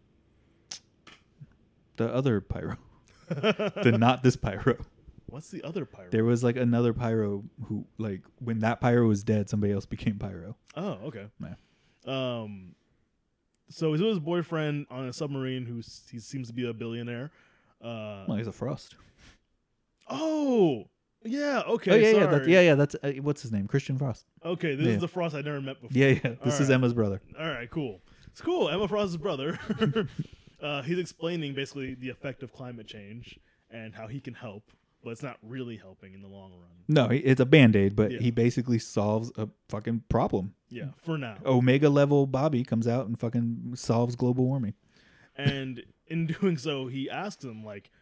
[SPEAKER 2] the other pyro, the not this pyro.
[SPEAKER 1] what's the other pirate
[SPEAKER 2] There was like another pyro who, like, when that pyro was dead, somebody else became pyro.
[SPEAKER 1] oh okay
[SPEAKER 2] Yeah.
[SPEAKER 1] um so he's with his boyfriend on a submarine who s- he seems to be a billionaire uh
[SPEAKER 2] Well, he's a frost.
[SPEAKER 1] oh yeah okay
[SPEAKER 2] oh yeah, yeah,
[SPEAKER 1] sorry.
[SPEAKER 2] that, yeah, yeah. That's uh, what's his name, Christian Frost.
[SPEAKER 1] okay this
[SPEAKER 2] Yeah.
[SPEAKER 1] is the frost i never met before
[SPEAKER 2] Yeah, yeah. This is
[SPEAKER 1] right.
[SPEAKER 2] Emma's brother.
[SPEAKER 1] All right, cool. It's cool. Emma Frost's brother. uh, he's explaining basically the effect of climate change and how he can help, but it's not really helping in the long run.
[SPEAKER 2] No, he- it's a band aid, but
[SPEAKER 1] Yeah.
[SPEAKER 2] he basically solves a fucking problem.
[SPEAKER 1] Yeah, for now.
[SPEAKER 2] Omega level Bobby comes out and fucking solves global warming.
[SPEAKER 1] And in doing so, he asks him like,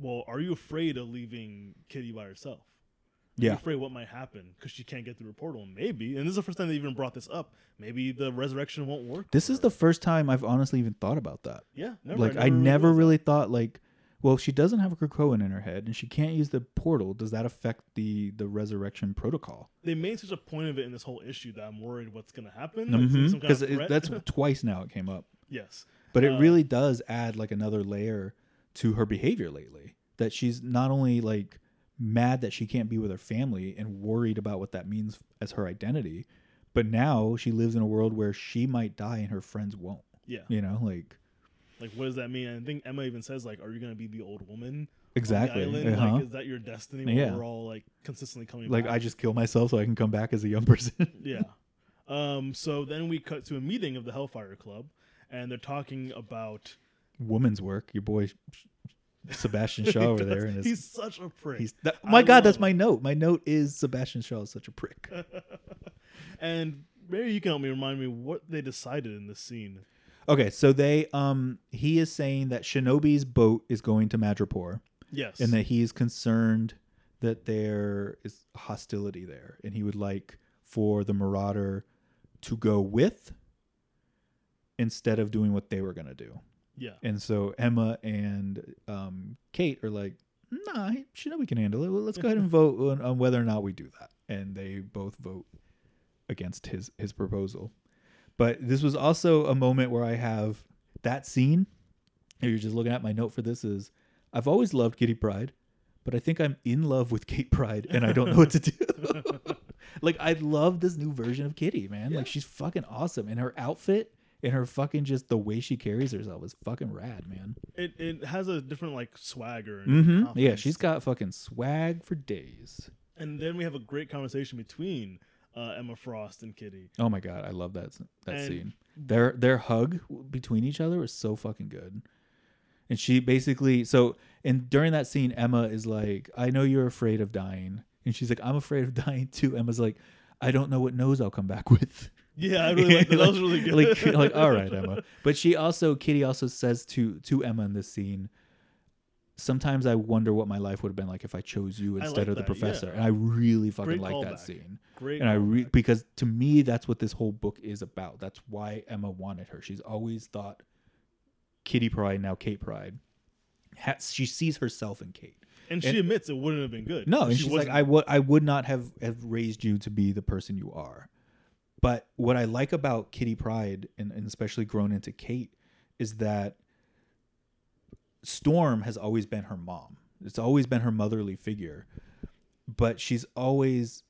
[SPEAKER 1] well, are you afraid of leaving Kitty by herself? Are you
[SPEAKER 2] Yeah.
[SPEAKER 1] afraid what might happen because she can't get through the portal. Maybe, and this is the first time they even brought this up. Maybe the resurrection won't work.
[SPEAKER 2] This
[SPEAKER 1] for
[SPEAKER 2] is
[SPEAKER 1] her.
[SPEAKER 2] the first time I've honestly even thought about that.
[SPEAKER 1] yeah. Never,
[SPEAKER 2] like I
[SPEAKER 1] really
[SPEAKER 2] never
[SPEAKER 1] realized
[SPEAKER 2] really thought like, well, if she doesn't have a Krakoan in her head and she can't use the portal, does that affect the the resurrection protocol?
[SPEAKER 1] that. They made such a point of it in this whole issue that I'm worried what's going to happen. like, Mm-hmm. some kind of
[SPEAKER 2] Because
[SPEAKER 1] threat.
[SPEAKER 2] Mm-hmm. that's twice now it came up,
[SPEAKER 1] yes,
[SPEAKER 2] but it
[SPEAKER 1] Uh,
[SPEAKER 2] really does add like another layer to her behavior lately. That she's not only like mad that she can't be with her family and worried about what that means as her identity, but now she lives in a world where she might die and her friends won't.
[SPEAKER 1] yeah.
[SPEAKER 2] You know, like
[SPEAKER 1] Like, what does that mean? And I think Emma even says like, "Are you going to be the old woman
[SPEAKER 2] exactly.
[SPEAKER 1] on the island?
[SPEAKER 2] Uh-huh.
[SPEAKER 1] Like, is that your destiny? Where
[SPEAKER 2] Yeah.
[SPEAKER 1] we're all like consistently coming
[SPEAKER 2] like
[SPEAKER 1] back?
[SPEAKER 2] I just kill myself so I can come back as a young person.
[SPEAKER 1] yeah. Um, so then we cut to a meeting of the Hellfire Club, and they're talking about
[SPEAKER 2] Woman's work. Your boy Sebastian Shaw over there, and his,
[SPEAKER 1] he's such a prick.
[SPEAKER 2] he's that,
[SPEAKER 1] I
[SPEAKER 2] my god. That's
[SPEAKER 1] love Uh.
[SPEAKER 2] my note. My note is Sebastian Shaw is such a prick.
[SPEAKER 1] and maybe you can help me remind me what they decided in this scene.
[SPEAKER 2] Okay, so they um he is saying that Shinobi's boat is going to Madripoor,
[SPEAKER 1] Yes,
[SPEAKER 2] and that he is concerned that there is hostility there, and he would like for the Marauder to go with instead of doing what they were gonna do.
[SPEAKER 1] yeah,
[SPEAKER 2] And so Emma and um, Kate are like, nah, Shinobi can handle it. Well, Let's go ahead and vote on, on whether or not we do that. And they both vote against his his proposal. But this was also a moment where I have that scene. If you're just looking at my note for this is, I've always loved Kitty Pride, but I think I'm in love with Kate Pride, and I don't know what to do. like I love this new version of Kitty, man. Like she's fucking awesome, and her outfit and her fucking just the way she carries herself is fucking rad, man.
[SPEAKER 1] it it has a different like swagger. And
[SPEAKER 2] Mm-hmm. Yeah,
[SPEAKER 1] confidence.
[SPEAKER 2] she's got fucking swag for days.
[SPEAKER 1] And then we have a great conversation between uh, Emma Frost and Kitty.
[SPEAKER 2] Oh my god, I love that that
[SPEAKER 1] And-
[SPEAKER 2] scene. Their their hug between each other was so fucking good. And she basically so and during that scene, Emma is like, "I know you're afraid of dying," and she's like, "I'm afraid of dying too." Emma's like, "I don't know what nose I'll come back with."
[SPEAKER 1] Yeah, I really like that. that was really good.
[SPEAKER 2] like, like, all right, Emma. But she also, Kitty also says to to Emma in this scene, sometimes I wonder what my life would have been like if I chose you
[SPEAKER 1] I
[SPEAKER 2] instead
[SPEAKER 1] like
[SPEAKER 2] of the
[SPEAKER 1] that, yeah.
[SPEAKER 2] professor. And I really fucking
[SPEAKER 1] Great
[SPEAKER 2] like that
[SPEAKER 1] callback.
[SPEAKER 2] scene.
[SPEAKER 1] great.
[SPEAKER 2] And I re-
[SPEAKER 1] callback.
[SPEAKER 2] because to me, that's what this whole book is about. That's why Emma wanted her. She's always thought Kitty Pride, now Kate Pride. Ha- she sees herself in Kate.
[SPEAKER 1] and she admits it wouldn't have been good.
[SPEAKER 2] No, and
[SPEAKER 1] she
[SPEAKER 2] she's like, I would I would not have, have raised you to be the person you are. But what I like about Kitty Pride and, and especially grown into Kate is that Storm has always been her mom. It's always been her motherly figure. But she's always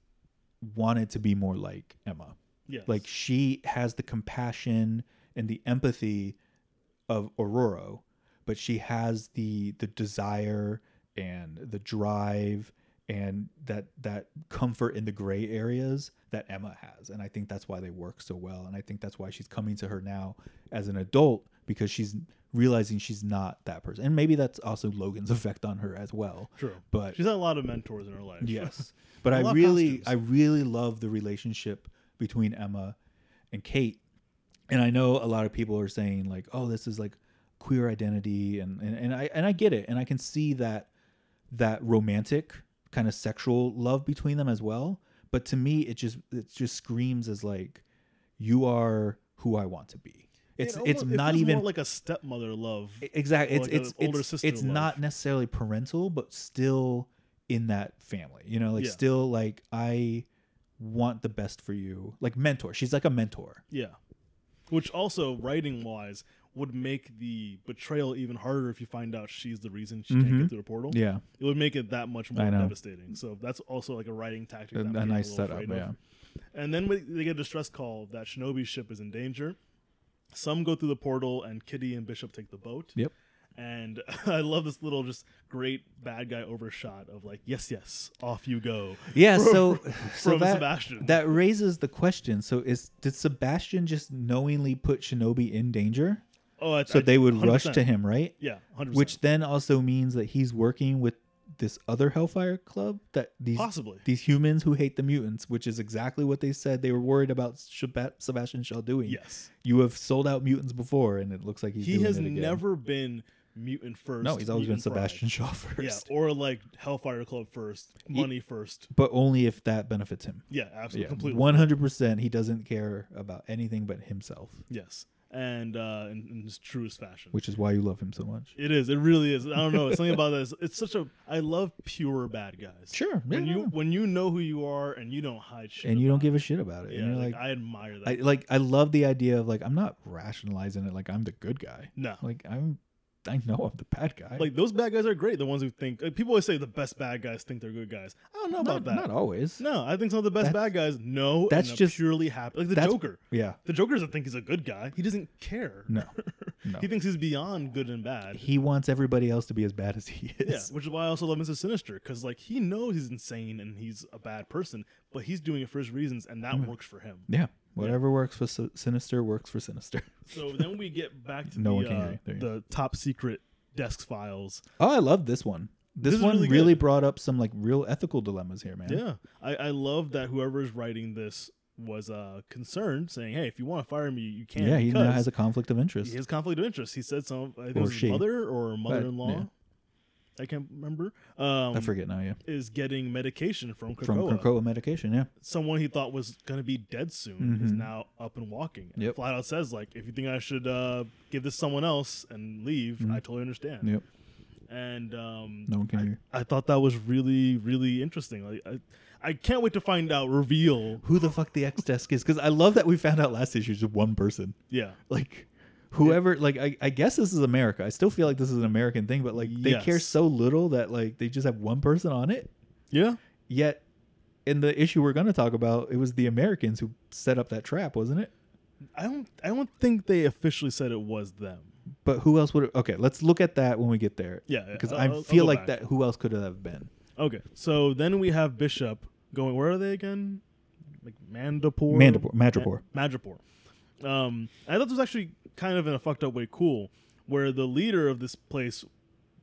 [SPEAKER 2] wanted to be more like Emma.
[SPEAKER 1] yes.
[SPEAKER 2] Like she has the compassion and the empathy of Aurora, but she has the the desire and the drive and that that comfort in the gray areas that Emma has. And I think that's why they work so well. And I think that's why she's coming to her now as an adult because she's realizing she's not that person. And maybe that's also Logan's effect on her as well.
[SPEAKER 1] true.
[SPEAKER 2] But
[SPEAKER 1] She's had a lot of mentors in her life.
[SPEAKER 2] Yes. But
[SPEAKER 1] I
[SPEAKER 2] I
[SPEAKER 1] love
[SPEAKER 2] really
[SPEAKER 1] costumes.
[SPEAKER 2] I really love the relationship between Emma and Kate. And I know a lot of people are saying like, oh, this is like queer identity and and, and I and I get it. And I can see that that romantic kind of sexual love between them as well. But to me it just it just screams as like you are who I want to be.
[SPEAKER 1] It
[SPEAKER 2] It's
[SPEAKER 1] almost-
[SPEAKER 2] it's
[SPEAKER 1] it
[SPEAKER 2] not
[SPEAKER 1] feels
[SPEAKER 2] even
[SPEAKER 1] more like a stepmother love.
[SPEAKER 2] exactly
[SPEAKER 1] or
[SPEAKER 2] E, it's
[SPEAKER 1] like
[SPEAKER 2] it's
[SPEAKER 1] an older
[SPEAKER 2] it's,
[SPEAKER 1] sister
[SPEAKER 2] it's
[SPEAKER 1] love.
[SPEAKER 2] not necessarily parental but still in that family you know like
[SPEAKER 1] Yeah.
[SPEAKER 2] still like i want the best for you like mentor she's like a mentor
[SPEAKER 1] yeah. Which also writing wise would make the betrayal even harder if you find out she's the reason she can't
[SPEAKER 2] Mhm.
[SPEAKER 1] get through the portal.
[SPEAKER 2] yeah
[SPEAKER 1] It would make it that much more
[SPEAKER 2] I know.
[SPEAKER 1] devastating. So that's also like a writing tactic.
[SPEAKER 2] a,
[SPEAKER 1] that
[SPEAKER 2] a
[SPEAKER 1] people
[SPEAKER 2] nice
[SPEAKER 1] are
[SPEAKER 2] setup
[SPEAKER 1] afraid of.
[SPEAKER 2] yeah
[SPEAKER 1] And then we- they get a distress call that Shinobi's ship is in danger. Some go through the portal, and Kitty and Bishop take the boat.
[SPEAKER 2] Yep.
[SPEAKER 1] And I love this little just great bad guy overshot of like, yes, yes, off you go.
[SPEAKER 2] yeah
[SPEAKER 1] From-
[SPEAKER 2] so so
[SPEAKER 1] from
[SPEAKER 2] that
[SPEAKER 1] Sebastian.
[SPEAKER 2] that raises the question so is did sebastian just knowingly put shinobi in danger
[SPEAKER 1] oh, that's,
[SPEAKER 2] so
[SPEAKER 1] I-
[SPEAKER 2] they would rush
[SPEAKER 1] 100%.
[SPEAKER 2] to him right
[SPEAKER 1] Yeah, hundred
[SPEAKER 2] which then also means that he's working with this other hellfire club that these
[SPEAKER 1] possibly.
[SPEAKER 2] these humans who hate the mutants, which is exactly what they said they were worried about Sheba- Sebastian Shaw doing.
[SPEAKER 1] Yes,
[SPEAKER 2] You have sold out mutants before, and it looks like he's
[SPEAKER 1] he
[SPEAKER 2] doing
[SPEAKER 1] has
[SPEAKER 2] it again.
[SPEAKER 1] never been mutant first.
[SPEAKER 2] No, he's always been
[SPEAKER 1] mutant pride.
[SPEAKER 2] Sebastian Shaw first.
[SPEAKER 1] Yeah, or like Hellfire Club first, money first.
[SPEAKER 2] but only if that benefits him.
[SPEAKER 1] Yeah, absolutely,
[SPEAKER 2] Yeah,
[SPEAKER 1] completely.
[SPEAKER 2] one hundred percent. He doesn't care about anything but himself,
[SPEAKER 1] Yes, and uh, in, in his truest fashion.
[SPEAKER 2] which is why you love him so much.
[SPEAKER 1] it is. It really is. I don't know. It's something about this. It's such a. I love pure bad guys.
[SPEAKER 2] Sure,
[SPEAKER 1] When
[SPEAKER 2] yeah,
[SPEAKER 1] you
[SPEAKER 2] no, no.
[SPEAKER 1] when you know who you are and you don't hide shit
[SPEAKER 2] and you don't
[SPEAKER 1] about
[SPEAKER 2] give a shit about it,
[SPEAKER 1] it. yeah,
[SPEAKER 2] and you're
[SPEAKER 1] like,
[SPEAKER 2] like,
[SPEAKER 1] I admire that.
[SPEAKER 2] I like I love the idea of like I'm not rationalizing it like I'm the good guy.
[SPEAKER 1] no,
[SPEAKER 2] Like I'm I know I'm the bad guy.
[SPEAKER 1] like those bad guys are great. The ones who think like, people always say the best bad guys think they're good guys. I don't know about
[SPEAKER 2] not,
[SPEAKER 1] that.
[SPEAKER 2] not always.
[SPEAKER 1] No, I think some of the best
[SPEAKER 2] That's-
[SPEAKER 1] bad guys know
[SPEAKER 2] that's
[SPEAKER 1] and are
[SPEAKER 2] just-
[SPEAKER 1] purely happy. Like the
[SPEAKER 2] that's-
[SPEAKER 1] Joker.
[SPEAKER 2] Yeah.
[SPEAKER 1] The Joker doesn't think he's a good guy. He doesn't care.
[SPEAKER 2] No. No.
[SPEAKER 1] He thinks he's beyond good and bad.
[SPEAKER 2] He wants everybody else to be as bad as he
[SPEAKER 1] yeah,
[SPEAKER 2] is.
[SPEAKER 1] which is why I also love Mr. Sinister because like he knows he's insane and he's a bad person, but he's doing it for his reasons, and
[SPEAKER 2] Mm.
[SPEAKER 1] that works for him.
[SPEAKER 2] Yeah. Whatever works for Sin- Sinister works for Sinister.
[SPEAKER 1] So then we get back to
[SPEAKER 2] No
[SPEAKER 1] the,
[SPEAKER 2] one can
[SPEAKER 1] uh,
[SPEAKER 2] hear you. There you
[SPEAKER 1] the top secret desk files.
[SPEAKER 2] Oh, I love this one. This,
[SPEAKER 1] This is
[SPEAKER 2] one
[SPEAKER 1] really
[SPEAKER 2] really,
[SPEAKER 1] good.
[SPEAKER 2] brought up some like real ethical dilemmas here, man.
[SPEAKER 1] Yeah, I, I love that whoever is writing this was uh concerned, saying, "Hey, if you want to fire me, you can."
[SPEAKER 2] Yeah, he now
[SPEAKER 1] because
[SPEAKER 2] has a conflict of interest.
[SPEAKER 1] he has conflict of interest. He said some. I think it
[SPEAKER 2] Or
[SPEAKER 1] was
[SPEAKER 2] she.
[SPEAKER 1] his mother or mother-in-law.
[SPEAKER 2] yeah.
[SPEAKER 1] I can't remember. Um,
[SPEAKER 2] I forget now, yeah.
[SPEAKER 1] is getting medication from Krakoa.
[SPEAKER 2] From Krakoa medication, yeah.
[SPEAKER 1] Someone he thought was going to be dead soon is
[SPEAKER 2] Mhm.
[SPEAKER 1] now up and walking. And
[SPEAKER 2] Yep.
[SPEAKER 1] flat out says, like, if you think I should uh, give this to someone else and leave, I totally understand.
[SPEAKER 2] Mm-hmm. Yep.
[SPEAKER 1] And um,
[SPEAKER 2] No one can hear.
[SPEAKER 1] I thought that was really, really interesting. Like, I, I can't wait to find out, reveal.
[SPEAKER 2] Who the fuck the X desk is? Because I love that we found out last issue is just one person.
[SPEAKER 1] Yeah.
[SPEAKER 2] like whoever like I, I guess this is america i still feel like this is an american thing but like they care
[SPEAKER 1] Yes.
[SPEAKER 2] so little that like they just have one person on it
[SPEAKER 1] Yeah.
[SPEAKER 2] yet in the issue we're going to talk about it was the americans who set up that trap wasn't it
[SPEAKER 1] I don't, I don't think they officially said it was them.
[SPEAKER 2] but who else would okay let's look at that when we get there
[SPEAKER 1] Yeah, yeah.
[SPEAKER 2] because
[SPEAKER 1] I'll-
[SPEAKER 2] i
[SPEAKER 1] I'll- I'll
[SPEAKER 2] feel
[SPEAKER 1] go
[SPEAKER 2] like
[SPEAKER 1] back.
[SPEAKER 2] that who else could it have been
[SPEAKER 1] Okay. So then we have Bishop going, where are they again? Like Mandapore?
[SPEAKER 2] Mandapore- Madripoor.
[SPEAKER 1] Ma- Madripoor. Um, I thought this was actually kind of in a fucked up way cool, where the leader of this place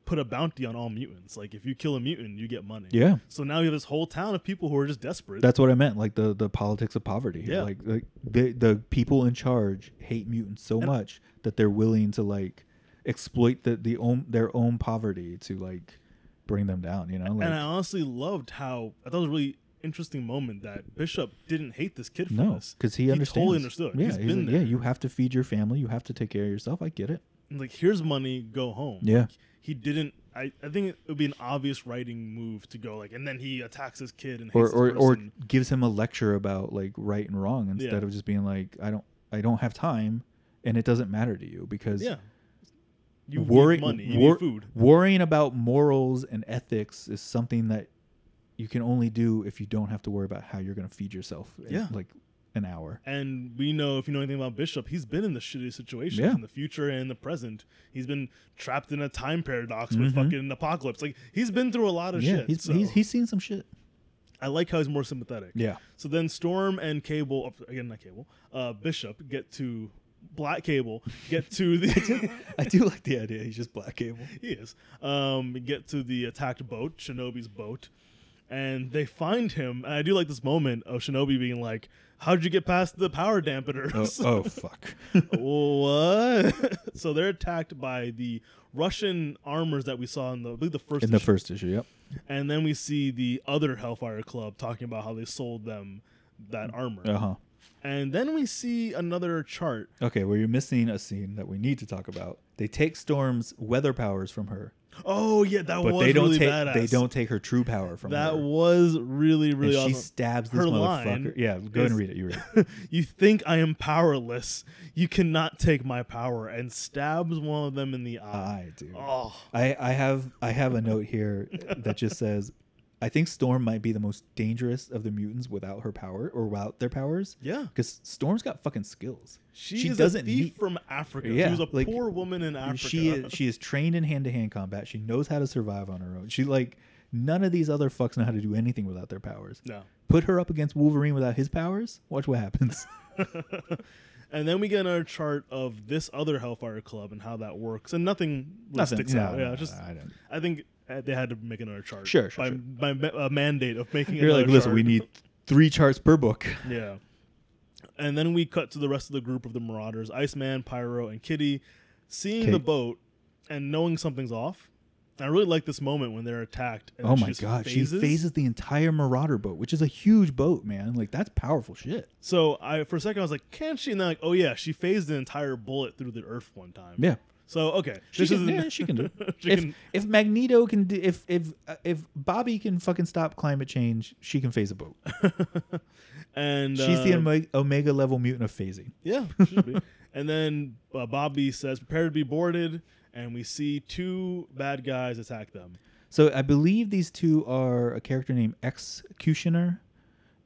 [SPEAKER 1] put a bounty on all mutants. Like, if you kill a mutant, you get money.
[SPEAKER 2] Yeah.
[SPEAKER 1] So now you have this whole town of people who are just desperate.
[SPEAKER 2] that's what i meant like the the politics of poverty
[SPEAKER 1] Yeah.
[SPEAKER 2] like, like the the people in charge hate mutants so much that they're willing to like exploit the, the own their own poverty to like bring them down you know like
[SPEAKER 1] and uh, I honestly loved how, I thought it was a really interesting moment that Bishop didn't hate this kid for
[SPEAKER 2] No,
[SPEAKER 1] this.
[SPEAKER 2] because he, understands.
[SPEAKER 1] totally understood.
[SPEAKER 2] Yeah,
[SPEAKER 1] He's
[SPEAKER 2] he's
[SPEAKER 1] been
[SPEAKER 2] like,
[SPEAKER 1] there.
[SPEAKER 2] Yeah, you have to feed your family. You have to take care of yourself. I get it.
[SPEAKER 1] And, like here's money go home
[SPEAKER 2] Yeah.
[SPEAKER 1] Like, he didn't I, I think it would be an obvious writing move to go like and then he attacks his kid and hates
[SPEAKER 2] Or
[SPEAKER 1] this
[SPEAKER 2] or, or
[SPEAKER 1] person.
[SPEAKER 2] gives him a lecture about like right and wrong instead
[SPEAKER 1] Yeah.
[SPEAKER 2] of just being like, I don't I don't have time, and it doesn't matter to you because
[SPEAKER 1] yeah you
[SPEAKER 2] worry-
[SPEAKER 1] need money you
[SPEAKER 2] wor-
[SPEAKER 1] need food
[SPEAKER 2] Worrying about morals and ethics is something that you can only do if you don't have to worry about how you're going to feed yourself. in,
[SPEAKER 1] Yeah.
[SPEAKER 2] like an hour.
[SPEAKER 1] and we know if you know anything about Bishop he's been in the shitty situations
[SPEAKER 2] Yeah.
[SPEAKER 1] in the future and in the present he's been trapped in a time paradox with fucking apocalypse like he's been through a lot of
[SPEAKER 2] Mm-hmm. yeah,
[SPEAKER 1] shit
[SPEAKER 2] he's,
[SPEAKER 1] so
[SPEAKER 2] he's he's seen some shit.
[SPEAKER 1] I like how he's more sympathetic
[SPEAKER 2] Yeah.
[SPEAKER 1] So then Storm and Cable, oh, again not Cable, uh, Bishop get to Black Cable get to the
[SPEAKER 2] I do like the idea. He's just black cable.
[SPEAKER 1] He is. Um, get to the attacked boat, Shinobi's boat, and they find him. And I do like this moment of Shinobi being like, "How did you get past the power
[SPEAKER 2] Oh,
[SPEAKER 1] dampeners?"
[SPEAKER 2] oh fuck. Oh.
[SPEAKER 1] what? so they're attacked by the Russian armors that we saw in the, I believe the first,
[SPEAKER 2] In the
[SPEAKER 1] issue.
[SPEAKER 2] first issue, yep.
[SPEAKER 1] and then we see the other Hellfire Club talking about how they sold them that armor,
[SPEAKER 2] Uh huh.
[SPEAKER 1] and then we see another chart.
[SPEAKER 2] Okay, well, you're missing a scene that we need to talk about. They take Storm's weather powers from her,
[SPEAKER 1] Oh yeah, that
[SPEAKER 2] but
[SPEAKER 1] was
[SPEAKER 2] they don't
[SPEAKER 1] really
[SPEAKER 2] take
[SPEAKER 1] badass.
[SPEAKER 2] they don't take her true power from
[SPEAKER 1] That
[SPEAKER 2] her.
[SPEAKER 1] was really
[SPEAKER 2] and
[SPEAKER 1] really
[SPEAKER 2] she
[SPEAKER 1] awesome.
[SPEAKER 2] stabs this
[SPEAKER 1] Her line
[SPEAKER 2] motherfucker. Yeah, go ahead
[SPEAKER 1] is-
[SPEAKER 2] and read it. You read it.
[SPEAKER 1] you think I am powerless. You cannot take my power, and stabs one of them in the eye.
[SPEAKER 2] I do.
[SPEAKER 1] Oh,
[SPEAKER 2] I, I have I have a note here that just says, I think Storm might be the most dangerous of the mutants without her power or without their powers.
[SPEAKER 1] Yeah.
[SPEAKER 2] because Storm's got fucking skills.
[SPEAKER 1] she, is a thief
[SPEAKER 2] need-
[SPEAKER 1] from Africa.
[SPEAKER 2] Yeah,
[SPEAKER 1] she was a
[SPEAKER 2] like,
[SPEAKER 1] poor woman in Africa.
[SPEAKER 2] She is she is trained in hand to hand combat. She knows how to survive on her own. She like none of these other fucks know how to do anything without their powers.
[SPEAKER 1] no.
[SPEAKER 2] Put her up against Wolverine without his powers. Watch what happens.
[SPEAKER 1] And then we get another chart of this other Hellfire Club and how that works, and nothing, really
[SPEAKER 2] Nothing.
[SPEAKER 1] sticks
[SPEAKER 2] No,
[SPEAKER 1] out.
[SPEAKER 2] no,
[SPEAKER 1] Yeah,
[SPEAKER 2] no,
[SPEAKER 1] just
[SPEAKER 2] I don't-
[SPEAKER 1] I think uh, they had to make another chart.
[SPEAKER 2] Sure, sure,
[SPEAKER 1] by,
[SPEAKER 2] sure.
[SPEAKER 1] by ma- a mandate of making.
[SPEAKER 2] You're like,
[SPEAKER 1] another
[SPEAKER 2] listen,
[SPEAKER 1] chart.
[SPEAKER 2] we need three charts per book.
[SPEAKER 1] Yeah. And then we cut to the rest of the group of the Marauders Iceman, Pyro, and Kitty seeing the
[SPEAKER 2] Kate.
[SPEAKER 1] boat and knowing something's off. I really like this moment when they're attacked. And
[SPEAKER 2] oh
[SPEAKER 1] she
[SPEAKER 2] my
[SPEAKER 1] just
[SPEAKER 2] god, she phases the entire Marauder boat, which is a huge boat, man. Like that's powerful shit.
[SPEAKER 1] So I, for a second, I was like, "Can she?" And then like, "Oh yeah, she phased an entire bullet through the Earth one time."
[SPEAKER 2] Yeah.
[SPEAKER 1] So okay,
[SPEAKER 2] She
[SPEAKER 1] this
[SPEAKER 2] can,
[SPEAKER 1] is
[SPEAKER 2] yeah, she can do. It.
[SPEAKER 1] She
[SPEAKER 2] if
[SPEAKER 1] can-
[SPEAKER 2] if Magneto can, do, if if uh, if Bobby can fucking stop climate change, she can phase a boat.
[SPEAKER 1] and
[SPEAKER 2] She's the
[SPEAKER 1] uh,
[SPEAKER 2] omega, omega level mutant of phasing.
[SPEAKER 1] Yeah, should be. and then uh, Bobby says, "Prepare to be boarded," and we see two bad guys attack them.
[SPEAKER 2] So I believe these two are a character named Executioner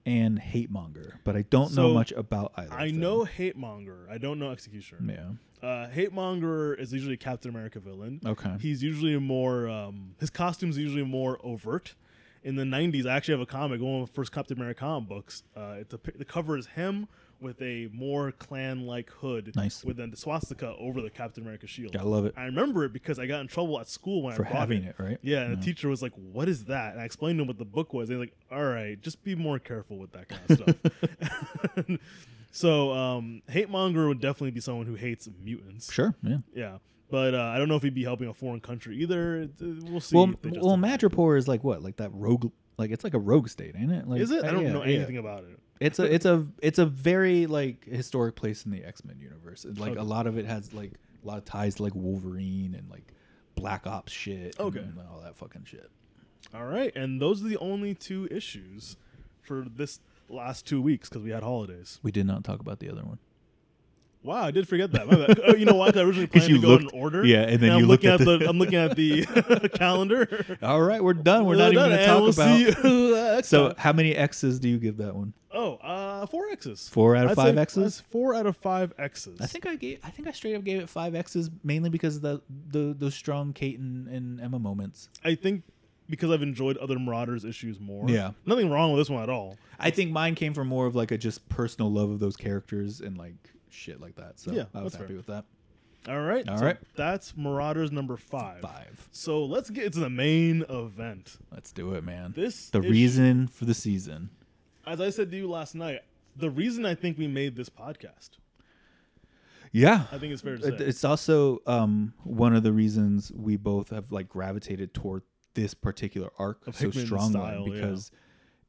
[SPEAKER 2] and Hate Monger, but I don't know
[SPEAKER 1] So,
[SPEAKER 2] much about either. of
[SPEAKER 1] I
[SPEAKER 2] them.
[SPEAKER 1] know Hatemonger. I don't know Executioner.
[SPEAKER 2] Yeah.
[SPEAKER 1] Uh, Hatemonger is usually a Captain America villain.
[SPEAKER 2] Okay.
[SPEAKER 1] He's usually more. Um, his costume's usually more overt. In the '90s, I actually have a comic, one of the first Captain America comic books. Uh, it, the, pic- the cover is him with a more clan-like hood,
[SPEAKER 2] Nice.
[SPEAKER 1] with a swastika over the Captain America shield.
[SPEAKER 2] I love it
[SPEAKER 1] I remember it because I got in trouble at school when
[SPEAKER 2] for
[SPEAKER 1] I brought
[SPEAKER 2] having it, right?
[SPEAKER 1] Yeah, and the teacher was like, "What is that?" And I explained to him what the book was. They're like, "All right, just be more careful with that kind of stuff." so, um, hate monger would definitely be someone who hates mutants.
[SPEAKER 2] Sure. Yeah.
[SPEAKER 1] Yeah, but uh, I don't know if he'd be helping a foreign country either. It- uh, We'll see.
[SPEAKER 2] Well,
[SPEAKER 1] if they
[SPEAKER 2] m- well,
[SPEAKER 1] justify it.
[SPEAKER 2] Madripoor is like what? Like that rogue. Like it's like a rogue state, ain't it? Like,
[SPEAKER 1] Is it? I
[SPEAKER 2] uh,
[SPEAKER 1] don't
[SPEAKER 2] yeah,
[SPEAKER 1] know
[SPEAKER 2] yeah.
[SPEAKER 1] anything about it.
[SPEAKER 2] It's a it's a it's a very like historic place in the X Men universe. It's like
[SPEAKER 1] Okay.
[SPEAKER 2] a lot of it has like a lot of ties to like Wolverine and like Black Ops shit.
[SPEAKER 1] Okay.
[SPEAKER 2] and, all that fucking shit.
[SPEAKER 1] All right, and those are the only two issues for this last two weeks because we had holidays.
[SPEAKER 2] We did not talk about the other one.
[SPEAKER 1] Wow, I did forget that. My bad. Oh, you know why? 'Cause I originally
[SPEAKER 2] 'Cause
[SPEAKER 1] planned
[SPEAKER 2] you
[SPEAKER 1] to go
[SPEAKER 2] looked-
[SPEAKER 1] in order.
[SPEAKER 2] yeah, and then
[SPEAKER 1] I'm
[SPEAKER 2] you looked
[SPEAKER 1] looking
[SPEAKER 2] at
[SPEAKER 1] the. I'm looking at the calendar.
[SPEAKER 2] All right, we're done. We're not
[SPEAKER 1] Well
[SPEAKER 2] even going to
[SPEAKER 1] done,
[SPEAKER 2] talk
[SPEAKER 1] and
[SPEAKER 2] about.
[SPEAKER 1] we'll see you, uh, next
[SPEAKER 2] So,
[SPEAKER 1] time.
[SPEAKER 2] how many X's do you give that one?
[SPEAKER 1] oh, uh, four X's.
[SPEAKER 2] Four out of
[SPEAKER 1] I'd
[SPEAKER 2] five
[SPEAKER 1] say
[SPEAKER 2] X's?
[SPEAKER 1] that's Four out of five X's.
[SPEAKER 2] I think I gave. I think I straight up gave it five X's mainly because of the the those strong Kate and, and Emma moments.
[SPEAKER 1] I think because I've enjoyed other Marauders issues more.
[SPEAKER 2] Yeah.
[SPEAKER 1] nothing wrong with this one at all.
[SPEAKER 2] I think mine came from more of like a just personal love of those characters and like shit like that. So
[SPEAKER 1] Yeah,
[SPEAKER 2] I was
[SPEAKER 1] that's
[SPEAKER 2] happy
[SPEAKER 1] fair.
[SPEAKER 2] with that.
[SPEAKER 1] All right,
[SPEAKER 2] All
[SPEAKER 1] so
[SPEAKER 2] right.
[SPEAKER 1] That's Marauders number five.
[SPEAKER 2] Five.
[SPEAKER 1] So let's get to the main event.
[SPEAKER 2] Let's do it, man.
[SPEAKER 1] This
[SPEAKER 2] the
[SPEAKER 1] issue-
[SPEAKER 2] reason for the season.
[SPEAKER 1] as I said to you last night, the reason I think we made this podcast.
[SPEAKER 2] Yeah.
[SPEAKER 1] I think it's fair to say.
[SPEAKER 2] It's also um, one of the reasons we both have like gravitated toward this particular arc
[SPEAKER 1] Of
[SPEAKER 2] so
[SPEAKER 1] Hickman's
[SPEAKER 2] strongly
[SPEAKER 1] style, yeah.
[SPEAKER 2] because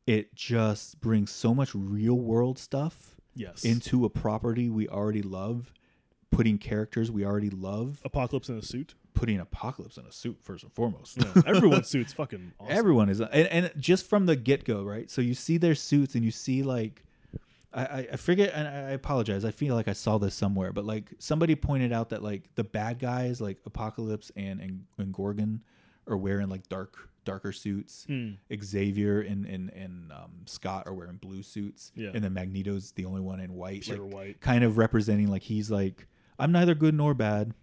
[SPEAKER 2] it just brings so much real world stuff
[SPEAKER 1] yes.
[SPEAKER 2] into a property we already love, putting characters we already love,
[SPEAKER 1] Apocalypse in a suit.
[SPEAKER 2] putting Apocalypse in a suit first and foremost.
[SPEAKER 1] No, everyone's suit's fucking awesome.
[SPEAKER 2] Everyone is, and, and just from the get go, right? So you see their suits, and you see like, I, I, I forget, and I I apologize. I feel like I saw this somewhere, but like somebody pointed out that like the bad guys, like Apocalypse and and, and Gorgon, are wearing like dark darker suits.
[SPEAKER 1] Hmm.
[SPEAKER 2] Xavier and and and um, Scott are wearing blue suits,
[SPEAKER 1] Yeah.
[SPEAKER 2] and then Magneto's the only one in white,
[SPEAKER 1] Pure
[SPEAKER 2] like,
[SPEAKER 1] white.
[SPEAKER 2] kind of representing like he's like I'm neither good nor bad.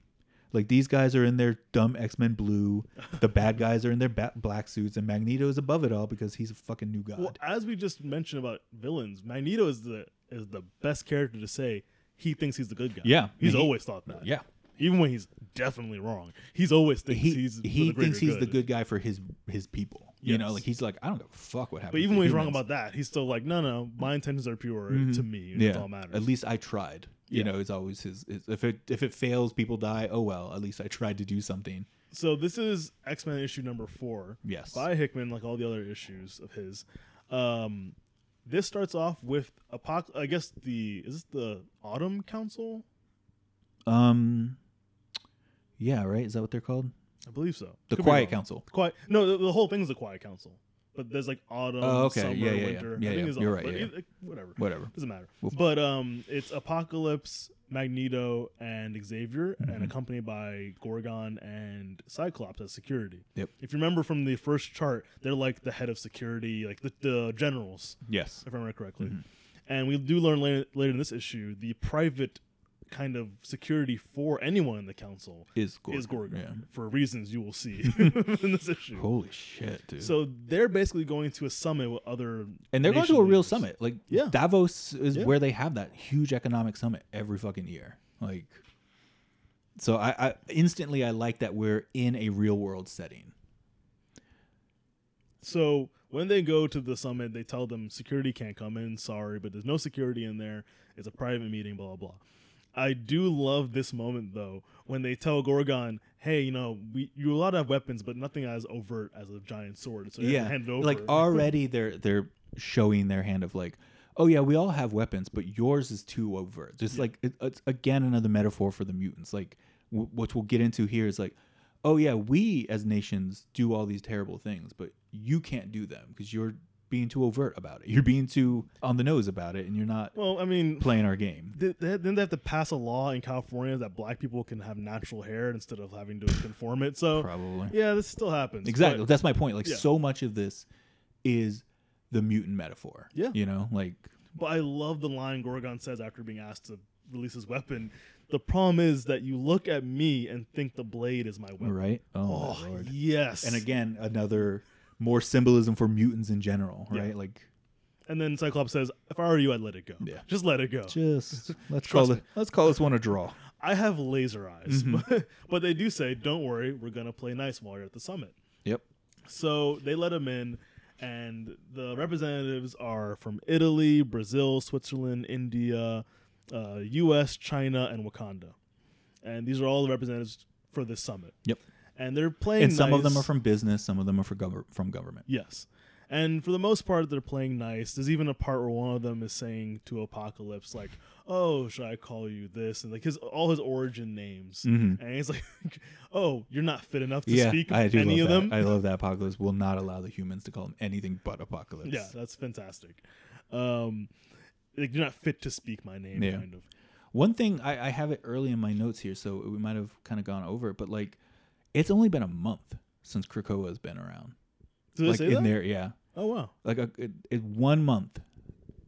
[SPEAKER 2] Like these guys are in their dumb X Men blue, the bad guys are in their ba- black suits, and Magneto is above it all because he's a fucking new god.
[SPEAKER 1] Well, as we just mentioned about villains, Magneto is the is the best character to say he thinks he's the good guy.
[SPEAKER 2] Yeah,
[SPEAKER 1] he's
[SPEAKER 2] he-
[SPEAKER 1] always thought that.
[SPEAKER 2] yeah,
[SPEAKER 1] even when he's definitely wrong, he's always thinks
[SPEAKER 2] he
[SPEAKER 1] he's for
[SPEAKER 2] he
[SPEAKER 1] the greater
[SPEAKER 2] thinks he's
[SPEAKER 1] good.
[SPEAKER 2] the good guy for his his people. You know,
[SPEAKER 1] Yes.
[SPEAKER 2] like he's like I don't give a fuck what happens.
[SPEAKER 1] But even
[SPEAKER 2] to
[SPEAKER 1] when he's wrong
[SPEAKER 2] humans.
[SPEAKER 1] about that, he's still like, no, no, my intentions are pure to me. and
[SPEAKER 2] Mm-hmm. yeah,
[SPEAKER 1] It's all matters.
[SPEAKER 2] at least I tried. You
[SPEAKER 1] Yeah.
[SPEAKER 2] know, it's always his, his. If it if it fails, people die. Oh well, at least I tried to do something.
[SPEAKER 1] So this is X Men issue number four.
[SPEAKER 2] Yes.
[SPEAKER 1] by Hickman, like all the other issues of his. Um, this starts off with apoc. I guess the is this the Autumn Council?
[SPEAKER 2] Um, yeah, right. Is that what they're called?
[SPEAKER 1] I believe so.
[SPEAKER 2] The
[SPEAKER 1] Could be
[SPEAKER 2] Quiet
[SPEAKER 1] wrong.
[SPEAKER 2] Council.
[SPEAKER 1] Quiet. No, the, the whole thing's a quiet council. But there's like autumn,
[SPEAKER 2] Oh, okay.
[SPEAKER 1] summer,
[SPEAKER 2] Yeah, yeah, yeah.
[SPEAKER 1] winter.
[SPEAKER 2] Yeah,
[SPEAKER 1] I think
[SPEAKER 2] yeah.
[SPEAKER 1] it's all-
[SPEAKER 2] You're right,
[SPEAKER 1] But
[SPEAKER 2] yeah.
[SPEAKER 1] it- it- whatever.
[SPEAKER 2] Whatever.
[SPEAKER 1] Doesn't matter.
[SPEAKER 2] We'll-
[SPEAKER 1] but um, it's Apocalypse, Magneto, and Xavier,
[SPEAKER 2] Mm-hmm.
[SPEAKER 1] and accompanied by Gorgon and Cyclops as security.
[SPEAKER 2] Yep.
[SPEAKER 1] If you remember from the first chart, they're like the head of security, like the, the generals,
[SPEAKER 2] Yes.
[SPEAKER 1] if I remember correctly.
[SPEAKER 2] Mm-hmm.
[SPEAKER 1] And we do learn later, later in this issue the private kind of security for anyone in the council
[SPEAKER 2] Is Gorgon.
[SPEAKER 1] is Gorgon
[SPEAKER 2] Yeah.
[SPEAKER 1] for reasons you will see in this issue.
[SPEAKER 2] Holy shit, dude.
[SPEAKER 1] So they're basically going to a summit with other,
[SPEAKER 2] and they're going to
[SPEAKER 1] nation
[SPEAKER 2] a real
[SPEAKER 1] leaders.
[SPEAKER 2] summit. Like
[SPEAKER 1] Yeah.
[SPEAKER 2] Davos is
[SPEAKER 1] Yeah.
[SPEAKER 2] where they have that huge economic summit every fucking year. Like so I, I instantly I like that we're in a real world setting.
[SPEAKER 1] So when they go to the summit, they tell them security can't come in. Sorry, but there's no security in there. It's a private meeting. Blah blah. blah. I do love this moment though when they tell Gorgon, "Hey, you know, we you're allowed to have weapons, but nothing as overt as a giant sword." So you have
[SPEAKER 2] yeah
[SPEAKER 1] to hand it over.
[SPEAKER 2] like uh, already they're they're showing their hand of like oh yeah we all have weapons but yours is too overt just like it, it's again another metaphor for the mutants like w- what we'll get into here is like oh yeah we as nations do all these terrible things but you can't do them because you're being too overt about it you're being too on the nose about it and you're not
[SPEAKER 1] well, I mean,
[SPEAKER 2] playing our game
[SPEAKER 1] Th- th- then they have to pass a law in California that black people can have natural hair instead of having to conform it. So
[SPEAKER 2] probably
[SPEAKER 1] yeah, this still happens.
[SPEAKER 2] Exactly.
[SPEAKER 1] But
[SPEAKER 2] That's my point. Like
[SPEAKER 1] Yeah.
[SPEAKER 2] so much of this is the mutant metaphor.
[SPEAKER 1] Yeah.
[SPEAKER 2] You know, like
[SPEAKER 1] but I love the line Gorgon says after being asked to release his weapon. The problem is that you look at me and think the blade is my weapon.
[SPEAKER 2] right. Oh, my
[SPEAKER 1] Oh
[SPEAKER 2] lord.
[SPEAKER 1] yes.
[SPEAKER 2] And again, another more symbolism for mutants in general,
[SPEAKER 1] Yeah.
[SPEAKER 2] right? Like
[SPEAKER 1] And then Cyclops says, "If I were you, I'd let it go.
[SPEAKER 2] Yeah.
[SPEAKER 1] Just let it go.
[SPEAKER 2] just let's
[SPEAKER 1] Trust
[SPEAKER 2] call it let's call this one a draw.
[SPEAKER 1] I have laser eyes."
[SPEAKER 2] Mm-hmm.
[SPEAKER 1] But, they do say, "Don't worry, we're gonna play nice while you're at the summit."
[SPEAKER 2] Yep.
[SPEAKER 1] So they let him in, and the representatives are from Italy, Brazil, Switzerland, India, uh, U.S., China, and Wakanda, and these are all the representatives for this summit.
[SPEAKER 2] Yep.
[SPEAKER 1] And they're playing.
[SPEAKER 2] And some of them
[SPEAKER 1] nice.
[SPEAKER 2] are from business, some of them are for gover- from government.
[SPEAKER 1] Yes. And for the most part, they're playing nice. There's even a part where one of them is saying to Apocalypse, like, "Oh, should I call you this?" And like his all his origin names, and he's like, "Oh, you're not fit enough to
[SPEAKER 2] Mm-hmm. yeah,
[SPEAKER 1] speak
[SPEAKER 2] I do
[SPEAKER 1] any
[SPEAKER 2] love
[SPEAKER 1] of
[SPEAKER 2] that.
[SPEAKER 1] them."
[SPEAKER 2] I love that apocalypse will not allow the humans to call him anything but apocalypse.
[SPEAKER 1] yeah, that's fantastic. Um, like you're not fit to speak my name,
[SPEAKER 2] Yeah.
[SPEAKER 1] kind of.
[SPEAKER 2] One thing I, I have it early in my notes here, so we might have kind of gone over it, but like it's only been a month since Krakoa has been around.
[SPEAKER 1] Did
[SPEAKER 2] like
[SPEAKER 1] I say
[SPEAKER 2] in
[SPEAKER 1] that?
[SPEAKER 2] there, yeah,
[SPEAKER 1] oh wow,
[SPEAKER 2] like a, it, it, one month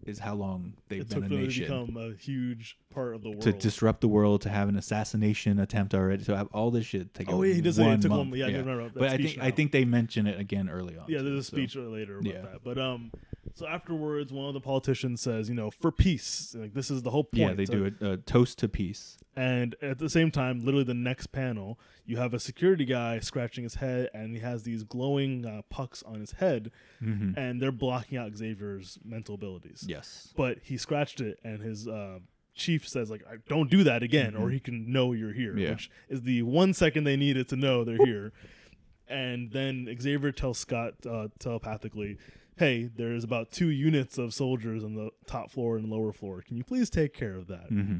[SPEAKER 2] is how long they've
[SPEAKER 1] it
[SPEAKER 2] been
[SPEAKER 1] took
[SPEAKER 2] a
[SPEAKER 1] for them to
[SPEAKER 2] nation
[SPEAKER 1] become a huge part of the world.
[SPEAKER 2] to disrupt the world, to have an assassination attempt already, to have all this shit. Take
[SPEAKER 1] Oh,
[SPEAKER 2] a
[SPEAKER 1] yeah, he does say it
[SPEAKER 2] one
[SPEAKER 1] took
[SPEAKER 2] month.
[SPEAKER 1] one- yeah, I do remember that
[SPEAKER 2] but I
[SPEAKER 1] speech
[SPEAKER 2] think I
[SPEAKER 1] now.
[SPEAKER 2] think they mention it again early on.
[SPEAKER 1] Yeah,
[SPEAKER 2] too,
[SPEAKER 1] there's a
[SPEAKER 2] so-
[SPEAKER 1] speech later about
[SPEAKER 2] Yeah.
[SPEAKER 1] that. But um, so afterwards, one of the politicians says, you know, for peace. Like this is the whole point. uh,
[SPEAKER 2] Yeah, they do a, a toast to peace.
[SPEAKER 1] And at the same time, literally the next panel, you have a security guy scratching his head, and he has these glowing uh, pucks on his head,
[SPEAKER 2] Mm-hmm.
[SPEAKER 1] and they're blocking out Xavier's mental abilities.
[SPEAKER 2] Yes.
[SPEAKER 1] But he scratched it, and his uh, chief says, like, "I- "Don't do that again, or he can know you're here,"
[SPEAKER 2] Mm-hmm. Yeah.
[SPEAKER 1] which is the one second they needed to know they're here. And then Xavier tells Scott uh, telepathically, "Hey, there's about two units of soldiers on the top floor and lower floor. Can you please take care of that?"
[SPEAKER 2] hmm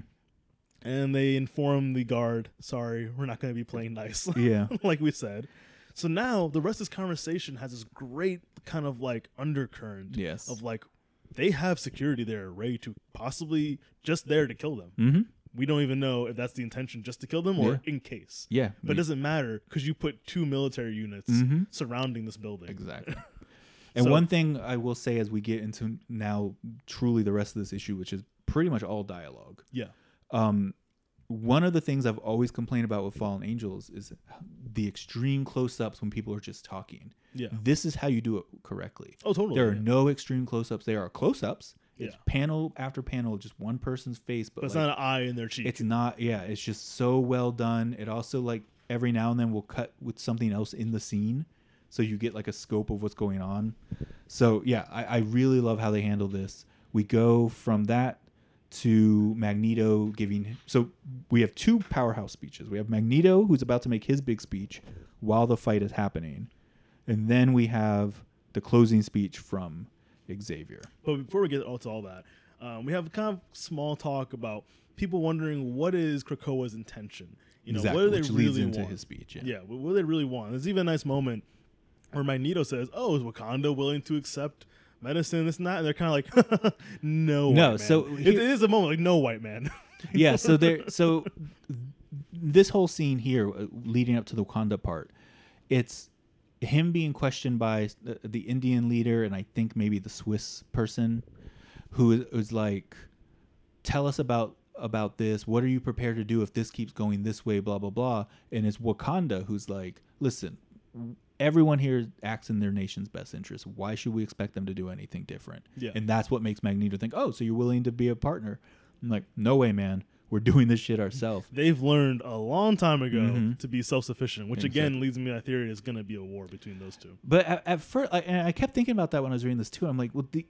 [SPEAKER 1] and they inform the guard, "Sorry, we're not going to be playing nice."
[SPEAKER 2] Yeah.
[SPEAKER 1] like we said. So now the rest of this conversation has this great kind of like undercurrent
[SPEAKER 2] Yes.
[SPEAKER 1] of like they have security there ready to possibly just there to kill them.
[SPEAKER 2] hmm
[SPEAKER 1] We don't even know if that's the intention just to kill them or in case.
[SPEAKER 2] Yeah. Mm-hmm.
[SPEAKER 1] But it doesn't matter because you put two military units surrounding this building.
[SPEAKER 2] Exactly. And
[SPEAKER 1] So-
[SPEAKER 2] one thing I will say as we get into now truly the rest of this issue, which is pretty much all dialogue.
[SPEAKER 1] Yeah.
[SPEAKER 2] Um, one of the things I've always complained about with Fallen Angels is the extreme close ups when people are just talking.
[SPEAKER 1] Yeah.
[SPEAKER 2] This is how you do it correctly.
[SPEAKER 1] Oh, totally.
[SPEAKER 2] There are
[SPEAKER 1] yeah.
[SPEAKER 2] no extreme close ups. There are close ups. It's
[SPEAKER 1] Yeah.
[SPEAKER 2] panel after panel, just one person's face, but,
[SPEAKER 1] but it's
[SPEAKER 2] like,
[SPEAKER 1] not an eye in their cheek.
[SPEAKER 2] it's not yeah it's just so well done it also like every now and then will cut with something else in the scene so you get like a scope of what's going on so yeah i, I really love how they handle this we go from that to magneto giving so we have two powerhouse speeches we have magneto who's about to make his big speech while the fight is happening and then we have the closing speech from xavier
[SPEAKER 1] But before we get all to all that, um, we have kind of small talk about people wondering what is Krakoa's intention. You know, what do they
[SPEAKER 2] which
[SPEAKER 1] really
[SPEAKER 2] leads into
[SPEAKER 1] want?
[SPEAKER 2] his speech
[SPEAKER 1] yeah, what, what do they really want? There's even a nice moment where Magneto says, "Oh, is Wakanda willing to accept?" Medicine, this and that, and they're kind of like, no,
[SPEAKER 2] No,
[SPEAKER 1] white man."
[SPEAKER 2] so
[SPEAKER 1] It-
[SPEAKER 2] here-
[SPEAKER 1] it is a moment like, no, white man.
[SPEAKER 2] yeah so there so this whole scene here uh, leading up to the wakanda part it's him being questioned by the, the indian leader and i think maybe the swiss person who is, is like tell us about about this what are you prepared to do if this keeps going this way blah blah blah and it's wakanda who's like listen everyone here acts in their nation's best interest why should we expect them to do anything different
[SPEAKER 1] Yeah.
[SPEAKER 2] and that's what makes magneto think oh so you're willing to be a partner i'm like no way man we're doing this shit ourselves
[SPEAKER 1] They've learned a long time ago
[SPEAKER 2] Mm-hmm.
[SPEAKER 1] to be self sufficient, which again leads me to my theory is going to be a war between those two.
[SPEAKER 2] But at, at first, I, and I kept thinking about that when I was reading this too. I'm like, well, the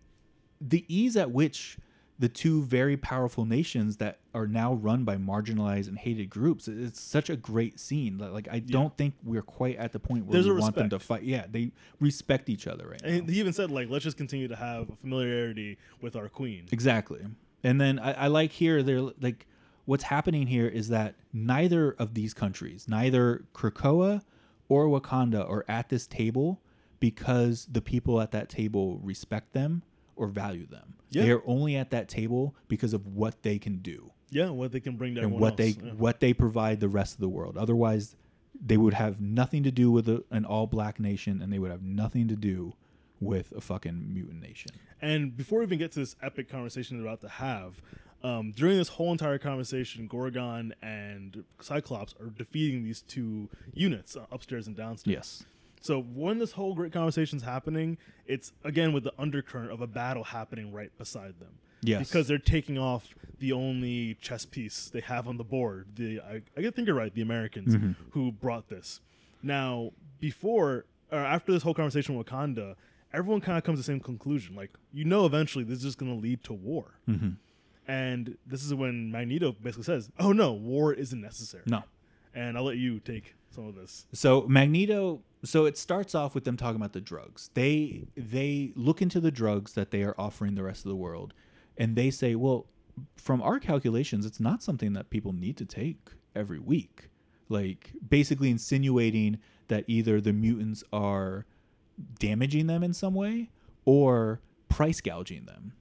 [SPEAKER 2] the ease at which the two very powerful nations that are now run by marginalized and hated groups. It- It's such a great scene. Like, like, I don't think we're quite at the point where
[SPEAKER 1] There's
[SPEAKER 2] we
[SPEAKER 1] a
[SPEAKER 2] want them to
[SPEAKER 1] respect.
[SPEAKER 2] fight. Yeah, they respect each other right now.
[SPEAKER 1] And he even said like, let's just continue to have familiarity with our queen.
[SPEAKER 2] Exactly. And then I, I like here they're like what's happening here is that neither of these countries, neither Krakoa or Wakanda are at this table because the people at that table respect them or value them.
[SPEAKER 1] Yeah.
[SPEAKER 2] They are only at that table because of what they can do
[SPEAKER 1] Yeah, what they can bring to
[SPEAKER 2] and
[SPEAKER 1] everyone
[SPEAKER 2] what they
[SPEAKER 1] else. Yeah.
[SPEAKER 2] what they provide the rest of the world. Otherwise, they would have nothing to do with a, an all black nation and they would have nothing to do with a fucking mutant nation.
[SPEAKER 1] And before we even get to this epic conversation we're about to have, um, during this whole entire conversation, Gorgon and Cyclops are defeating these two units uh, upstairs and downstairs.
[SPEAKER 2] Yes.
[SPEAKER 1] So when this whole great conversation's happening, it's again with the undercurrent of a battle happening right beside them.
[SPEAKER 2] Yes.
[SPEAKER 1] Because they're taking off the only chess piece they have on the board. The I, I think you're right, the Americans
[SPEAKER 2] Mm-hmm.
[SPEAKER 1] who brought this. Now, before or after this whole conversation with Wakanda, everyone kind of comes to the same conclusion. Like, you know eventually this is just gonna lead to war.
[SPEAKER 2] Mm-hmm.
[SPEAKER 1] And this is when Magneto basically says, Oh no, war isn't necessary.
[SPEAKER 2] No.
[SPEAKER 1] And I'll let you take some of this.
[SPEAKER 2] So Magneto. So it starts off with them talking about the drugs. They they look into the drugs that they are offering the rest of the world, and they say, well, from our calculations, it's not something that people need to take every week. Like basically insinuating that either the mutants are damaging them in some way or price gouging them.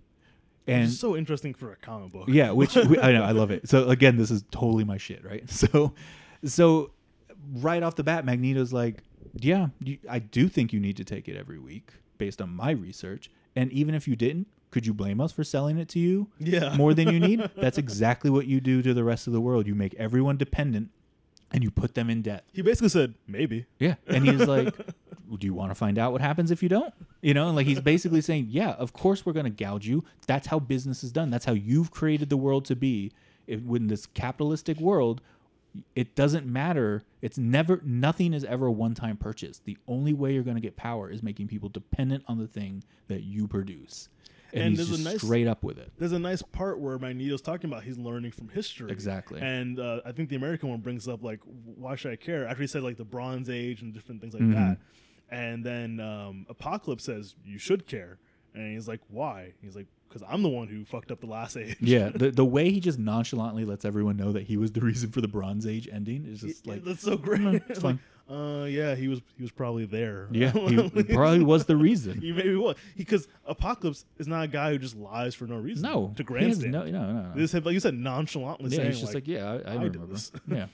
[SPEAKER 2] And
[SPEAKER 1] It's so interesting for a comic book.
[SPEAKER 2] yeah, which we, I know I love it. So again, this is totally my shit, right? So, so right off the bat, Magneto's like, yeah, you, I do think you need to take it every week based on my research. And even if you didn't, could you blame us for selling it to you
[SPEAKER 1] Yeah.
[SPEAKER 2] more than you need? That's exactly what you do to the rest of the world. You make everyone dependent and you put them in debt.
[SPEAKER 1] He basically said, maybe.
[SPEAKER 2] Yeah. And he's like, Do you want to find out what happens if you don't? You know, and like he's basically saying, Yeah, of course we're going to gouge you. That's how business is done. That's how you've created the world to be. If, in this capitalistic world, it doesn't matter. It's never, nothing is ever a one time purchase. The only way you're going to get power is making people dependent on the thing that you produce. And,
[SPEAKER 1] And
[SPEAKER 2] he's
[SPEAKER 1] there's a
[SPEAKER 2] just
[SPEAKER 1] nice-
[SPEAKER 2] straight up with it.
[SPEAKER 1] There's a nice part where Magneto's talking about he's learning from history.
[SPEAKER 2] Exactly.
[SPEAKER 1] And uh, I think the American one brings up, like, why should I care? After he said, like, the Bronze Age and different things like
[SPEAKER 2] Mm-hmm.
[SPEAKER 1] that. And then um, Apocalypse says, you should care. And he's like, why? He's like, because I'm the one who fucked up the last age.
[SPEAKER 2] Yeah, the, the way he just nonchalantly lets everyone know that he was the reason for the Bronze Age ending is just like
[SPEAKER 1] That's so great.
[SPEAKER 2] it's
[SPEAKER 1] Like, uh, yeah, he was he was probably there.
[SPEAKER 2] Yeah, he probably was the reason.
[SPEAKER 1] He maybe was because Apocalypse is not a guy who just lies for no reason.
[SPEAKER 2] No,
[SPEAKER 1] to
[SPEAKER 2] he has
[SPEAKER 1] grandstand.
[SPEAKER 2] No, no, no. no.
[SPEAKER 1] This had, like you said, nonchalantly
[SPEAKER 2] yeah,
[SPEAKER 1] saying
[SPEAKER 2] he's just
[SPEAKER 1] like,
[SPEAKER 2] like, yeah, I, I,
[SPEAKER 1] did
[SPEAKER 2] remember.
[SPEAKER 1] this.
[SPEAKER 2] yeah.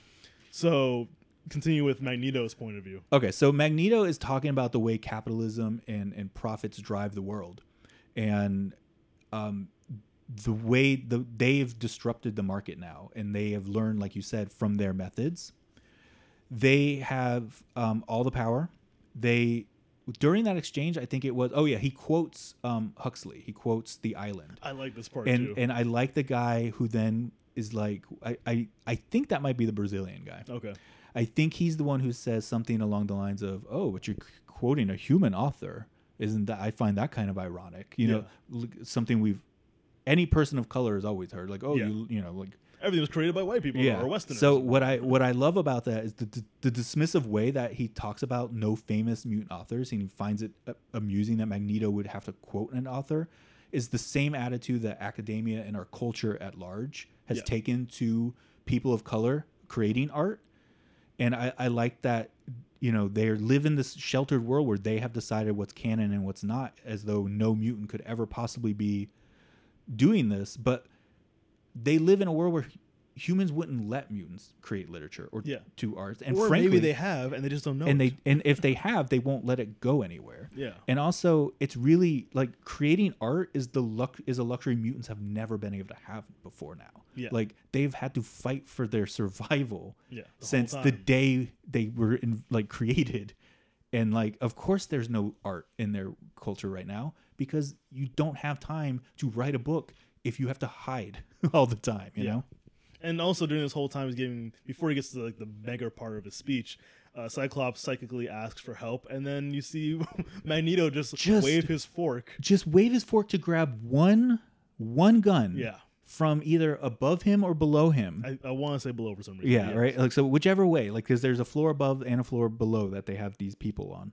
[SPEAKER 1] So continue with Magneto's point of view.
[SPEAKER 2] Okay, so Magneto is talking about the way capitalism and and profits drive the world, and um, the way the they've disrupted the market now, and they have learned, like you said, from their methods. They have um, all the power. They during that exchange, I think it was. Oh yeah, he quotes um, Huxley. He quotes the island.
[SPEAKER 1] I like this part
[SPEAKER 2] and
[SPEAKER 1] too.
[SPEAKER 2] and I like the guy who then is like I, I I think that might be the Brazilian guy.
[SPEAKER 1] okay.
[SPEAKER 2] I think he's the one who says something along the lines of, "Oh, but you're c- quoting a human author, isn't that?" I find that kind of ironic. You know, l- something we've any person of color has always heard, like, "Oh,
[SPEAKER 1] Yeah.
[SPEAKER 2] you you know, like
[SPEAKER 1] Everything was created by white people or Westerners.
[SPEAKER 2] so what I what I love about that is the, the the dismissive way that he talks about no famous mutant authors, and he finds it a- amusing that Magneto would have to quote an author, is the same attitude that academia and our culture at large has
[SPEAKER 1] Yeah.
[SPEAKER 2] taken to people of color creating art, and I I like that you know they live in this sheltered world where they have decided what's canon and what's not, as though no mutant could ever possibly be doing this, but they live in a world where humans wouldn't let mutants create literature or
[SPEAKER 1] Yeah.
[SPEAKER 2] do arts, and
[SPEAKER 1] or
[SPEAKER 2] frankly,
[SPEAKER 1] maybe they have and they just don't know.
[SPEAKER 2] and
[SPEAKER 1] it.
[SPEAKER 2] they and if they have, they won't let it go anywhere.
[SPEAKER 1] Yeah.
[SPEAKER 2] And also, it's really like creating art is the luck is a luxury mutants have never been able to have before now.
[SPEAKER 1] Yeah.
[SPEAKER 2] Like they've had to fight for their survival
[SPEAKER 1] Yeah, the whole
[SPEAKER 2] since the
[SPEAKER 1] time.
[SPEAKER 2] day they were in, like created. And like of course there's no art in their culture right now because you don't have time to write a book if you have to hide all the time, you
[SPEAKER 1] Yeah.
[SPEAKER 2] know?
[SPEAKER 1] And also during this whole time he's giving before he gets to like the mega part of his speech, uh, Cyclops psychically asks for help, and then you see Magneto just,
[SPEAKER 2] Just-
[SPEAKER 1] wave his fork.
[SPEAKER 2] just wave his fork to grab one one gun
[SPEAKER 1] Yeah.
[SPEAKER 2] from either above him or below him.
[SPEAKER 1] I, I want to say below for some reason.
[SPEAKER 2] yeah, right. Like so, whichever way, like because there's a floor above and a floor below that they have these people on,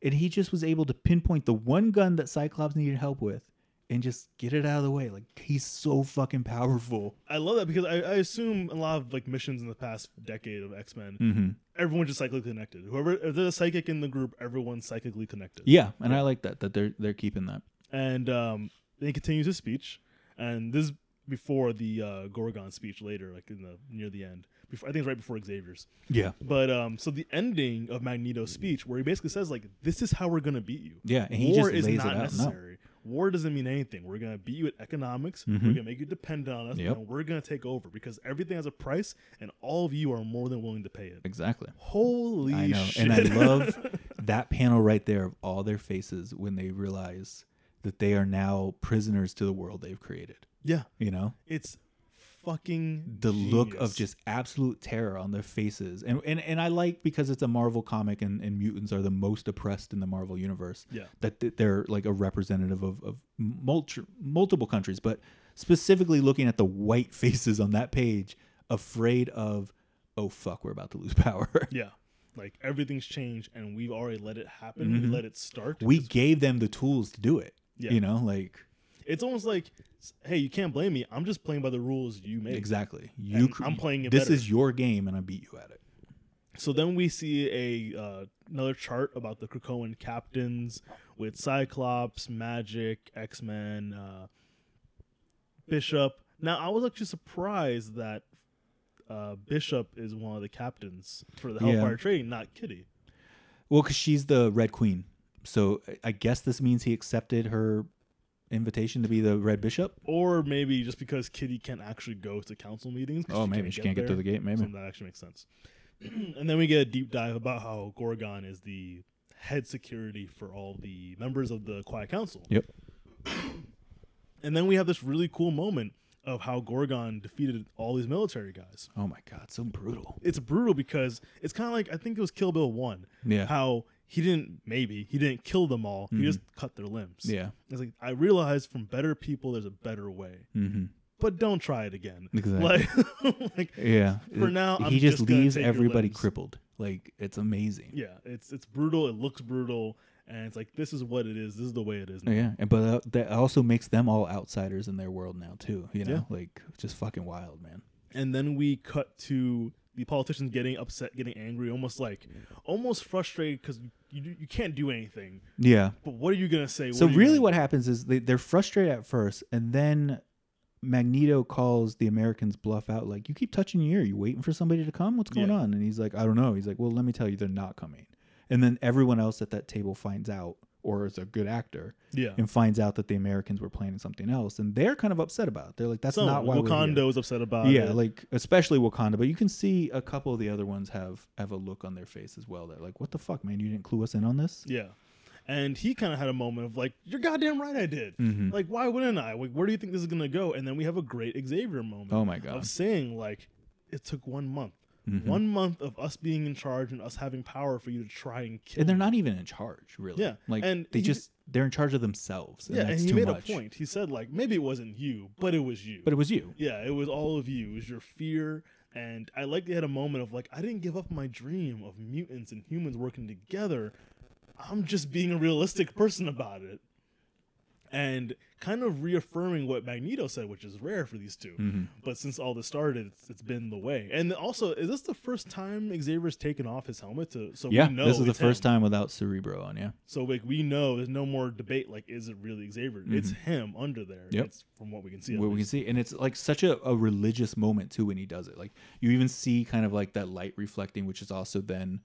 [SPEAKER 2] and he just was able to pinpoint the one gun that Cyclops needed help with, and just get it out of the way. Like he's so fucking powerful.
[SPEAKER 1] I love that because I, I assume a lot of like missions in the past decade of X Men,
[SPEAKER 2] Mm-hmm.
[SPEAKER 1] everyone's just psychically connected. Whoever if there's a psychic in the group, everyone's psychically connected.
[SPEAKER 2] Yeah, and I like that that they're they're keeping that.
[SPEAKER 1] And um, then he continues his speech, and this is before the uh, Gorgon speech later, like in the near the end. Before I think it's right before Xavier's.
[SPEAKER 2] Yeah,
[SPEAKER 1] But um, so the ending of Magneto's speech, where he basically says like, "This is how we're gonna beat you.
[SPEAKER 2] yeah. And he
[SPEAKER 1] War
[SPEAKER 2] just
[SPEAKER 1] is
[SPEAKER 2] lays
[SPEAKER 1] not
[SPEAKER 2] it out. No.
[SPEAKER 1] necessary. War doesn't mean anything. We're gonna beat you at economics. We're gonna make you dependent on us,
[SPEAKER 2] Mm-hmm. Yep.
[SPEAKER 1] and we're gonna take over because everything has a price, and all of you are more than willing to pay it."
[SPEAKER 2] Exactly.
[SPEAKER 1] Holy
[SPEAKER 2] I know.
[SPEAKER 1] shit!
[SPEAKER 2] And I love that panel right there of all their faces when they realize that they are now prisoners to the world they've created.
[SPEAKER 1] yeah,
[SPEAKER 2] You know?
[SPEAKER 1] it's fucking
[SPEAKER 2] The look
[SPEAKER 1] genius.
[SPEAKER 2] of just absolute terror on their faces. And and, and I like because it's a Marvel comic and, and mutants are the most oppressed in the Marvel universe.
[SPEAKER 1] Yeah.
[SPEAKER 2] That th- they're like a representative of, of multi, multiple countries, but specifically looking at the white faces on that page, afraid of, oh fuck, we're about to lose power.
[SPEAKER 1] yeah. Like everything's changed, and we've already let it happen. We let it start.
[SPEAKER 2] Mm-hmm. we gave them the tools to do it.
[SPEAKER 1] Yeah.
[SPEAKER 2] You know, like
[SPEAKER 1] it's almost like, hey, you can't blame me. I'm just playing by the rules you made.
[SPEAKER 2] exactly. You,
[SPEAKER 1] And I'm playing it
[SPEAKER 2] This
[SPEAKER 1] better.
[SPEAKER 2] is your game, and I beat you at it.
[SPEAKER 1] So then we see a uh, another chart about the Krakoan captains with Cyclops, Magic, X Men, uh, Bishop. Now I was actually surprised that uh, Bishop is one of the captains for the
[SPEAKER 2] Yeah.
[SPEAKER 1] Hellfire Trading, not Kitty.
[SPEAKER 2] Well, because she's the Red Queen, so I- I guess this means he accepted her invitation to be the Red Bishop.
[SPEAKER 1] Or maybe just because Kitty can't actually go to council meetings.
[SPEAKER 2] Oh,
[SPEAKER 1] 'cause there.
[SPEAKER 2] gate.
[SPEAKER 1] So that actually makes sense. and then we get a deep dive about how Gorgon is the head security for all the members of the Quiet Council.
[SPEAKER 2] Yep.
[SPEAKER 1] And then we have this really cool moment of how Gorgon defeated all these military guys.
[SPEAKER 2] Oh my God, so brutal.
[SPEAKER 1] It's brutal because it's kind of like I think it was Kill Bill 1.
[SPEAKER 2] Yeah. Mm-hmm.
[SPEAKER 1] How he didn't maybe he didn't kill them all. He just cut their limbs.
[SPEAKER 2] Yeah.
[SPEAKER 1] It's like I realized from better people there's a better way.
[SPEAKER 2] Mm-hmm.
[SPEAKER 1] But don't try it again.
[SPEAKER 2] Exactly.
[SPEAKER 1] Like, like
[SPEAKER 2] Yeah.
[SPEAKER 1] For now,
[SPEAKER 2] he
[SPEAKER 1] I'm
[SPEAKER 2] just,
[SPEAKER 1] just gonna
[SPEAKER 2] leaves
[SPEAKER 1] take your
[SPEAKER 2] everybody
[SPEAKER 1] limbs.
[SPEAKER 2] crippled. Like it's amazing.
[SPEAKER 1] yeah it's it's brutal it looks brutal and it's like this is what it is this is the way it is now.
[SPEAKER 2] Yeah, and but uh, that also makes them all outsiders in their world now too. You know,
[SPEAKER 1] Yeah.
[SPEAKER 2] like just fucking wild, man.
[SPEAKER 1] and then we cut to the politicians getting upset getting angry almost like almost frustrated because you, you can't do anything
[SPEAKER 2] Yeah.
[SPEAKER 1] but what are you gonna say
[SPEAKER 2] So
[SPEAKER 1] are you
[SPEAKER 2] really,
[SPEAKER 1] gonna
[SPEAKER 2] what happens is they, they're frustrated at first, and then Magneto calls the Americans bluff out, like, "You keep touching your ear. You waiting for somebody to come? What's going
[SPEAKER 1] Yeah.
[SPEAKER 2] on?" And he's like, "I don't know." He's like, "Well, let me tell you, they're not coming." And then everyone else at that table finds out, or is a good actor,
[SPEAKER 1] do? yeah
[SPEAKER 2] and finds out that the Americans were planning something else, and they're kind of upset about it. They're like, "That's
[SPEAKER 1] so
[SPEAKER 2] not why we're here."
[SPEAKER 1] wakanda was upset about
[SPEAKER 2] yeah,
[SPEAKER 1] it.
[SPEAKER 2] like especially Wakanda, but you can see a couple of the other ones have have a look on their face as well. That like, what the fuck, man? You didn't clue us in on this?
[SPEAKER 1] yeah and he kind of had a moment of like you're goddamn right i did
[SPEAKER 2] Mhm.
[SPEAKER 1] like why wouldn't i like where do you think this is gonna go and then we have a great xavier moment
[SPEAKER 2] Oh my god! Mm-hmm.
[SPEAKER 1] of saying like it took one month one month of us being in charge and us having power for you to try and kill
[SPEAKER 2] and they're
[SPEAKER 1] me.
[SPEAKER 2] not even in charge, really.
[SPEAKER 1] Mm. Yeah,
[SPEAKER 2] like
[SPEAKER 1] and
[SPEAKER 2] they
[SPEAKER 1] he-
[SPEAKER 2] just they're in charge of themselves.
[SPEAKER 1] Yeah,
[SPEAKER 2] and
[SPEAKER 1] and
[SPEAKER 2] that's
[SPEAKER 1] he
[SPEAKER 2] too
[SPEAKER 1] made
[SPEAKER 2] much.
[SPEAKER 1] a point. He said like maybe it wasn't you, but it was you.
[SPEAKER 2] But it was you.
[SPEAKER 1] yeah, it was all of you. It was your fear, and I like they had a moment of like I didn't give up my dream of mutants and humans working together. I'm just being a realistic person about it, and kind of reaffirming what Magneto said, which is rare for these 2
[SPEAKER 2] Mm-hmm.
[SPEAKER 1] But since all this started, it's, it's been the way. And also, is this the first time Xavier's taken off his helmet? To so
[SPEAKER 2] Yeah,
[SPEAKER 1] we know
[SPEAKER 2] this is the
[SPEAKER 1] it's him.
[SPEAKER 2] first time without Cerebro on. Yeah,
[SPEAKER 1] So like we know there's no more debate like is it really Xavier? It's him under there.
[SPEAKER 2] Mm-hmm. Yep.
[SPEAKER 1] It's from what we can see. at
[SPEAKER 2] where we
[SPEAKER 1] least.
[SPEAKER 2] can see, and it's like such a, a religious moment too when he does it. Like you even see kind of like that light reflecting, which is also then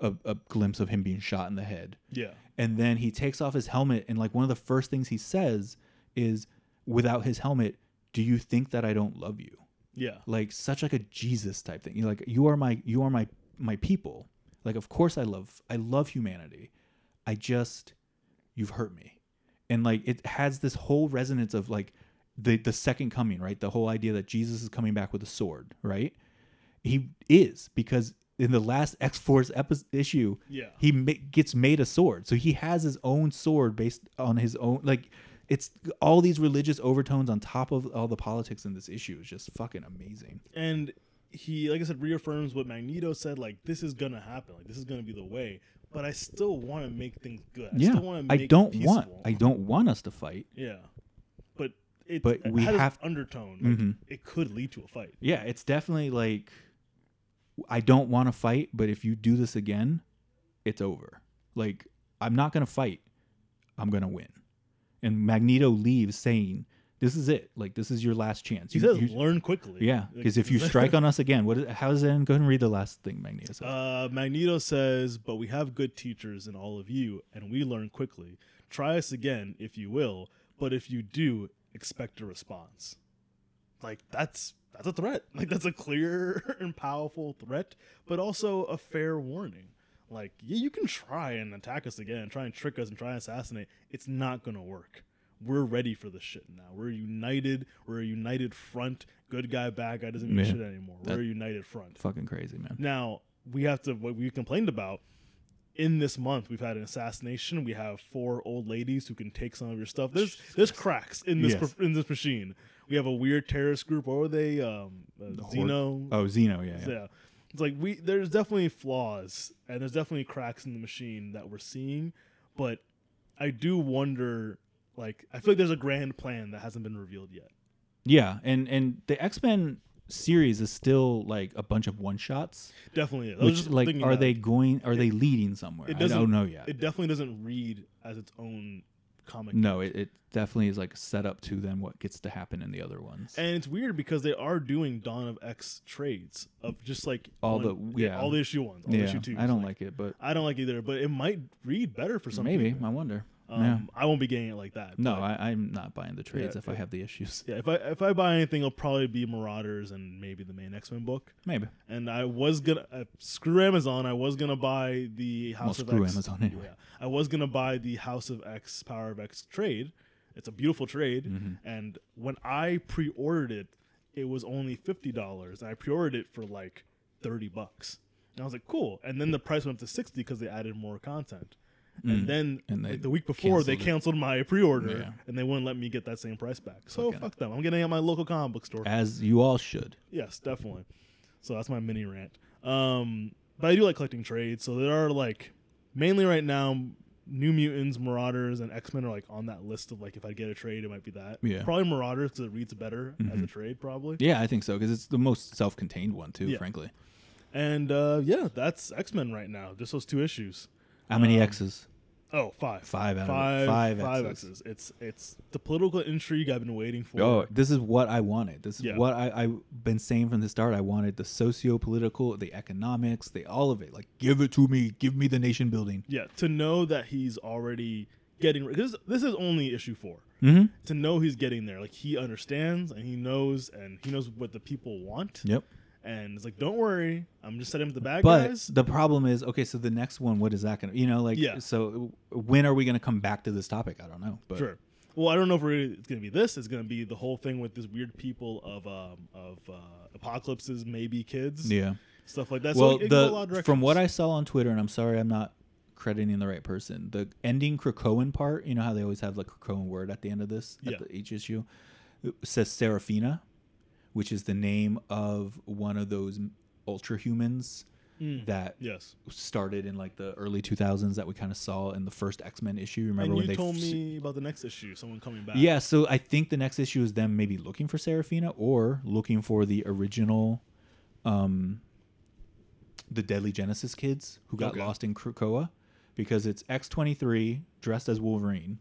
[SPEAKER 2] a, a glimpse of him being shot in the head.
[SPEAKER 1] yeah.
[SPEAKER 2] and then he takes off his helmet and like one of the first things he says is without his helmet do you think that i don't love you
[SPEAKER 1] Yeah.
[SPEAKER 2] like such like a jesus type thing You're like you are my you are my my people like of course i love i love humanity i just you've hurt me and like it has this whole resonance of like the the second coming right the whole idea that jesus is coming back with a sword right he is because in the last X Force epi- issue,
[SPEAKER 1] Yeah.
[SPEAKER 2] he ma- gets made a sword. So he has his own sword based on his own. Like it's all these religious overtones on top of all the politics in this issue is just fucking amazing.
[SPEAKER 1] and he like i said reaffirms what magneto said like this is gonna happen like this is gonna be the way but i still want to make things good i
[SPEAKER 2] yeah,
[SPEAKER 1] still want to
[SPEAKER 2] I
[SPEAKER 1] make it
[SPEAKER 2] don't want
[SPEAKER 1] peaceful.
[SPEAKER 2] I don't want us to fight.
[SPEAKER 1] yeah but it
[SPEAKER 2] But we
[SPEAKER 1] had this
[SPEAKER 2] have-
[SPEAKER 1] undertone like,
[SPEAKER 2] Mhm.
[SPEAKER 1] it could lead to a fight
[SPEAKER 2] Yeah, it's definitely like I don't want to fight, but if you do this again, it's over. Like I'm not going to fight. I'm going to win. And Magneto leaves saying, "This is it. Like this is your last chance."
[SPEAKER 1] he
[SPEAKER 2] You-
[SPEAKER 1] says
[SPEAKER 2] you-
[SPEAKER 1] learn quickly
[SPEAKER 2] yeah,
[SPEAKER 1] Like,
[SPEAKER 2] because if you strike on us again, what? Is, how does it end? Go ahead and read the last thing Magneto says.
[SPEAKER 1] Uh, Magneto says, But we have good teachers in all of you, and we learn quickly. Try us again if you will, but if you do, expect a response. Like that's that's a threat. Like that's a clear and powerful threat, but also a fair warning. Like, yeah, you can try and attack us again, try and trick us and try and assassinate. It's not gonna work. We're ready for this shit now. We're united. We're a united front. Good guy, bad guy doesn't mean
[SPEAKER 2] Yeah.
[SPEAKER 1] shit anymore. We're a united front.
[SPEAKER 2] Fucking crazy, man.
[SPEAKER 1] Now we have to what we complained about in this month. We've had an assassination. We have four old ladies who can take some of your stuff. There's there's cracks in this
[SPEAKER 2] Yes.
[SPEAKER 1] in this machine. We have a weird terrorist group. What were they? Um, uh,
[SPEAKER 2] Horde.
[SPEAKER 1] Xeno.
[SPEAKER 2] Oh, Zeno, yeah, yeah.
[SPEAKER 1] Yeah. It's like we there's definitely flaws and there's definitely cracks in the machine that we're seeing, but I do wonder. Like I feel like there's a grand plan that hasn't been revealed yet.
[SPEAKER 2] Yeah, and and the X Men series is still like a bunch of one shots.
[SPEAKER 1] Definitely, is. I was
[SPEAKER 2] Which
[SPEAKER 1] just
[SPEAKER 2] like,
[SPEAKER 1] thinking
[SPEAKER 2] are
[SPEAKER 1] that.
[SPEAKER 2] they going? Are they leading somewhere?
[SPEAKER 1] it
[SPEAKER 2] I don't
[SPEAKER 1] doesn't-
[SPEAKER 2] know yet.
[SPEAKER 1] It definitely doesn't read as its own comic
[SPEAKER 2] no, it, it definitely is like set up to then what gets to happen in the other ones.
[SPEAKER 1] And it's weird because they are doing Dawn of X trades of just like
[SPEAKER 2] All
[SPEAKER 1] one-
[SPEAKER 2] the- yeah.
[SPEAKER 1] all the issue ones, all the
[SPEAKER 2] yeah,
[SPEAKER 1] issue twos.
[SPEAKER 2] I don't like, it, but
[SPEAKER 1] I don't like either, but it might read better for some.
[SPEAKER 2] maybe
[SPEAKER 1] people.
[SPEAKER 2] I wonder.
[SPEAKER 1] Um,
[SPEAKER 2] yeah.
[SPEAKER 1] I won't be getting it like that.
[SPEAKER 2] No,
[SPEAKER 1] but-
[SPEAKER 2] I, I'm not buying the trades
[SPEAKER 1] Yeah,
[SPEAKER 2] if I have the issues.
[SPEAKER 1] yeah, if I if I buy anything, it'll probably be Marauders and maybe the main X Men book.
[SPEAKER 2] Maybe.
[SPEAKER 1] And I was gonna uh, screw Amazon. I was gonna buy the House of
[SPEAKER 2] screw
[SPEAKER 1] X.
[SPEAKER 2] Amazon anyway.
[SPEAKER 1] Yeah, I was gonna buy the House of X Power of X trade. It's a beautiful trade,
[SPEAKER 2] Mm-hmm.
[SPEAKER 1] and when I pre-ordered it, it was only fifty dollars. I pre-ordered it for like thirty bucks, and I was like, cool. And then the price went up to sixty because they added more content. And then
[SPEAKER 2] Mm. And they
[SPEAKER 1] like, the week before, they canceled my pre-order,
[SPEAKER 2] Yeah.
[SPEAKER 1] and they wouldn't let me get that same price back. So
[SPEAKER 2] Fucking-
[SPEAKER 1] fuck them. I'm getting it at my local comic book store.
[SPEAKER 2] As you all should.
[SPEAKER 1] Yes, definitely. So that's my mini rant. Um, but I do like collecting trades. So there are like mainly right now, New Mutants, Marauders, and X Men are like on that list of like if I get a trade, it might be that.
[SPEAKER 2] Yeah. Mm-hmm.
[SPEAKER 1] Probably Marauders because it reads better as a trade, probably.
[SPEAKER 2] Yeah, I think so because it's the most self-contained one too.
[SPEAKER 1] Yeah.
[SPEAKER 2] Frankly,
[SPEAKER 1] And uh, yeah, that's X Men right now. Just those two issues.
[SPEAKER 2] how
[SPEAKER 1] Um,
[SPEAKER 2] many X's?
[SPEAKER 1] Oh, five.
[SPEAKER 2] Five out of it.
[SPEAKER 1] five,
[SPEAKER 2] Five Xs.
[SPEAKER 1] X's. It's it's the political intrigue I've been waiting for.
[SPEAKER 2] Oh, this is what I wanted. This is
[SPEAKER 1] Yeah.
[SPEAKER 2] what I, I've been saying from the start. I wanted the socio-political, the economics, the all of it. Like, give it to me. Give me the nation building.
[SPEAKER 1] Yeah, to know that he's already getting because this is only issue 4 To know he's getting there, like he understands and he knows and he knows what the people want.
[SPEAKER 2] Yep.
[SPEAKER 1] And it's like, don't worry, I'm just setting up the bad
[SPEAKER 2] But
[SPEAKER 1] guys.
[SPEAKER 2] the problem is, okay, so the next one, what is that gonna? You know, like,
[SPEAKER 1] Yeah.
[SPEAKER 2] So when are we gonna come back to this topic? I don't know. But
[SPEAKER 1] Sure. Well, I don't know if really it's gonna be this. It's gonna be the whole thing with this weird people of um of uh, apocalypses, maybe kids,
[SPEAKER 2] yeah.
[SPEAKER 1] stuff like that. so
[SPEAKER 2] well,
[SPEAKER 1] it can go a lot of
[SPEAKER 2] the from
[SPEAKER 1] directions.
[SPEAKER 2] what I saw on Twitter, and I'm sorry, I'm not crediting the right person. The ending Krakoan part, you know how they always have the Krakoan word at the end of this,
[SPEAKER 1] Yeah.
[SPEAKER 2] at the, each issue, it says Seraphina, which is the name of one of those ultra humans
[SPEAKER 1] Mm.
[SPEAKER 2] that
[SPEAKER 1] yes,
[SPEAKER 2] started in like the early 2000s that we kind of saw in the first X Men issue. Remember when
[SPEAKER 1] and
[SPEAKER 2] they
[SPEAKER 1] you told
[SPEAKER 2] f-
[SPEAKER 1] me about the next issue, someone coming back.
[SPEAKER 2] yeah, so I think the next issue is them maybe looking for Serafina or looking for the original, um, the Deadly Genesis kids who got
[SPEAKER 1] Okay.
[SPEAKER 2] lost in Krakoa, because it's X twenty three dressed as Wolverine,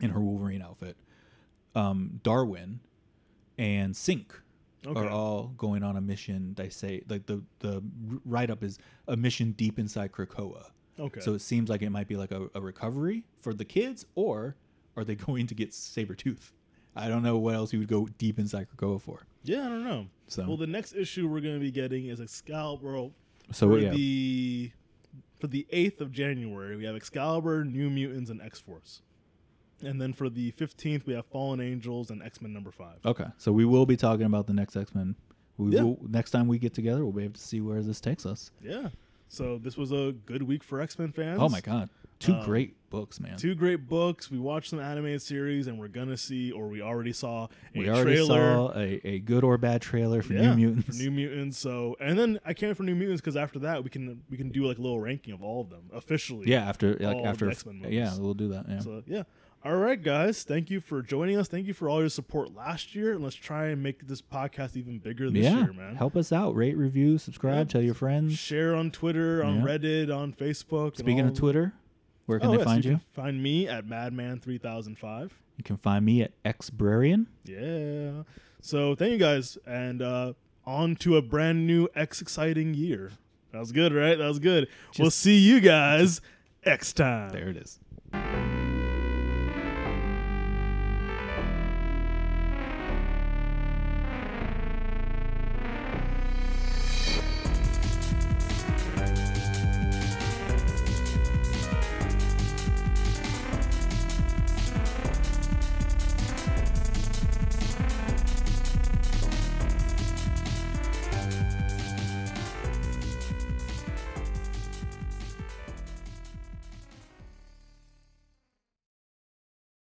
[SPEAKER 2] in her Wolverine outfit, um, Darwin, and Sync.
[SPEAKER 1] Okay.
[SPEAKER 2] Are all going on a mission? They say like the the write up is a mission deep inside Krakoa.
[SPEAKER 1] Okay.
[SPEAKER 2] So it seems like it might be like a, a recovery for the kids, or are they going to get Sabretooth? I don't know what else you would go deep inside Krakoa for.
[SPEAKER 1] yeah, I don't know.
[SPEAKER 2] So-
[SPEAKER 1] well, the next issue we're gonna be getting is Excalibur.
[SPEAKER 2] So
[SPEAKER 1] for
[SPEAKER 2] yeah,
[SPEAKER 1] the for the eighth of January, we have Excalibur, New Mutants, and X Force. And then for the fifteenth, we have Fallen Angels and X Men number five.
[SPEAKER 2] okay. So we will be talking about the next X Men. We
[SPEAKER 1] Yeah.
[SPEAKER 2] will next time we get together, we'll be able to see where this takes us.
[SPEAKER 1] Yeah. So this was a good week for X Men fans.
[SPEAKER 2] Oh my god! Two
[SPEAKER 1] Um,
[SPEAKER 2] great books, man.
[SPEAKER 1] Two great books. We watched some animated series, and we're gonna see, or we already saw a
[SPEAKER 2] we already
[SPEAKER 1] trailer
[SPEAKER 2] saw a, a good or bad trailer for
[SPEAKER 1] Yeah,
[SPEAKER 2] New Mutants.
[SPEAKER 1] for New Mutants. So, and then I can't for New Mutants because after that we can we can do like a little ranking of all of them officially.
[SPEAKER 2] yeah, after like
[SPEAKER 1] all of the
[SPEAKER 2] after
[SPEAKER 1] X-Men movies.
[SPEAKER 2] yeah, we'll do that. Yeah.
[SPEAKER 1] So yeah. All right, guys. Thank you for joining us. Thank you for all your support last year, and let's try and make this podcast even bigger this
[SPEAKER 2] yeah,
[SPEAKER 1] year, man.
[SPEAKER 2] help us out. Rate, review, subscribe,
[SPEAKER 1] Yeah.
[SPEAKER 2] tell your friends.
[SPEAKER 1] Share on Twitter, on
[SPEAKER 2] Yeah.
[SPEAKER 1] Reddit, on Facebook. and
[SPEAKER 2] Speaking
[SPEAKER 1] all-
[SPEAKER 2] of Twitter, where can
[SPEAKER 1] Oh,
[SPEAKER 2] they
[SPEAKER 1] yes,
[SPEAKER 2] find you?
[SPEAKER 1] you can find me at Madman3005.
[SPEAKER 2] you can find me at Xbrarian.
[SPEAKER 1] Yeah. So thank you guys, and uh, on to a brand new X exciting year. That was good, right? That was good. we'll see you guys next time.
[SPEAKER 2] There it is.